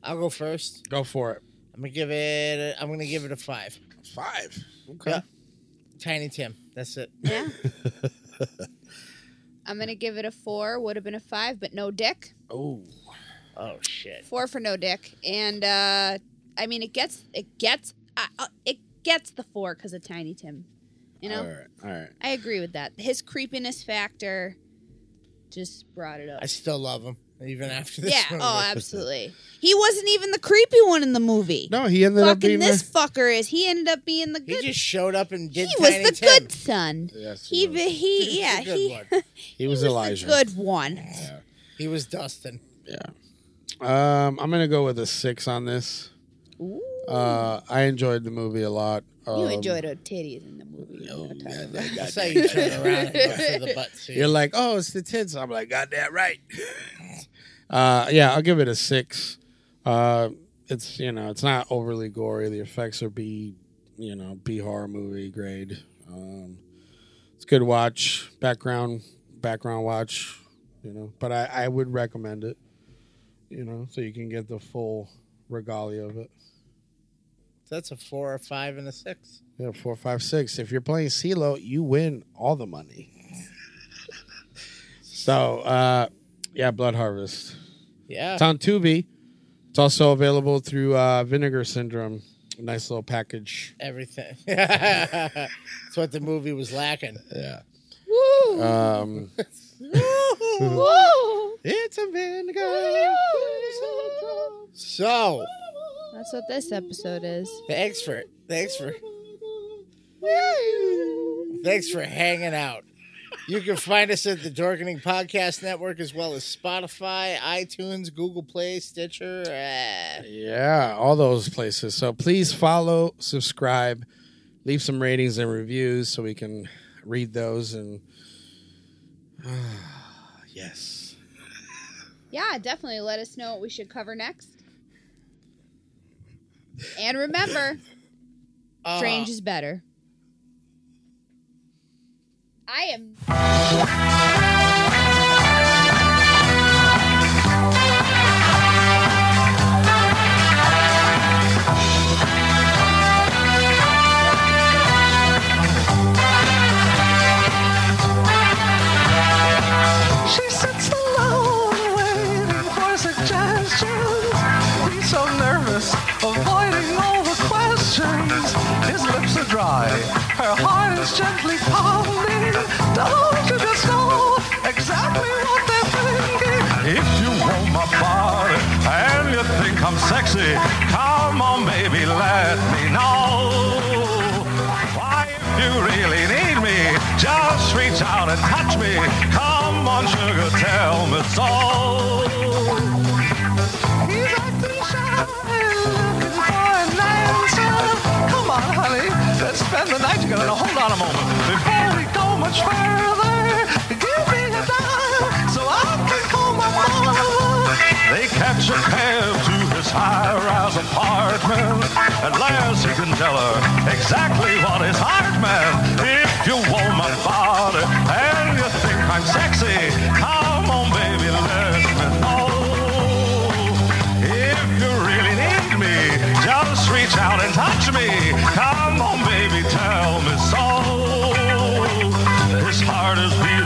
[SPEAKER 2] I'll go first.
[SPEAKER 3] Go for it.
[SPEAKER 2] I'm gonna give it. A, I'm gonna give it a five.
[SPEAKER 3] Five. Okay.
[SPEAKER 2] Yeah. Tiny Tim. That's it.
[SPEAKER 1] Yeah.
[SPEAKER 2] [LAUGHS]
[SPEAKER 1] I'm gonna give it a four. Would have been a five, but no dick.
[SPEAKER 3] Oh.
[SPEAKER 2] Oh shit.
[SPEAKER 1] Four for no dick, and uh, I mean it gets it gets uh, uh, it gets the four because of Tiny Tim. You know,
[SPEAKER 3] All right. All right.
[SPEAKER 1] I agree with that. His creepiness factor just brought it up.
[SPEAKER 2] I still love him
[SPEAKER 3] [LAUGHS]
[SPEAKER 2] even after this.
[SPEAKER 1] Yeah.
[SPEAKER 2] movie.
[SPEAKER 1] Oh, absolutely. He wasn't even the creepy one in the movie.
[SPEAKER 3] No, he ended up
[SPEAKER 1] Fucking
[SPEAKER 3] being
[SPEAKER 1] this
[SPEAKER 3] the-
[SPEAKER 1] fucker is. He ended up being the
[SPEAKER 2] He
[SPEAKER 1] good.
[SPEAKER 2] just showed up and
[SPEAKER 1] He
[SPEAKER 2] did.
[SPEAKER 1] was
[SPEAKER 2] Tiny
[SPEAKER 1] the
[SPEAKER 2] Tim.
[SPEAKER 1] good son.
[SPEAKER 3] Yes, he
[SPEAKER 1] He
[SPEAKER 3] was.
[SPEAKER 1] he, he yeah
[SPEAKER 2] He was the
[SPEAKER 1] he,
[SPEAKER 2] good one.
[SPEAKER 1] he [LAUGHS]
[SPEAKER 3] He was,
[SPEAKER 1] was
[SPEAKER 3] Elijah.
[SPEAKER 1] the good one.
[SPEAKER 2] He was Dustin.
[SPEAKER 3] Um, I'm gonna go with a six on this.
[SPEAKER 1] Ooh.
[SPEAKER 3] Uh, I enjoyed the movie a lot. Um,
[SPEAKER 1] You enjoyed her titties in the movie.
[SPEAKER 3] oh,
[SPEAKER 1] I'll tell
[SPEAKER 3] yeah,
[SPEAKER 1] you that.
[SPEAKER 3] that-
[SPEAKER 2] That's how you turn around and look
[SPEAKER 1] [LAUGHS]
[SPEAKER 2] for the butt scene.
[SPEAKER 3] You're like, oh, it's the tits. I'm like, God damn right. [LAUGHS] uh, yeah, I'll give it a six. Uh, it's you know, it's not overly gory. The effects are B, you know, B horror movie grade. Um, it's a good watch, background background watch, you know. But I, I would recommend it, you know, so you can get the full regalia of it.
[SPEAKER 2] That's a four, a five, and a six.
[SPEAKER 3] Yeah, four, five, six. If you're playing CeeLo, you win all the money. [LAUGHS] so, uh, yeah, Blood Harvest.
[SPEAKER 2] Yeah.
[SPEAKER 3] It's on Tubi. It's also available through uh, Vinegar Syndrome. Nice little package.
[SPEAKER 2] Everything. [LAUGHS] That's what the movie was lacking.
[SPEAKER 3] Yeah.
[SPEAKER 1] Woo!
[SPEAKER 3] Um,
[SPEAKER 1] Woo!
[SPEAKER 3] [LAUGHS] it's a vinegar. syndrome.
[SPEAKER 2] So,
[SPEAKER 1] That's what this episode is.
[SPEAKER 2] thanks for thanks for thanks for hanging out. You can find us at the Dorkening Podcast Network as well as Spotify, iTunes, Google Play, Stitcher. eh.
[SPEAKER 3] Yeah, all those places. So please follow, subscribe, leave some ratings and reviews so we can read those. And yes,
[SPEAKER 1] Yeah, definitely. Let us know what we should cover next.
[SPEAKER 3] [LAUGHS]
[SPEAKER 1] And remember,
[SPEAKER 3] Ah.
[SPEAKER 2] Uh,
[SPEAKER 1] strange is better. I am.
[SPEAKER 6] She sits alone, waiting for suggestions. He's so nervous, avoiding all the questions. His lips are dry, her heart is gently pounding. Don't you just know exactly what they're thinking? If you want my body and you think I'm sexy, come on, baby, let me know. Why, if you really need me, just reach out and touch me. Come on, sugar, tell me so. He's acting shy, looking for an answer. Come on, honey, let's spend the night together. Now, hold on a moment. Before we go much further, give me a dime so I can call my mama. They catch a cab to his high-rise apartment. At last, he can tell her exactly what his heart meant. If you want my body and you think I'm sexy, come on, baby, let me know. If you really need me, just reach out and touch me. Come on, baby, tell me so. His heart is beating.